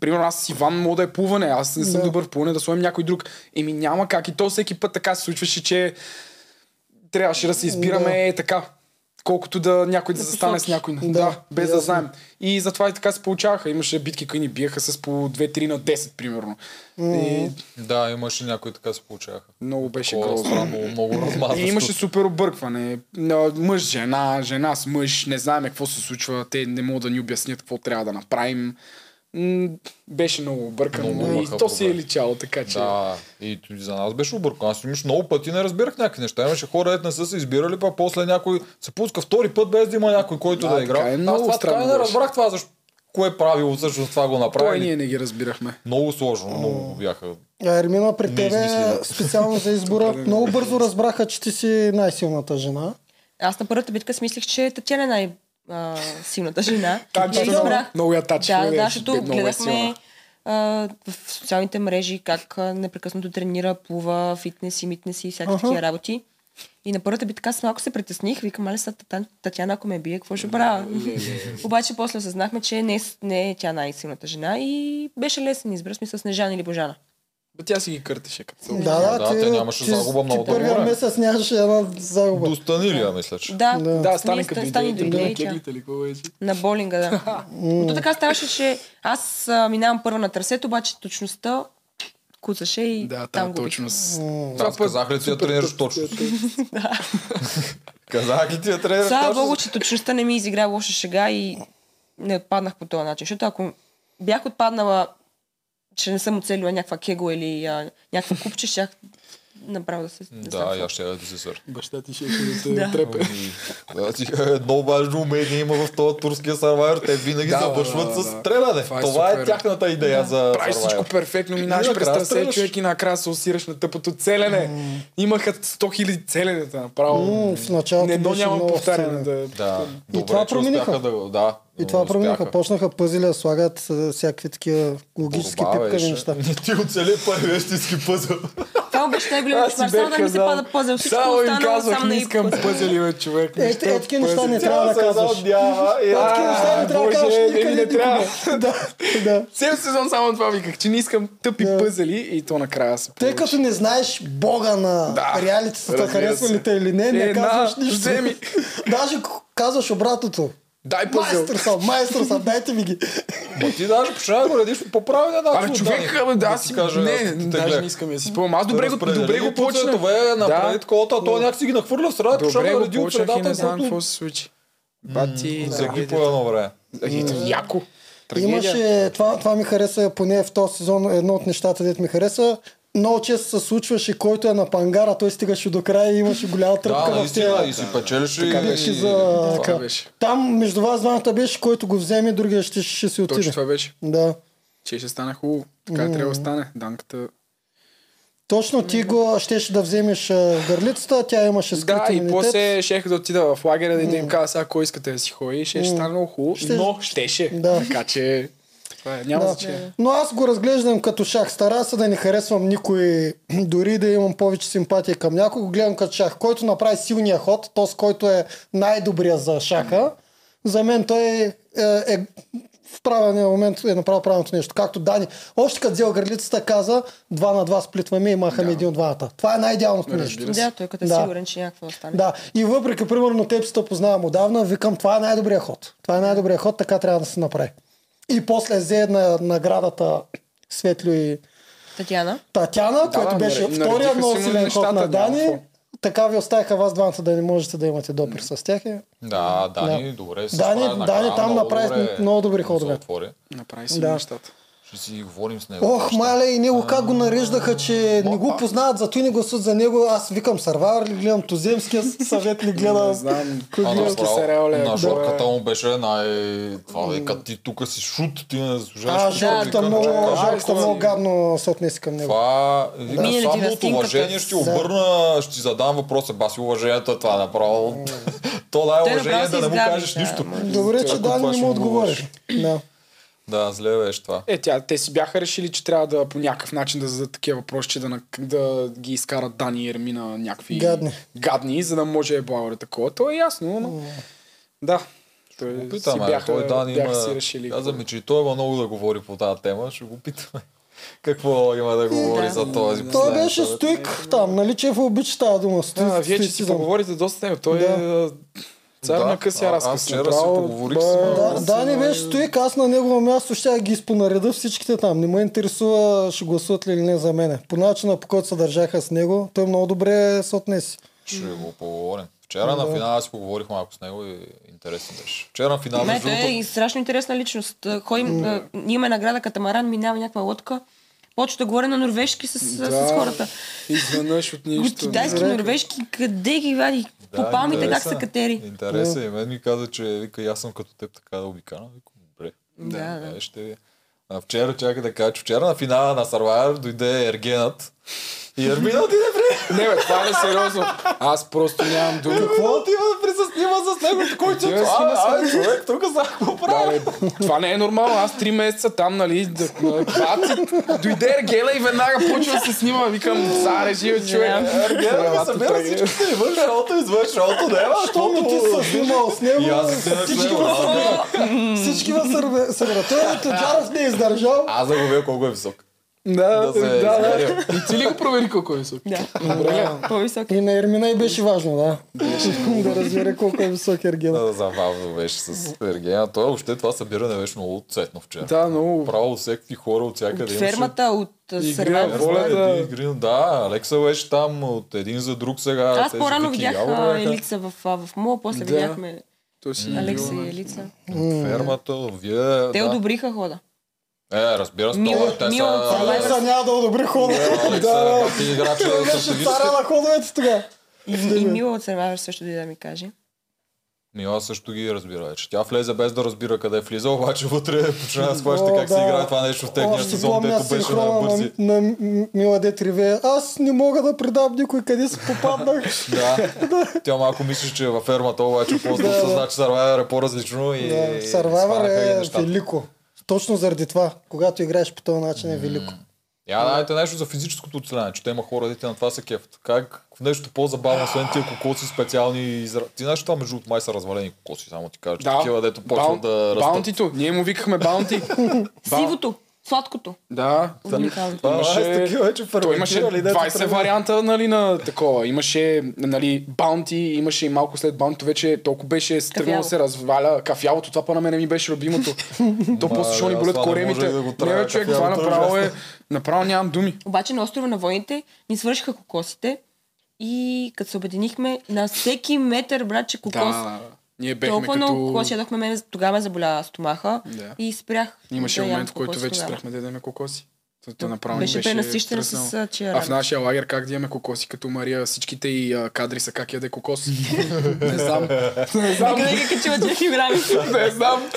Примерно аз с Иван мога да е плуване, аз не съм Да. добър в плуване, да слоем някой друг. Еми няма как. И то всеки път така се случваше, че трябваше да се избираме Да. е така. Колкото да някой да застане с посоки. някой. Да, Да, да без да ясно. знаем. И затова и така се получаваха. Имаше битки, които ни биеха с по 2-3 на 10, примерно. И Да, имаше някои така се получаваха. много беше Такова грозно. странно, много размазващо. И [LAUGHS] имаше супер объркване. На Мъж, жена, жена с мъж, не знаем какво се случва, те не могат да ни обяснят какво трябва да направим. М, Беше много Много объркано и имаха то си е проблеми. личало, така че... Да, и т- за нас беше объркано. Аз имаш много пъти не разбирах някакви неща. Имаше хора, дето не са се избирали, пък после някой се пуска втори път, без да има някой, който Да, да, е играл. така е. Много Аз това така и странно не беше. е? разбрах това, защо кое е правило всъщност това го Той направи. ние не ги разбирахме. Много сложно, много бяха. А, Ермина, при Не тебе измислено. специално за избора много бързо разбраха, че ти си най-силната жена. Аз на първата битка си мислих, че Татьяна е най- а, силната жена. Там, Я че избрах. много я тачихме, Да, беше да, защото бе- много е гледахме силна. а, в социалните мрежи как а, непрекъснато тренира, плува, фитнес и митнес и всякакви Аха. такива работи. И на първата битка аз малко се притесних, викам, аля сега Тата- Татяна, ако ме бие, какво ще правя? [LAUGHS] Обаче после осъзнахме, че не, с- не е тя най-силната жена и беше лесен избор, в смисъл Снежана или Божана. Бе, Тя си ги къртеше като цяло. Да, да, Да, ти, те нямаше ти, загуба ти много Първия добре. месец нямаше една загуба. До Станилия, мисля, че. Да, Да. Да, стане като Стани- Стани идеята, дойде да, и тя. кедите или какво беше. На болинга, да. Но то така ставаше, че аз а, минавам първо на трасето, обаче точността куцаше и Да, там там го точно. бих. с- Да, аз казах ли ти я тренираш точно? [LAUGHS] Казах ли ти я Е, тренираш Слава точно? Богу, че точността не ми изигра лоша шега и не отпаднах по този начин. Защото ако бях отпаднала, че не съм оцелила някаква кего или а, някаква купче, щях направо да се... не знам Да, какво. я ще я да се сърт. Баща ти ще е ще да те Да. трепе. Ами, значи, е Едно важно умение има в този турския сървайвер. Те винаги Да, да, да, завършват с да. стреляне. Това е Това супер. е тяхната идея за Правиш всичко е. Survivor. перфектно, минаваш И през накрая трасе, стреляш. човек и накрая се усираш на тъпото целене. Имаха 100 000 целенета направо. М, в началото Не, но беше няма много повтаряне. силно. Да. Да, добре, това че промениха. успяха Да, го- да, И това успяха. промениха. Почнаха пъзели да слагат е, всякакви такива логически Борба пипкави беше. неща. Не ти оцели първи истински пъзъл. Това обещай голям Аз си кошмар, само да бях ми се казал. пада пъзел. Всичко Само им останало казвах, сам не на искам изпъзел. пъзели, бе, човек. Не Е, искам е, такива неща не пъзели. трябва да казваш. Няма. е Е, Такива неща не трябва да Боже, кажеш ми не никъде трябва. никога. [LAUGHS] Да, да. Цел сезон само това виках, че не искам тъпи Да. пъзели и то накрая се Тъй получи. като не знаеш бога на Да, реалитетата, разбира харесва се. ли те или не, не Една, казваш нищо. вземи. [LAUGHS] Даже к- казваш обратното. Дай пъзел. Майстор съм, майстор [LAUGHS] съм, дайте ми ги. Ма ти даже почна да го редиш по правилния начин. Абе, човек, абе, да, аз си... Не, даже не искам да си спомням. Аз добре го, добре го почнах. Това е направи Да. такова, а той някакси ги нахвърля в средата, почна Добре да го реди от почнах и средата. не знам който какво е. се случи. Бати, Всеки по едно време. Трагедия. Яко. Трагедия. Имаше, това, това ми хареса поне в този сезон, едно от нещата, дето ми хареса. Много често се случваше, който е на пангара, той стигаше до края и имаше голяма Да, тръпка в тя. наистина, и си печелиш и... Беше за... Това така. беше. Там между вас двамата беше, който го вземе, другия ще, ще си Точно отиде. това беше. Да. Че ще стане хубаво. Така трябва да стане. Данката Точно ти го щеше да вземеш а, в гърлицата, тя имаше скрит Ами, Да, и имунитет. после щех да отида в лагера и да им кажа сега, ако искате да си ходи, и ще ще стане много хубаво, Ще- но щеше. Да. Така че, това е, няма Да. значение. Но аз го разглеждам като шах. Стара се да не харесвам никой, [CLEARS THROAT] дори да имам повече симпатия към някого. Гледам като шах. Който направи силния ход, то с който е най-добрия за шаха, за мен той е, е в правилния момент е направил правилното нещо. Както Дани, още като взел гърлицата, каза два на два сплитваме и махаме един от двамата. Това е най-идеалното нещо. Да, той като е Да. сигурен, че някакво да стане. Да, и въпреки, примерно, тепсата познавам отдавна, викам, това е най-добрият ход. Това е най-добрият ход, така трябва да се направи. И после взе на наградата Светлю и Татьяна. Татяна, да, да, който беше наре- втория наредиха много си му силен ход нещата, на няма Дани. какво. Така ви оставиха вас двамата да не можете да имате допир с тях. е. Да, Дани, добре. се Дани- справи Дани накрая, там много направи добре много добри се ходове. отвори. Направи си Да. нещата. Ще си говорим с него. Ох, мале, и него как го нареждаха, че не го познават, зато и не гласуват за него. Аз викам Сървайвър ли гледам, Туземския съвет ли гледам. Не знам. кой А, гледам. Андрес. направо, сериал, ле, на е, да. жорката му беше най... Това е, като ти тук си шут, ти не заслужаваш. А, тук, жалката викам, много, чакай, жалката кой много си? гадно се отнесе към него. Това да. Мине ли ти само от настинката? уважение ще ти Да. обърна, ще ти задам въпроса, баси уважението е това направо. [LAUGHS] То дай Той уважение направо да се не му изграби, кажеш да, нищо. ама. Добре, че Ако това Дани не ще му му отговори. Да. Да, зле беше това. Е, тя, те си бяха решили, че трябва да по някакъв начин да зададат такива въпроси, че да, на- да ги изкарат Дани и Ермина някакви Гадни. гадни за да може е Благо такова. То е ясно, но... Да. Той Го си питаме, бяха, той Дани бяха има... си решили. Каза ми, че и той има много да говори по тази тема, ще го питаме. [LAUGHS] Какво има да говори Да. за този Той последен беше съвет? стоик там, нали че обича тази дума. Стоик, А, вие, че си стоицизъм. поговорите доста с него. Той Да. е цар Да, на късия а- аз разказ. вчера си направо. поговорих с Ба, него. Да, си да, не на- беше стоик, аз на негово място ще ги изпонареда всичките там. Не ме интересува, ще гласуват ли или не за мене. По начина по който се държаха с него, той много добре се отнесе. Ще го поговорим. Вчера на финала си поговорих малко с него и интересно беше. Вчера на финала, Не, между той е другото, и страшно интересна личност. Ходим, mm. имаме награда Катамаран, минава някаква лодка. Почва да говоря на норвежки с, с, Да. с хората. Изведнъж от От нищо. нали? китайски, да. норвежки, къде ги вади? Да, По палмите как интересен са е. катери? Интересен е. и мен ми каза, че вика, и аз съм като теб така да обикана. Викам, добре. Да, да. Е, ще... ви. А вчера, чакай да кажа, че вчера на финала на Survivor дойде Ергенът. И Ермина отиде при... Не, бе, това е сериозно. Аз просто нямам думи. Какво отива да присъснима с него? Който Отива да снима с е човек, тук за какво Да, прави? бе, това не е нормално. Аз три месеца там, нали, да, на баци, дойде Ергела и веднага почва да се снима. Викам, царе, жива човек. Ергенът ми Правата събира тръгне. всичките и върши шоуто, извърши шоуто, не е Що ми ти се снимал с него? И аз се снимах с Всички него, на аз сърве. Всички на сърве. Сърве. Той е Тоджаров не е издържал. Аз загубя колко е висок. Да, Да се да, да. измерим. И ти ли го провери колко е висок? Да, [LAUGHS] Добре. по-висок. И на Ермина и беше важно, да. да разбере колко е висок Ергена. Да, забавно беше с Ергена. Той въобще това събиране беше много цветно вчера. Да, много. Право всеки хора от всякъде. От имаше. фермата, от Игра, Сървайвър. воля, Воля, да. да. Игри, да, Алекса беше там от един за друг сега. Аз тези по-рано Вики видях Галбо а, бяха. Елица в, а, в МО, после Да. видяхме То си е Алекса и Елица. От Фермата, вие. Те да. одобриха хода. Е, разбира се, Мила- това те Мила от са... Survivor. Алекса няма да одобри хода. Алекса, Да, пак ти играч Той на беше цара стратегически. на ходовете тогава. И, Да, и да. Мила от Сървайвър също дойде да ми каже. Мила също ги разбира вече. Тя влезе без да разбира къде е влиза, обаче вътре е почна да схваща О, как се да. играе това нещо в техния Още сезон, помня дето беше синхрона на бързи. на, на М- Мила Дет Риве. Аз не мога да предам никой къде се попаднах. Да. Тя малко мислиш, че е във фермата, обаче после [LAUGHS] Да, да. осъзна, че Survivor [LAUGHS] е по-различно и... Сървайвър схванаха ги е нещата. велико. Точно заради това, когато играеш по този начин е велико. Я дайте нещо за физическото оцеляване, че те има хора, дете на това се кефт. Как в нещо по-забавно, освен тия кокоси специални изра... Ти знаеш това между от май са развалени кокоси, само ти кажа, че Да. такива, дето почват Баун- да растат. Баунтито. Ние му [LAUGHS] викахме баунти. Ба- Сивото, сладкото. Да. Уникално. Това Имаше- е такива, че Той имаше ферментирали, дето 20 тръгват. варианта нали, на такова. Имаше нали, баунти, имаше и малко след баунти, вече толкова беше стръгнало да се разваля. Кафялото, това па на мене ми [LAUGHS] беше любимото. То Ма, после ще ни аз болят това не коремите. може да го трая, Не, бе, човек, това кафявото е направо е... Направо нямам думи. Обаче на острова на войните ни свършиха кокосите и като се обединихме на всеки метър, братче, кокос. Да, ние бехме Толкова много като... кокос ядохме, мен, тогава ме заболя стомаха Да. и спрях. Имаше да ям момент, в който кокос вече тогава. спряхме да ядеме кокоси. То- То направо ни Беше пренасищена с, тръснало. а, чия А в радост. нашия лагер как да имаме кокоси, като Мария всичките и а, кадри са как яде [LAUGHS] кокос. не знам. Не знам. Никъде ги качила 2 килограми. не знам.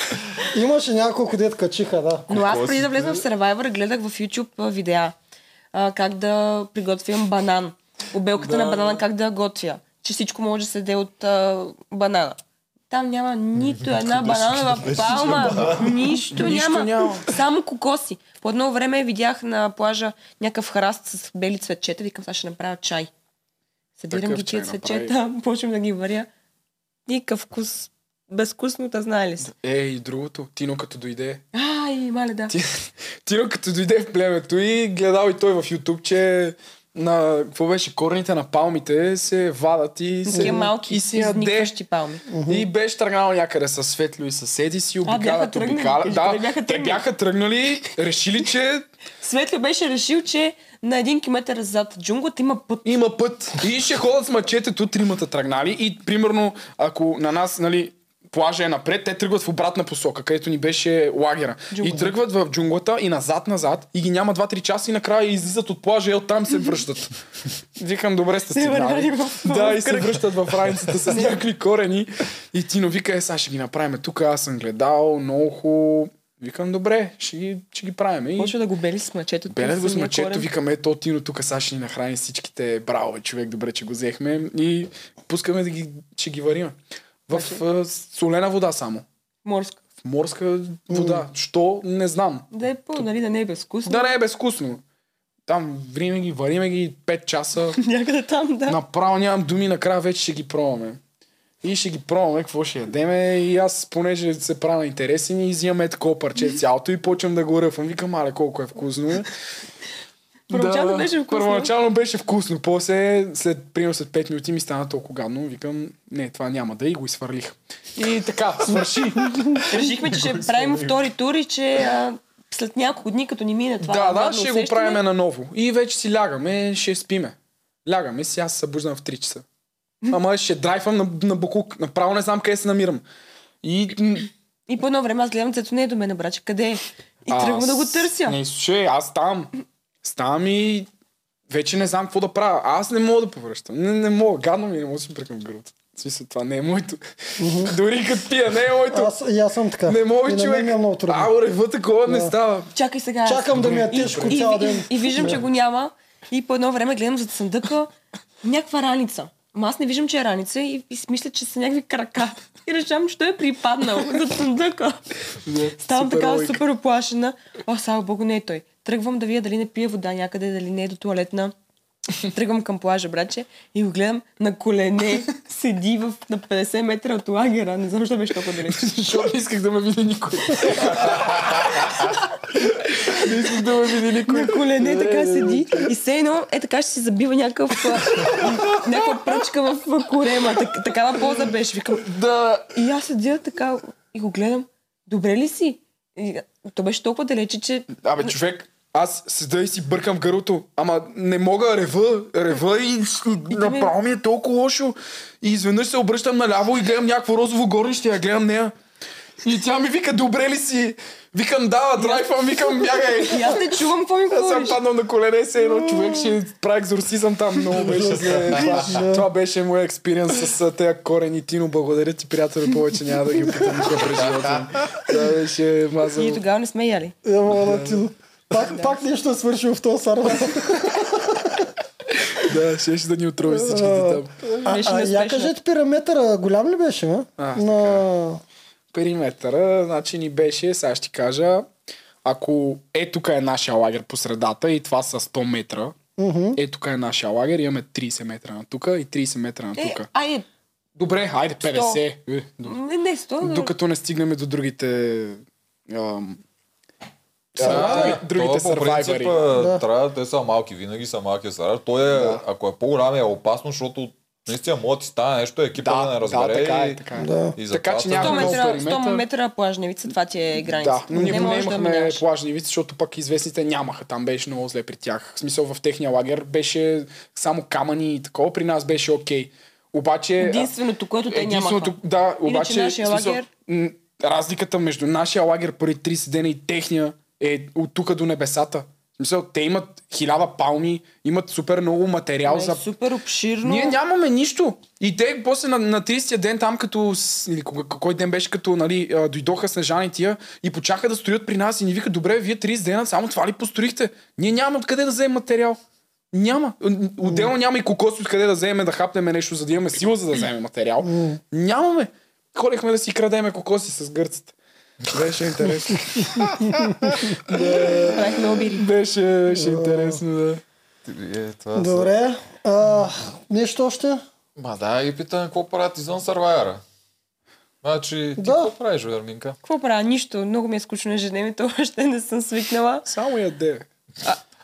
Имаше няколко дет качиха, да. Но аз Какво преди си да влезна в Survivor гледах в YouTube а, видеа. А, а, как да приготвям банан. Обелката Да, да, на да. банана как да я готвя. Че всичко може да се даде от а, банана. Там няма нито една банана в палма. Нищо Нищо няма. няма. Само кокоси. По едно време видях на плажа някакъв храст с бели цветчета. Викам, сега ще направя чай. Събирам Такъв ги тия чай направи. цветчета, [LAUGHS] почвам да ги варя. Никакъв вкус. Безвкусно, да знае ли си? Е, и другото, Тино като дойде, Ай, мале да. Ти- Тино като дойде в племето и гледал и той в YouTube, че на, какво беше, корените на палмите се вадат и се, Такива малки, и се ядеш. изникващи палми. И беше тръгнал някъде с Светлио и съседи си, обикалят, тръгнали, обикалят. кажи, Да, те бяха те тръгнали. бяха тръгнали, решили, че Светлио беше решил, че на един километър зад джунглата има път. Има път. И ще ходят с мачетето тримата тръгнали и примерно ако на нас, нали, плажа е напред, те тръгват в обратна посока, където ни беше лагера. Джунгла. И тръгват в джунглата и назад-назад и ги няма 2-3 часа и накрая излизат от плажа и оттам [LAUGHS] се връщат. Викам, добре сте върнали стигнали. в- Да, в и се кръг. връщат в [LAUGHS] раницата с някакви корени. И Тино вика, е, сега ще ги направим тук, аз съм гледал, много хубаво. Викам, добре, ще ги, ще ги правим. И Почва да го бели с мъчето. Белят го с мъчето, викаме, то Тино тук сега ще ни нахрани всичките. Браво, бе, човек, добре, че го взехме. И пускаме да ги, че ги вариме. В а, солена вода само. Морско. В морска вода. Що? Не знам. Да е по, нали, да не е безвкусно. Да не е безвкусно. Там винаги вариме ги 5 часа. [LAUGHS] Някъде там, да. Направо нямам думи, накрая вече ще ги пробваме. И ще ги пробваме, какво ще ядеме. И аз, понеже се правя на интереси, ми изимаме е такова парче цялото и почвам да го ръфам. Викам, мале, колко е вкусно. Първоначално Да, беше вкусно. Първоначално беше вкусно. После, след, примерно след 5 минути ми стана толкова гадно. Викам, не, това няма да и го изфърлих. И така, [LAUGHS] свърши. Решихме, че ще правим втори тур и че а, след няколко дни, като ни мине това. да, да, гадно ще го усещане, правиме наново. И вече си лягаме, ще спиме. Лягаме си, аз се събуждам в 3 часа. Ама ще драйвам на, на Букук. Направо не знам къде се намирам. И м, И по едно време аз гледам, цето не е до мен, браче, къде е? И Аз тръгвам да го търся. Не, слушай, аз там. Ставам и вече не знам какво да правя. Аз не мога да повръщам. Не, не мога. Гадно ми е, не мога да си бръкам гърлото. В смисъл, това не е моето. Дори като пия, не е моето. Аз, и аз съм така. не мога, И на мен човек. Ми е много трудно. А, рева такова не Да. става. Чакай сега. аз. Чакам да ми е И, тежко и, цял и, ден. и, и виждам, че го няма. И по едно време гледам зад съндъка някаква раница. Ама аз не виждам, че е раница и, и си мисля, че са някакви крака. И решавам, че той е припаднал зад съндъка. Ставам Супер така логика. супер оплашена. О, слава богу, не е той. Тръгвам да видя дали не пие вода някъде, дали не е до туалетна. Тръгвам към плажа, братче, и го гледам на колене. Седи в, на 50 метра от лагера. Не знам, защо беше толкова далеч. Защото не исках да ме види никой. не исках [LAUGHS] да ме види никой. На колене така седи и все едно е така ще си забива някакъв, а, [LAUGHS] някаква пръчка в а, корема. Так, такава поза беше. Викам. Да. И аз седя така и го гледам. Добре ли си? И, а, то беше толкова далече, че Абе, човек, аз седа и си бъркам гърлото. Ама не мога, рева, рева и с- Ами- направо ми е толкова лошо. И изведнъж се обръщам наляво и гледам някакво розово горнище, я гледам нея. И тя ми вика, добре ли си? Викам, да, драйвам, викам, бягай. и аз не чувам какво ми Аз съм говориш. паднал на колене, се едно човек ще прави екзорсизъм там. Много беше зле. Това, това беше моят експириенс с а, тези корени. Тино, благодаря ти, приятелю, повече няма да ги потъмка през живота. ми. Това беше мазало. И тогава не сме яли. Е, мала, ти... Пак, пак нещо е свършил в този сарвайвър. Да, ще ще да ни отрови всичките там. А, Беше а я неуспешно. кажете пираметъра, голям ли беше, ма? А, на... периметъра, значи ни беше, сега ще ти кажа, ако е тук е нашия лагер по средата и това са 100 метра, Мгм. е тук е нашия лагер, имаме 30 метра на тука и 30 метра на Е, тука. айде, Добре, хайде 50. Е, добре. не, не, сто. но- Докато не стигнем до другите... Ам, Да, други- другите то по принцип, сървайвари. а, Да. Трябва, те са малки, винаги са малки сарай. Той е, ако е по-голям е опасно, защото наистина може да ти стане нещо, екипа да, Да, не да, разбере. така е, и- така е. Да. И Така, затова че са- няма 100 много метра, периметър. 100 метра плажневица, това ти е Да, граница. но ние не можеш да имахме минаваш. плажневици, защото пък известните нямаха. Там беше много зле при тях. В смисъл в техния лагер беше само камъни и такова. При нас беше окей. Обаче... Единственото, което те единственото- нямаха. Да, Иначе обаче... нашия в смисъл, лагер- м, разликата между нашия лагер преди 30 дена и техния е от тук до небесата. В Мисъл, те имат хиляда палми, имат супер много материал Е, за... супер обширно. Ние нямаме нищо. И те после на, на 30-я ден там, като... с- Или кога- кой ден беше, като нали, а, дойдоха снежани и тия и почаха да строят при нас и ни вика, добре, вие 30 дена само това ли построихте? Ние нямаме откъде да вземем материал. Няма. Н- Отделно няма и кокос откъде да вземем да хапнем нещо, за да имаме сила, за да вземем материал. Нямаме. Ходихме да си крадеме кокоси с гърците. Беше интересно. Правихме обири. Беше, беше интересно, да. Е, това са- Добре. А, нещо още? Ма да, ги питам какво правят извън Survivor. Значи, ти Да. какво правиш, Верминка? Какво правя? Нищо. Много ми е скучно ежедневието. Още не съм свикнала. Само яде.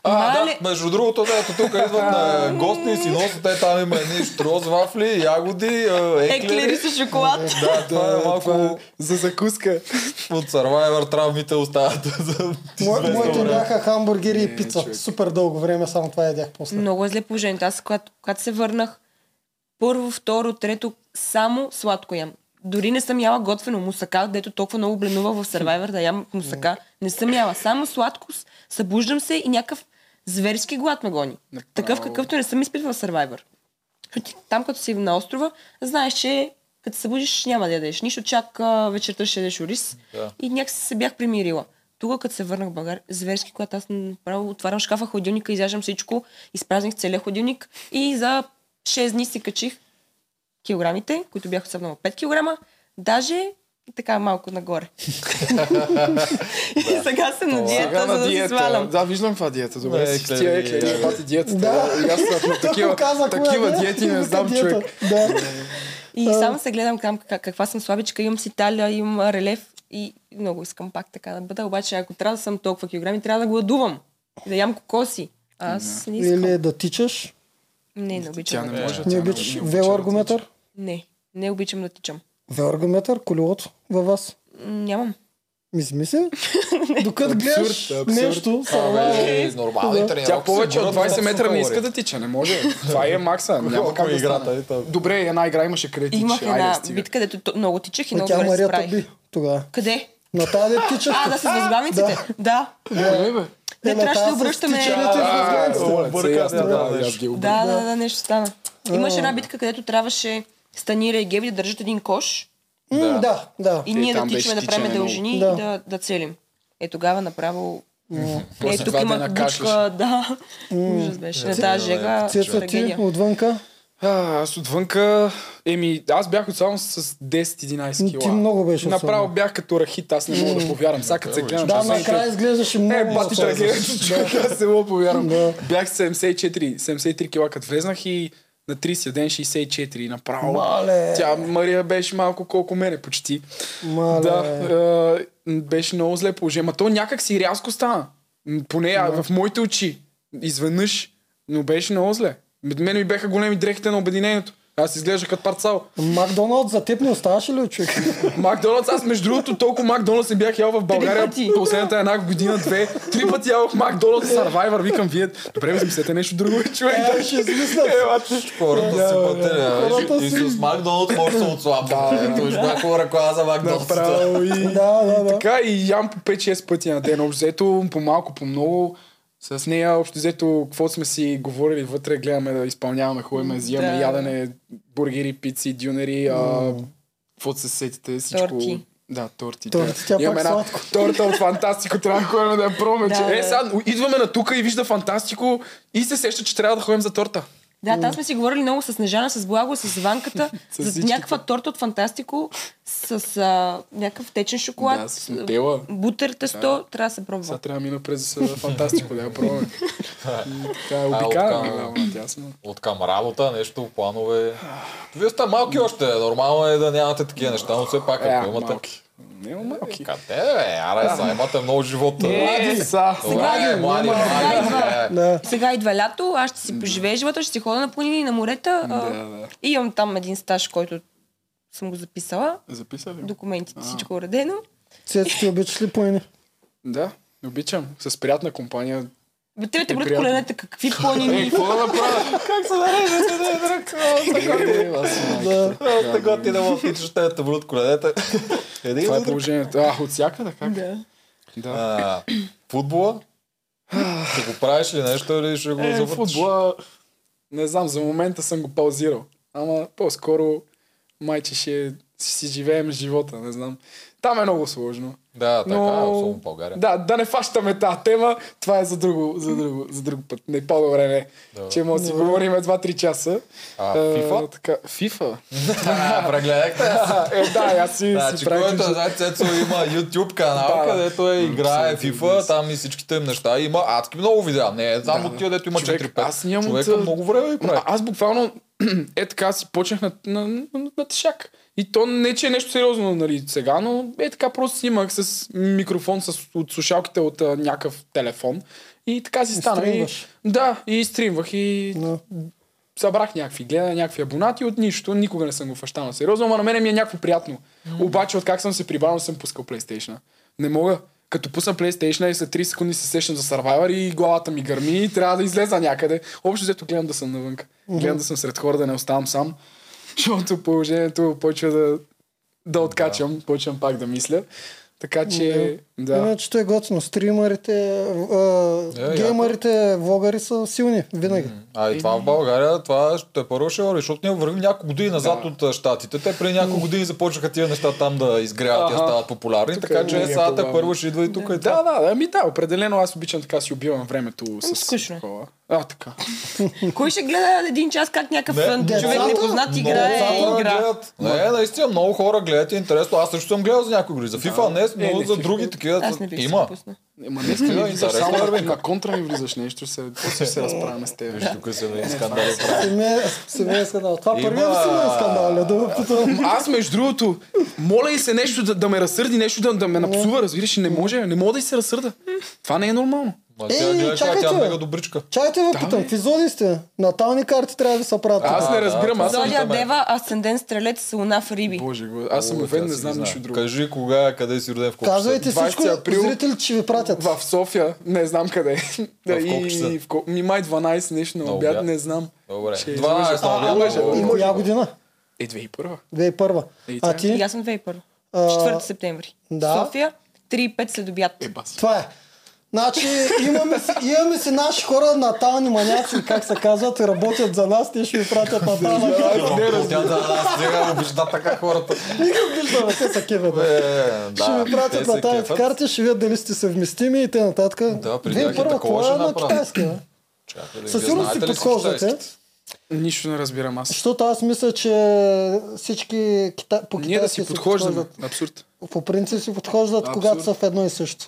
А, Мале- да, между другото, да, ето тук идват на гости и си носят, е, там има едни штроз, вафли, ягоди, е, Еклери еклери. с шоколад. Да, това е малко за закуска. от Survivor травмите остават за Мо, известно моите време. бяха хамбургери Не, и пица. Е, човек. Супер дълго време, само това ядях после. Много е зле положението. Аз, когато, когато се върнах, първо, второ, трето, само сладко ям. Дори не съм яла готвено мусака, дето толкова много бленува в Survivor да ям мусака. Не съм яла. Само сладко, с- събуждам се и някакъв зверски глад ме гони. Направо. Такъв какъвто не съм изпитвала в Survivor. Защото ти Там като си на острова, знаеш, че като се събудиш няма да ядеш нищо, чак а, вечерта ще ядеш ориз. Да. И някакси се бях примирила. Тук, като се върнах в България, зверски, когато аз направо отварям шкафа, хладилника, изяждам всичко, изпразних целия хладилник и за 6 дни си качих килограмите, които бях отсъбнала 5 килограма, даже и така малко [LAUGHS] нагоре. и сега съм на диета, за да се свалям. Да, виждам каква диета. Добре, Е, си в тия клери, еклери, да. това ти диетата. Да. Да. И аз съм на такива, Той каза, коя такива е, диети не каква знам диета. човек. Да. И само се гледам там как, каква съм слабичка, имам си талия, имам релеф и много искам пак така да бъда. Обаче ако трябва да съм толкова килограми, трябва да гладувам. и Да ям кокоси. Аз не искам. Или да тичаш. Не, не обичам. Тя да Е. тичам. не може. тя Не не обичаш не обича да велоаргометър. Не, не обичам да тичам. Велоаргометър, колелото във вас. М, Нямам. Мисли [LAUGHS] се. Докато гледаш абсурд. нещо, Това Survivor, беше нормални Да. тренировки. Тя повече от 20 метра не иска да... да тича, не може. Това е макса. Няма Колко как е да играта, стане. е, то. Добре, една игра имаше кредит. Имах една стига. битка, където то- много тичах и е, много тя добре се Марията справих. би тогава. Къде? На тази де тичаш. А, да, [LAUGHS] с възглавниците. [LAUGHS] Да. Добре, бе. Не Е, на трябваше да тази с обръщаме. тичането и с А, възглавниците. Обърка, моля, сега да, аз не да, дам, да, аз нещо. ги обърна. Да, да, да, нещо стана. Имаше една битка, където трябваше Станира и Геви да държат един кош М, Да, да. И Е, ние да там беше тичаме да тичане правим много. дължини Да. и да, да целим. Е тогава направо... После Е, тук това те има накашляше. бучка, да. Ужас беше. На тази жега Цеца е ти трагедия. отвънка. А, аз отвънка... Еми, аз бях отслабен с 10-11 кила. Ти много беше Направо отслабен. бях като рахит, аз не мога да повярвам. Сега като се Е, гледам... Да, че съм- накрая изглеждаше много. Е, бати отслабен. трагедията, [LAUGHS] човек, аз не мога да повярвам. Да. Бях 74, 73 кила, като влезнах и на 30 ден 64 и направо. Мале. Тя Мария беше малко колко мене почти. Мале. Да, е, м, беше много зле положение. Ма то някак си рязко стана. М, Поне а, в моите очи. Изведнъж. Но беше много зле. М, Мен ми бяха големи дрехите на обединението. Аз изглеждах като парцал. Макдоналд за теб не оставаше ли [LAUGHS] човек? Макдоналдс, аз между другото толкова Макдоналдс не бях ял в България пъти. последната една година, две. Три пъти ялах Макдоналдс, Survivor, викам вие. Добре, бе, смислете нещо друго, човек. Е, ще измислят. Хората си Хората пътели. си- И с Макдоналд може да се отслабва. Ето, виж, някои хора кола за Макдоналд. Направо и... Да, да, да. Така и ям по 5-6 пъти на ден. Общо взето, по малко, по много. С нея, общо взето, какво сме си говорили вътре, гледаме да изпълняваме, ходиме, взимаме Да. ядене, бургери, пици, дюнери, а, каквото се сетите, всичко. Торти. Да, торти. Торти, да. тя пак Имаме една сладко. торта от Фантастико, трябва да ходим да я пробваме. Да, че- да. е, сега идваме на тука и вижда Фантастико и се сеща, че трябва да ходим за торта. Да, там сме си говорили много с Нежана, с Благо, с Ванката, [LAUGHS] С за всичките. някаква торта от Фантастико, с а, някакъв течен шоколад, Да, с нутела. бутер тесто, трябва да се Сега пробва. трябва да мина през а, Фантастико да [LAUGHS] я пробваме. е И Така, от обикаляме Е, към- главно тясно. От към работа, нещо, планове. Вие сте малки още, нормално е да нямате такива неща, но все пак Е, ако имате... малки. Не, малки. Къде бе, аре са, имате много живота. Е, са. Това е, млади, млади, сега е. Да. Сега идва лято, аз ще си поживея живота, ще си хода на планини, на морета. а, Да, да. И имам там един стаж, който съм го записала. Записали? документите, всичко е уредено. Цецо ти обичаш ли планини? Да, обичам. С приятна компания. Бе, тебе те Е, болят приятно. коленете, какви планини. какво да [LAUGHS] направя? Е, Да. Просто готи да му отичаш, те да те болят коленете. Един Това за друг. е положението. А, от всякъде как? Да. А, Футбола? Ще го правиш ли нещо или ще го Е, завъртиш? футбола, не знам, за момента съм го паузирал. Ама по-скоро майче ще си живеем живота, не знам. Там е много сложно. Да, така Но- е, особено в България. Да, да не фащаме тази тема, това е за друго, за друго, за друг път. Не, по-добре не. Добре. Че може да си говорим 2-3 часа. А, Е, FIFA? Така, FIFA? [LAUGHS] А, Прегледахте. А, е, да, аз си, Значи, си правих... който нещо. знае, Цецо има YouTube канал, Да, да. където е играе Абсолютно. FIFA, там и всичките им неща. Има адски много видеа. Не е само Да. тия, дето има Човек, 4-5. аз нямам Човека от- много време и прави. А, аз буквално [CLEARS THROAT] е така си почнах на, на, на, на тъшак. И то не, че е нещо сериозно нали, сега, но е така просто снимах с микрофон с, от слушалките от а, някакъв телефон. И така си стана. И, стримваш. да, и стримвах и Да. събрах някакви, гледа някакви абонати от нищо, никога не съм го фащал на сериозно, ама на мене ми е някакво приятно. Обаче от как съм се прибавил, съм пускал PlayStation. Не мога. Като пусна PlayStation и след 3 секунди се сещам за Survivor и главата ми гърми и трябва да излеза някъде. Общо взето гледам да съм навънка. Гледам да съм сред хора, да не оставам сам. [LAUGHS] Защото положението почва да, да откачам, почвам пак да мисля. Така че, Да. да. Иначе то е готино. Стримерите, а, Е, геймерите, влогъри са силни винаги. А Е, и това в България, това ще първо ще върви, защото ние вървим няколко години назад Да. от а, щатите. Те преди няколко години започнаха тия неща там да изгряват и да Аха. стават популярни, Тук така е че много сега те по-бавно. първо ще идва и тук и Да, това. да, да, ми да, определено аз обичам така си убивам времето с скучно е. такова. А, така. Кой ще гледа един час как някакъв Не, не, човек децата, непознат Много играе хора игра? гледат. Не, наистина, много хора гледат и е интересно. Аз също съм гледал за някои игри. За FIFA Е, не, но не, за FIFA. други такива Аз не бих се има. допусна. Ма не искам да Да, влизаш интересно само е, бе. на, на контра ми влизаш нещо, се, после се разправяме с теб. Виж, тук се на скандали правят. Семейен семейен скандал. Това Има- първият семейен скандал. е, Да, потом. Аз между другото, моля и се нещо да, да ме разсърди, нещо да, да ме напсува, разбираш, и не може, не мога да и се разсърда. Това не е нормално. Ма Ей, тя гледа, че тя е чакайте, бе. мега добричка. Чайте ви питам, в изоди сте. Натални карти трябва да се правят. Аз да, не разбирам, това аз съм... Зодия виждаме. Дева, Асцендент Стрелец, с Луна в Риби. Боже, го, аз съм О, уверен, тя не си знам ги нищо знае. друго. Кажи кога, къде си роден, в колко Казвайте 20 всичко, април. зрители, че ви пратят. В София, не знам къде. Да, в колко часа? и, и в кол... Ми май 12 нещо на На обяд, обяд. не знам. Добре. Ще 12 излъжа. на А, обяд. лъжа. О, И Може коя да. година? Е, 2001. 2001. И А тя. ти? И аз съм 2001. А, 4 септември. да. София, 3-5 след обяд. Е, бас. Това е. Значи имаме си, имаме си наши хора, натални маняци, как се казват, и работят за нас, те ще ви пратят натална карта. Не разбирам. Аз сега обижда така хората. Никак виждаме, те са кеве. Е, Да. да, Ще ви те пратят се на тази кефят. карта, ще видят дали сте съвместими и те нататък. Да, при Вие тях и първо, такова това е ще на направят. китайски, да? Чакай, да Със вие сигурност си знаете ли подхождате, китайските? Нищо не разбирам аз. защото аз мисля, че всички кита... по Ние да китайски си подхождаме. Абсурд. По принцип си подхождат, Абсолютно. когато са в едно и също.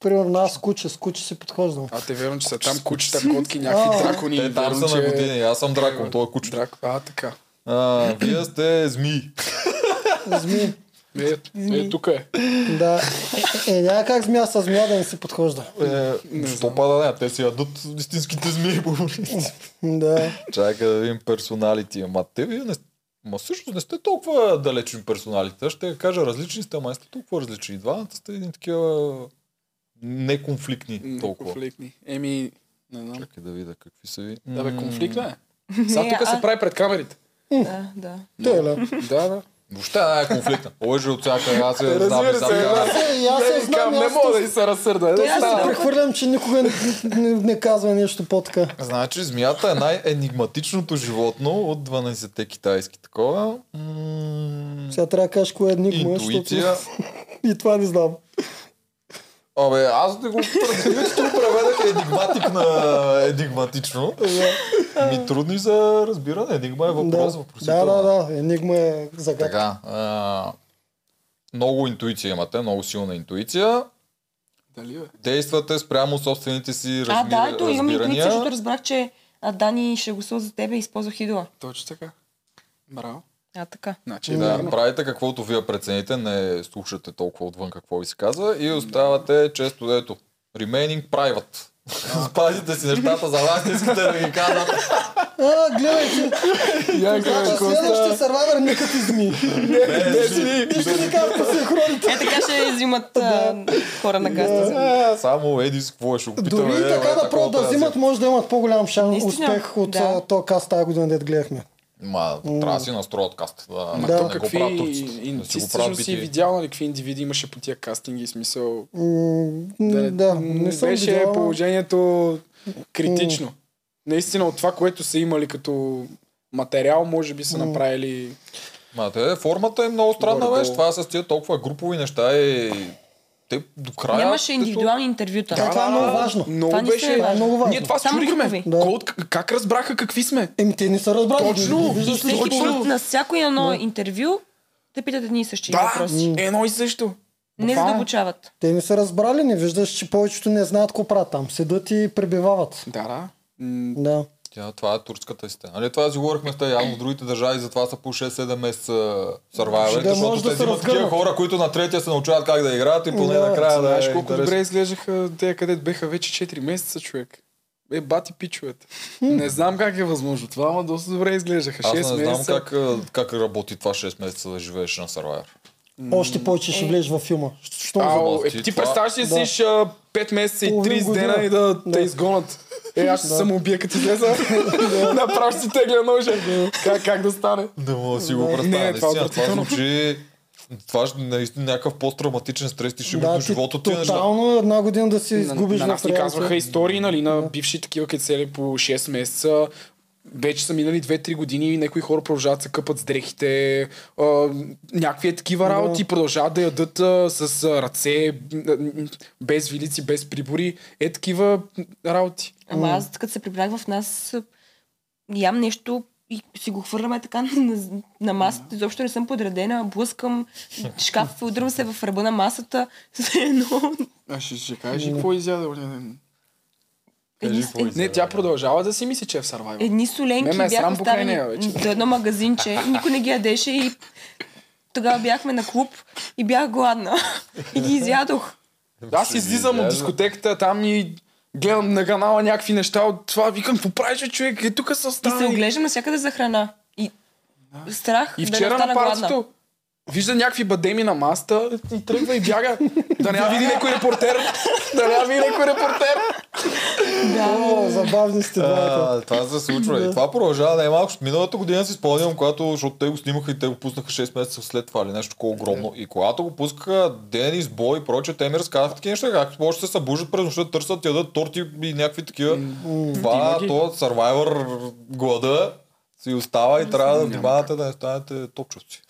Примерно аз с куче, с куче си подхождам. А те верно, че са там кучета, котки, някакви дракони. Те там верно, са на че- години. Аз съм дракон, той е куче. Драк... А, така. А, вие сте змии. Зми. Е, е тук е. Да. Е, е, няма как змия с змия да не се подхожда. Е, що пада не? Те си ядат истинските змии. [LAUGHS] по принцип. Да. Чакай да видим персоналити. Ама те вие не Ма всъщност не сте толкова далечни персоналите. Аз Ще кажа, различни сте, ама не сте толкова различни. И Двамата сте едни такива неконфликтни толкова. Конфликтни. Еми, не знам. Чакай да видя какви са ви. Да бе, конфликтно е. Не, Сега тук а- се прави пред камерите. Да, да. Той е ли? Да, да. Въобще не е конфликтна. [LAUGHS] Лъжи от всяка аз се Разбира знам и се, знам как- Аз се- Е, и аз се Не, знам, викам, и Е, не аз мога да се- и се разсърда. Не Той аз става. да. прехвърлям, че никога не, не, не казва нещо по-така. Значи змията е най-енигматичното животно от 12-те китайски такова. М, Сега трябва да кажеш кое е енигма, защото... Интуиция. И това не знам. Абе, аз да го разбира, че го преведах енигматик на енигматично. Ми трудни за разбиране. Енигма е въпрос. да. да, въпросителна. да, да. Енигма е загадка. Така. а, Много интуиция имате, много силна интуиция. Дали е? бе? Действате спрямо собствените си размир, А, да, ето имам интуиция, разбирания. защото разбрах, че а, Дани ще гласува за тебе и използвах идола. Точно така. Браво. А, така. Значи, Да, правите каквото вие прецените, не слушате толкова отвън какво ви се казва и оставате често дето. Remaining private. [LAUGHS] Спазите си нещата за вас, не искате да ги казват. А, гледайте. Значи следващия сървайвер не като зми. И ще ни кажат по синхроните. Е, така ще взимат а, хора на газта. Е, Само Едис, какво е, ще опитаме. Дори и така да пробват да взимат, може да имат по-голям шанс Наистина, успех от да. а, този каст тази година, дед гледахме. Ма, трябва да си настроя кастата. Да, Ма да, то не го какви... правят турците. ин- Да си Ти го правят всъщност си BTV. видял нали, какви индивиди имаше по тия кастинги, смисъл... М, Да, не съм беше видял. ама- положението критично. Наистина от това, което са имали като материал, може би са направили... Ма, те, формата е много странна Горе-долу. вещ. Това с тия толкова групови неща и те до края... Нямаше те индивидуални интервюта. Да, това е много важно. Много Това наистина беше... е Това е много важно. Ние това се Само чудихме. групови. Да. Кол- Как разбраха какви сме? Еми, те не са разбрали. Точно! Виждаш ли, И Всеки Точно. път на всяко едно интервю те питат едни и същи Да, въпроси. едно и също. Не е. буквално. задълбочават. Те не са разбрали, не виждаш, че повечето не знаят какво правят там. Седат и пребивават. Да, да. М, Да. Тя, това е турската система. Нали, това си говорихме с те, явно в другите държави, затова са по 6-7 месеца сървайвери, Да защото може да те се имат такива разгърнат. хора, хора, които на третия се научават как да играят и поне Да. накрая да Знаеш е колко интересно. добре изглеждаха те, къде беха вече 4 месеца, човек. Е, бати пичовете. Не знам как е възможно това, ама доста добре изглеждаха. 6 Аз не знам месеца. как, а, как работи това 6 месеца да живееш на сървайвер. Още повече ще влезеш във филма. Що- Що Ау, Ама е, ти ти това- представяш ли да. Да. си а, 5 месеца и Половин 30 година. дена и да, Да. те изгонат? Е, аз ще Да. да. самоубия [LAUGHS] като излеза. [LAUGHS] Направо ще си тегля ножа. как, как да стане? Не мога да си го Не, представя. това е Наистина, това отвратително. звучи... Това ще- наистина някакъв по-травматичен стрес ти ще имаш Да, до ти живота ти. е, неща. тотално една година да се На- изгубиш на нас в ни реалността. казваха истории, нали, на бивши такива кецели по 6 месеца. Вече са минали 2-3 години и някои хора продължават да се къпат с дрехите, а, някакви е такива работи, продължават да ядат а, с а, ръце, м, м, без вилици, без прибори. Е такива м, работи. Ама аз като се прибрах в нас, а, ям нещо и си го хвърляме така на, на масата. Изобщо не съм подредена. Блъскам шкаф, удрям се в ръба на масата. Все едно. А ще, ще кажеш ли какво е изяда? Кажи, Едни, какво едни- изяде? Не, тя продължава да си мисли, че е в Survivor. едни Ме соленки ме е бяха срам покрай оставени нея вече. до едно магазинче. Никой не ги ядеше и тогава бяхме на клуб и бях гладна. [LAUGHS] И ги изядох. Аз излизам от дискотеката там и гледам на канала някакви неща от това. Викам, какво правиш, бе, човек? Е, тук са И се станали. оглеждам навсякъде за храна. И страх И да не вчера остана на гладна. партито вижда някакви бадеми на маста и тръгва и бяга. да не я види някой репортер. да не я види някой репортер. Да. О, забавни сте, байка. А, това се случва. И това продължава най-малко. Защото Миналата година си спомням, когато, защото те го снимаха и те го пуснаха 6 месеца след това или нещо такова огромно. И когато го пускаха Денис, Бой и прочее, те ми разказаха такива неща, как може се събуждат през нощта, търсят, ядат торти и някакви такива. Това, Има ги. то, Survivor глада си остава и трябва да внимавате да не станете топчовци.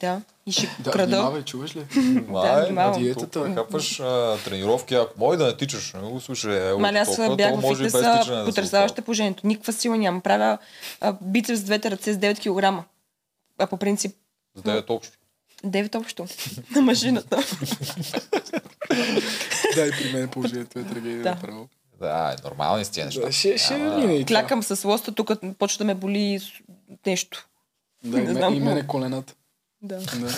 Да. И ще крада. чуваш ли? Май, внимавам. е, на Диетата, тук бе. Хапваш а, тренировки, ако може да не тичаш, не го слушай. Е, Ма не, аз толкова, бях то в може и без фитнеса, тичане да се потрясаваще положението. Никаква сила нямам. Правя а, бицепс с двете ръце с 9 кг. А по принцип оправи. За да е топчо. 9 общо на машината. Да, и при мен положението е трагедия Да. направо. Да, е нормални сте неща. Да, ще, ще Няма- мине и това. Клякам с лоста, тук почва да ме боли с- нещо. Да, не и, знам мен, и какво. мене колената. Да. Да.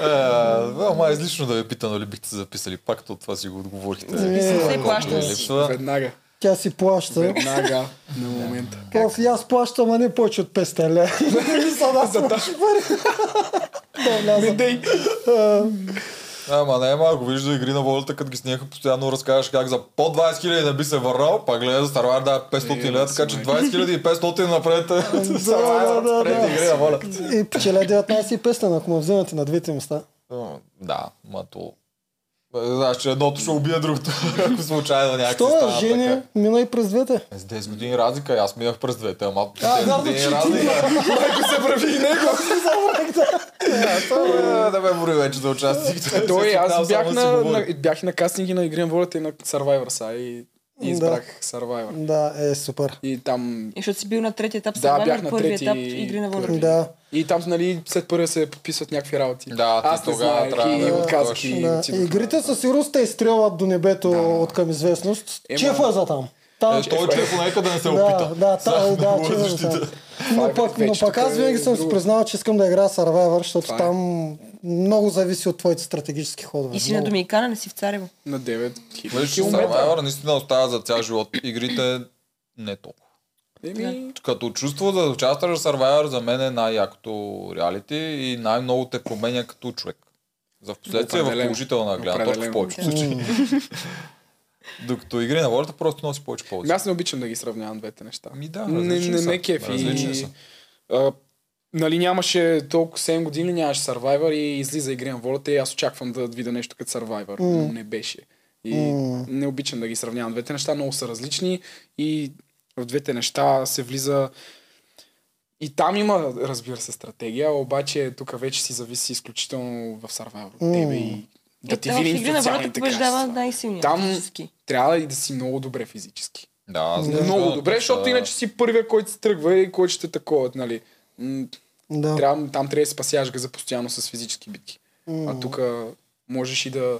А, Ама излишно да ви питам, дали бихте записали пак, то това си го отговорихте. Записвам се, Който плащам ви си. липсва. Веднага. Тя си плаща. Веднага. На момента. Проф, и аз плащам, а не повече от 500 лева. Мисля, да съм пари. Да, вляза. А, Е, Ама не, ма, ако вижда игри на волята, като ги снимаха, постоянно разказваш как за по 20 хиляди не би се върнал, пак гледа за Старвар да 500 Е, лева, така че май. 20 хиляди и 500 напред. да, да, Напред да. игри на воля. [LAUGHS] И пчеля 19 и 500, ако му вземете на двете места. М, Да, ма то... Е, Знаеш, че едното ще убие другото, [LAUGHS] ако случайно някак се Що, става така. Е, Жени, е мина и през двете. С 10 години разлика, и аз минах през двете, ама 10 знам, години че ти- разлика. Майко се прави и него. [LAUGHS] [LAUGHS] Да, това е, да ме бори вече за участие. Той, е, аз бях Само си на, говори. на, бях на кастинги на Игри на волята и на Survivor са и, и Да. избрах Survivor. Да, е супер. И там И защото си бил на третия етап, Да, сега бях на първи трети етап игри на волята. Да. И там, нали, след първия се подписват някакви работи. Да, ти аз не тогава знаех трябва и да отказах и Да. отидох. Игрите със сигурност те изстрелват до небето от към известност. Ема- Чефа е за там. Там Е, Той чеф, нека да не се Да, опита. да, Сега та, да, го честно защита. да. Това Но е пък, вече но пък тук аз е винаги съм си друго. признавал, че искам да играя Survivor, защото Това е. там много зависи от твоите стратегически ходове. И си на Много. Доминикана, не си в Царево. На 9 Виж, хиляди километра. Survivor наистина остава за цял живот. Игрите не толкова. Еми, Като чувство да участваш в Survivor за мен е най-якото реалити и най-много те променя като човек. За в последствие в Определено. положителна гледна точка в Определено. повечето случаи. Докато игри на волята просто носи повече ползи. Ами Аз не обичам да ги сравнявам двете неща. Ми Ами да, не, различни не са. ме кефи. Различни са. А, нали нямаше толкова 7 години, нямаше Survivor и излиза игри на волята и аз очаквам да видя нещо като Survivor. Но не беше. И не обичам да ги сравнявам. Двете неща много са различни и в двете неща се влиза и там има, разбира се, стратегия, обаче тук вече си зависи изключително в Survivor. от Тебе и да Е, ти там в видим игри на волята социалните побеждава качества. най-силният. Там физически. трябва и да си много добре физически. Да, аз не Е, Много знам, добре, защото да. е. иначе си първия, който се тръгва и който ще таковат, нали. М, Да. Трябва, там трябва да се спасяваш газа постоянно с физически битки. А тук можеш и да,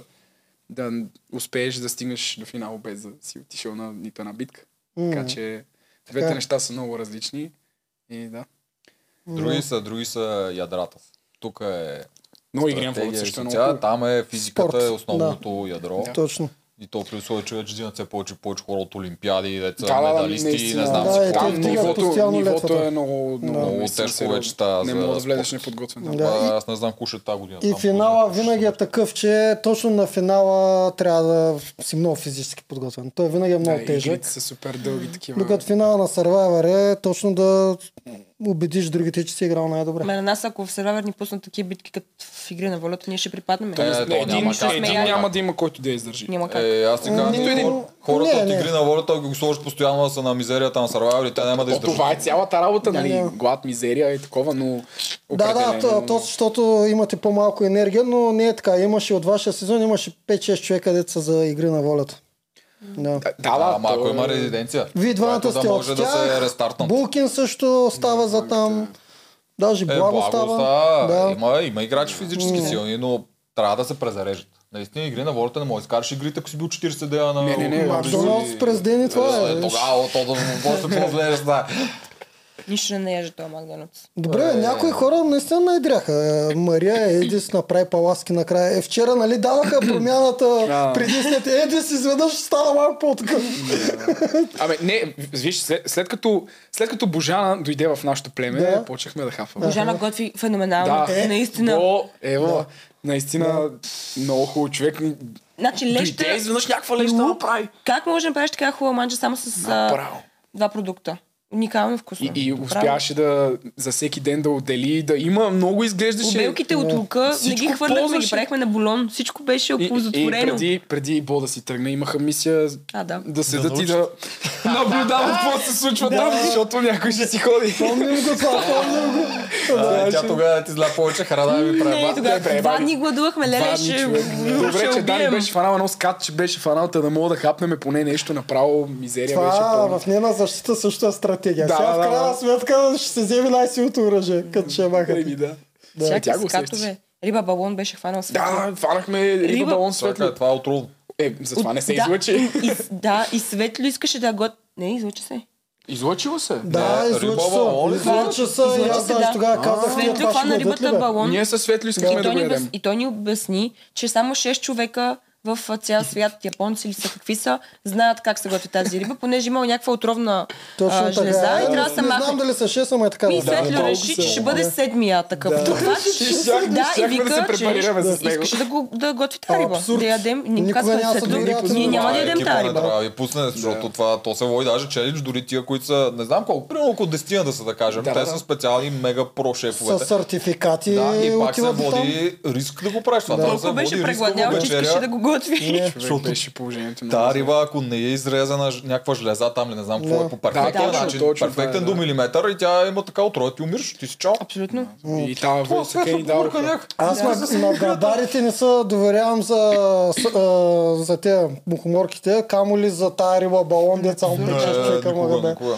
да успееш да стигнеш до финал без да си отишъл на нито една битка. Така че двете Така. неща са много различни. И да. Други са, други са ядрата. Тук е Но игри на волята стратегия и също е социал, много хубаво. там е физиката, Спорт, е основното ядро. Точно. И то при условие, че вече взимат все повече, повече хора от олимпиади, деца, Да, да, да, медалисти, наистина. не знам Да, си е, какво. те Там вдигат нивото, постоянно нивото летвата. е много, много, Много наистина тежко сериозно. вече става Не за мога да влезеш спорт. неподготвен. Да. Ба, Аз не знам куша тази година. И там, финала кой знае винаги е такъв, че точно на финала трябва да си много физически подготвен. Той винаги е много Да, тежък. игрите са супер дълги такива. Докато финала на Survivor е точно да убедиш другите, че си играл най-добре. Ме на нас, ако в сервер ни пуснат такива битки, като в игри на волята, ние ще припаднем. Те- Ние- то Не, един, няма няма, как, един няма няма как. да има който да я издържи. Няма как. Е, аз ти кажа, Нито един. хор- хората Не, от не. игри на волята, ако ги сложиш постоянно да са на мизерията на Survivor и те няма да О, издържат. това е цялата работа, нали? няма. Глад, мизерия и такова, но Да, да, то, определено- то, защото имате по-малко енергия, но не е така. Имаше от вашия сезон, имаше 5-6 човека деца за игри на волята. Да. Да, да, А, ама ако то е- има резиденция, Вие двамата която сте е, да от може да се тях. рестартнат. Булкин също става за там. Даже Е, благо благо става. става. Да. Да. Има, има играчи физически силни, но трябва да се презарежат. Наистина игри на волята не можеш да изкараш игрите, ако си бил 40 дена на... Не, ами не, не, на- Макдоналдс през ден и това е. Е, Тогава, то [LAUGHS] да му после по-зле да. Нищо не яже това Макдоналдс. Добре, е... някои хора наистина наидряха. [COUGHS] Е, Мария Едис направи паласки накрая. Е, вчера, нали, даваха промяната Да. преди след Едис, изведнъж стана малко по-откъм. Абе, не, виж, след, след, като, след като Божана дойде в нашото племе, Да. почнахме да хафаме. Божана готви феноменално. е, Наистина. Бо, ево, наистина, много хубав човек. Значи леща... Дойде изведнъж някаква леща направи. Как можеш да направиш така хубава манджа само с а, Направо. два продукта? Уникално вкусно. И, и Направо. успяваше да за всеки ден да отдели, да има, много изглеждаше. Обелките от лука не ги Всичко хвърляхме, ги ползваше. правихме на булон. Всичко беше И, и оползотворено. преди, преди Бо да си тръгне, имаха мисия А, да. да седат и да [LAUGHS] наблюдават какво се случва там, защото някой ще си ходи. Помним го това, помним го. Да, Е, Тя тогава ти зла повече храна и ви Не, и преба. тогава Добре, два баби. дни гладувахме, Два леле, дни, Е, ще човек. Добре, че ще Дани убием. беше фанал едно скат, че беше фанал, та да мога да хапнеме поне нещо направо, мизерия беше Това пълна. в нейна защита също е стратегия. Да, Сега да, в крайна да. сметка ще се вземе най-силното оръжие, като ще маха. Еми, да. Да, И тя го усеща. скатове. Риба балон беше хванал с Да, фанахме риба Риба. балон Чакай, светло. това е отрудно. Е, затова не се да, излъчи. И, да, и Светло искаше да го... Не, излъчи се. Излъчило се. Да, Не, излъчи риба, балон се. ли? Излъчи се и аз се, даже тогава казах, тия Светло това ще хвана го дадат ли рибата бе? балон. Ние със светло искахме и, да той го ни обяс... ядем. и той ни обясни, че само 6 човека в а, цял свят, японци или са какви са, знаят как се готви тази риба, понеже имал някаква отровна а, Точно жлеза така. и Е, трябва да се не махне. знам дали са 6, ама е така. И да. Светло малко реши, се че ще махне. бъде седмия такъв. Да, това, че Ще щяхме- да, и щяхме да се вика, че препарираме с него. искаше да, го, да готви тази риба. Абсурд. Да ядем. Ни Никога му казваме няма да се Светло, дори да ние няма да Това е ядем екипа, тази не риба. Трябва да ви пусне, защото това то се води даже челлендж, дори тия, които са, не знам колко, примерно около 10 да са, да кажем. Да, Те да. са специални мега про С шефовете. сертификати Да, и пак се отиват там. води риск да го правиш това. Това се Толкова беше води рискова прегладнял, че вечеря. искаше да го готви. Човек Защото беше положението. много Та зле. риба, ако не е изрезана ж- някаква жлеза там ли, не знам какво Да. е по перфектен Да, точно, начин, точно, перфектен да, до да. милиметър и тя има така отроя, ти умираш, ти си чао. Абсолютно. И тази войска ни дадоха. Аз на, на габарите не се доверявам за, с, а, за те мухоморките, камо ли за тая риба балон, деца му Е, причаш човека мога никога, да. никога.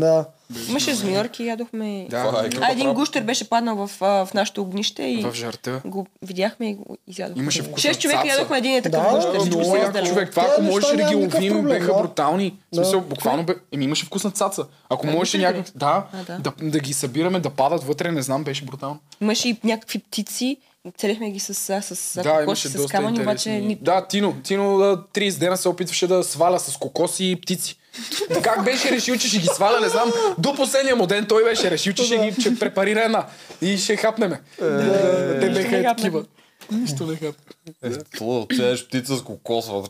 Да. Имаше змиорки, ядохме. Това е Да, екипа. А един гущер беше паднал в, а, в нашето огнище и в жарта. го видяхме и го изядохме. Имаше вкус на Шест човека цаца. ядохме един е такъв Да, гущер. Всичко Много се яко изделя. човек. Това, Тия ако неща можеше да ги няма никакъв ловим, проблем, беха да. брутални. В смисъл, буквално бе, еми имаше вкус на цаца. Ако можеше виждате Е, ли? някак да, А, да. да, да ги събираме, да падат вътре, не знам, беше брутално. Имаше и някакви птици. Целихме ги с, с, с, с Да, кокоши, имаше с доста камъни, обаче интересни. ни... Да, Тино. Тино да, 30 дена се опитваше да сваля с кокоси и птици. [LAUGHS] как беше решил, че ще ги сваля, не знам. До последния му ден той беше решил, че ще ги че препарира една и ще хапнеме. Те беха Ще е ги хапнем. такива. Нищо не хапа. Е, това да отсееш птица с кокосва.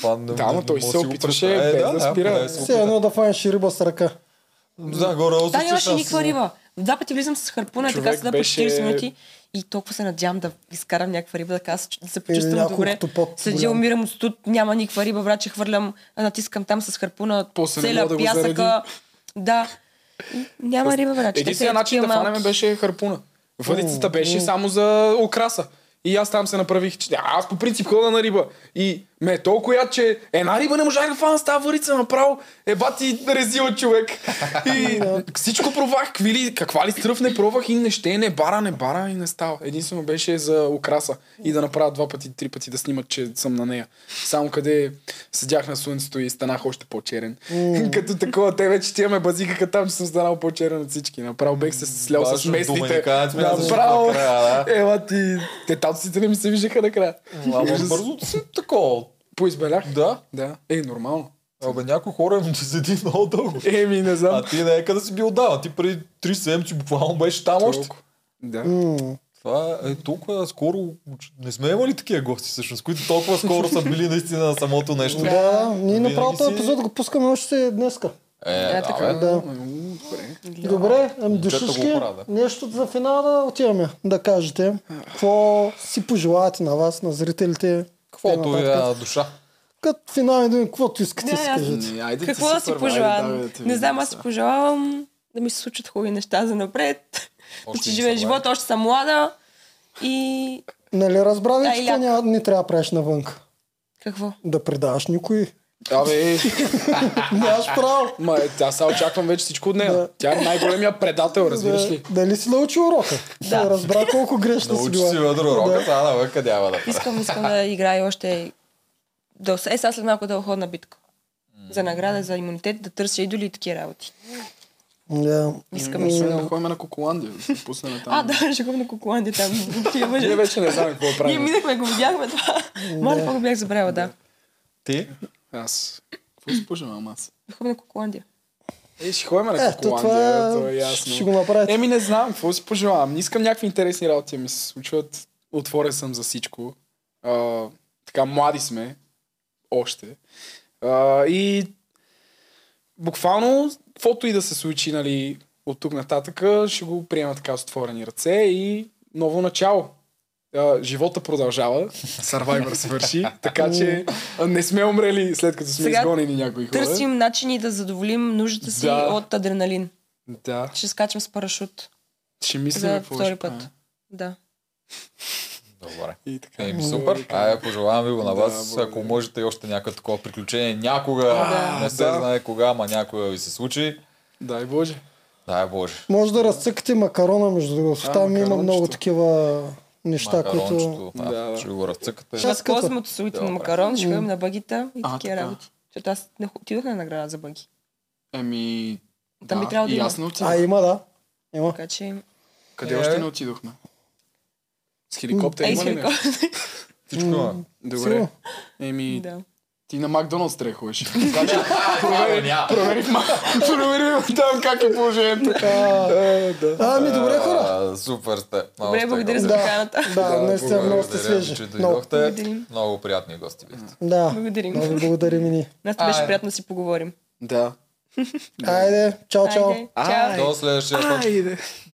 Това не, Да, не- ма не той мога се да си го опитваше, представя. без да спира. да, се Все едно да фанеш риба с ръка. опитва. Да, горе Да, нямаше никаква риба. Два пъти влизам с харпуна, и така Човек седа по беше- 40 минути и толкова се надявам да изкарам някаква риба, да, кажа, да Е, се почувствам няколкото добре. по-голям. Седя, умирам от студ, няма никаква риба, враче, хвърлям, натискам там с харпуна, После не целя мога да го пясъка. Да, И няма риба, враче. Те са Единственият начин да е такива малки. фанеме беше харпуна. Въдицата беше само за окраса. И аз там се направих, че а, аз по принцип хода на риба. И ме е толкова яд, че една риба не можах да фана с тази върица направо. е Еба ти резила човек. И всичко провах, какви ли, каква ли стръв не пробвах и не ще, не бара, не бара и не става. Единствено беше за окраса и да направя два пъти, три пъти да снимат, че съм на нея. Само къде седях на слънцето и станах още по-черен. [LAUGHS] като такова, те вече ти имаме базикака там, че съм станал по-черен от всички. Направо бех се слял Е, с Баш местните. доминиканец мисля, че Направо. накрая, да. Ела ти. Те татуците не ми се виждаха накрая. Ама Ужас. бързо си такова. Поизбелях. Да. Да. Е, нормално. Абе, някои хора им [LAUGHS] седи много дълго. [LAUGHS] Еми, не знам. А ти не е къде си бил дава. Ти преди 3 седмици буквално беше там още. Толкова. Да. М, Това е толкова скоро. Не сме имали такива гости, всъщност, които толкова скоро са били наистина на самото нещо. Да, да, ние Винаги направо този си- епизод го пускаме още днеска. Е, Е, да, така. бе. Да. М, Добре. Добре, ами Момчета го душички, правят. нещо за финала да отиваме да кажете. Какво си пожелаете на вас, на зрителите? Каквото Така ви е нататък. на душа. Като финален ден, каквото искате Не, си аз- кажете. М, Айде ти Какво да си първа, айде, давай пожелавам? да ти Не видим знам, аз си сега. пожелавам да ми се случат хубави неща за напред. Да Още си не живея са живота, още съм млада. И Нали разбра ли, Да, че и какво ляко. няма, не трябва да правиш навънка? какво? Да предаваш никой. Абе, е, Нямаш право. ма, е, аз сега очаквам вече всичко от Да. нея. Тя е най-големия предател, разбираш ли? Да, дали си научил урока? Да. Разбра колко грешна си Научи била. си на друг рок, сега навън къде няма да прави. Искам, искам да играя още до... Е, сега след малко да ходя на битка. За награда, за имунитет, да търся идоли и такива работи. Да. Искам Ами, и ще се да много. ходим на Коколандия, да се пуснем там. А, да, [LAUGHS] ще ходим на Кокуландия там. Тия мъже. Ние вече не знаем какво Ние правим. минахме, го видяхме това. Малко го бях забравила, да. Ти? Аз. Какво си пожелавам аз? Да ходим на Кокуландия. Е, ще ходим на Ето това Коколандия, то е ясно. ще го направите. Еми, не знам, какво си пожелавам. Не искам някакви интересни работи да ми се случват. Отворен съм за всичко. А, така, млади сме. Още. А, и буквално, каквото и да се случи, нали, от тук нататък, ще го приема така с отворени ръце и ново начало. А, живота продължава, Survivor свърши, така че а, не сме умрели след като сме Сега изгонени някои хора. Търсим начини да задоволим нуждата си Да. от адреналин. Да, Ще скачам с парашут. ще мислим За какво ще втори път. правим. Да. Добре. И така. Еми, супер. Айде, пожелавам ви го на Да, вас. благодаря. Ако можете и още някакво такова приключение, някога, Да. не се Да. знае кога, ама някога ви се случи. Дай Боже. Дай Боже. Може да разцъкате макарона, между другото. А, Там има макарончето. много такива неща, които... Макарончето, Да, да, да. ще го разцъкате. Ще- Ще Аз като- възползвам от солите на Добре. макарон, ще ходим на бъгита и А, такива така. работи. Защото аз не хо- отидох на награда за бъги. Еми. Там би трябвало да и има. аз не А, отидох. има, да. Има. Така че... Къде Е. още не отидохме? С хеликоптер Ей, има ли сирко. нещо? Всичко има. Добре. Сигурно. Еми, [LAUGHS] Да. ти на Макдоналдс трябва да [LAUGHS] ходиш. Така че провери, няма. провери, в Мак- провери там как е положението. Е, да. Ами, добре, хора. А, Супер сте. Много Добре, сте благодаря готини. за поканата. Да, наистина Благодаря много сте ви, свежи. че Много. дойдохте. Благодарим. Много приятни гости бяхте. Да. Благодарим. Много ви благодарим и ние. Нас беше Ай. приятно да си поговорим. Да. Айде, чао, чао. Айде, чао. Ай. До следващия път. Айде.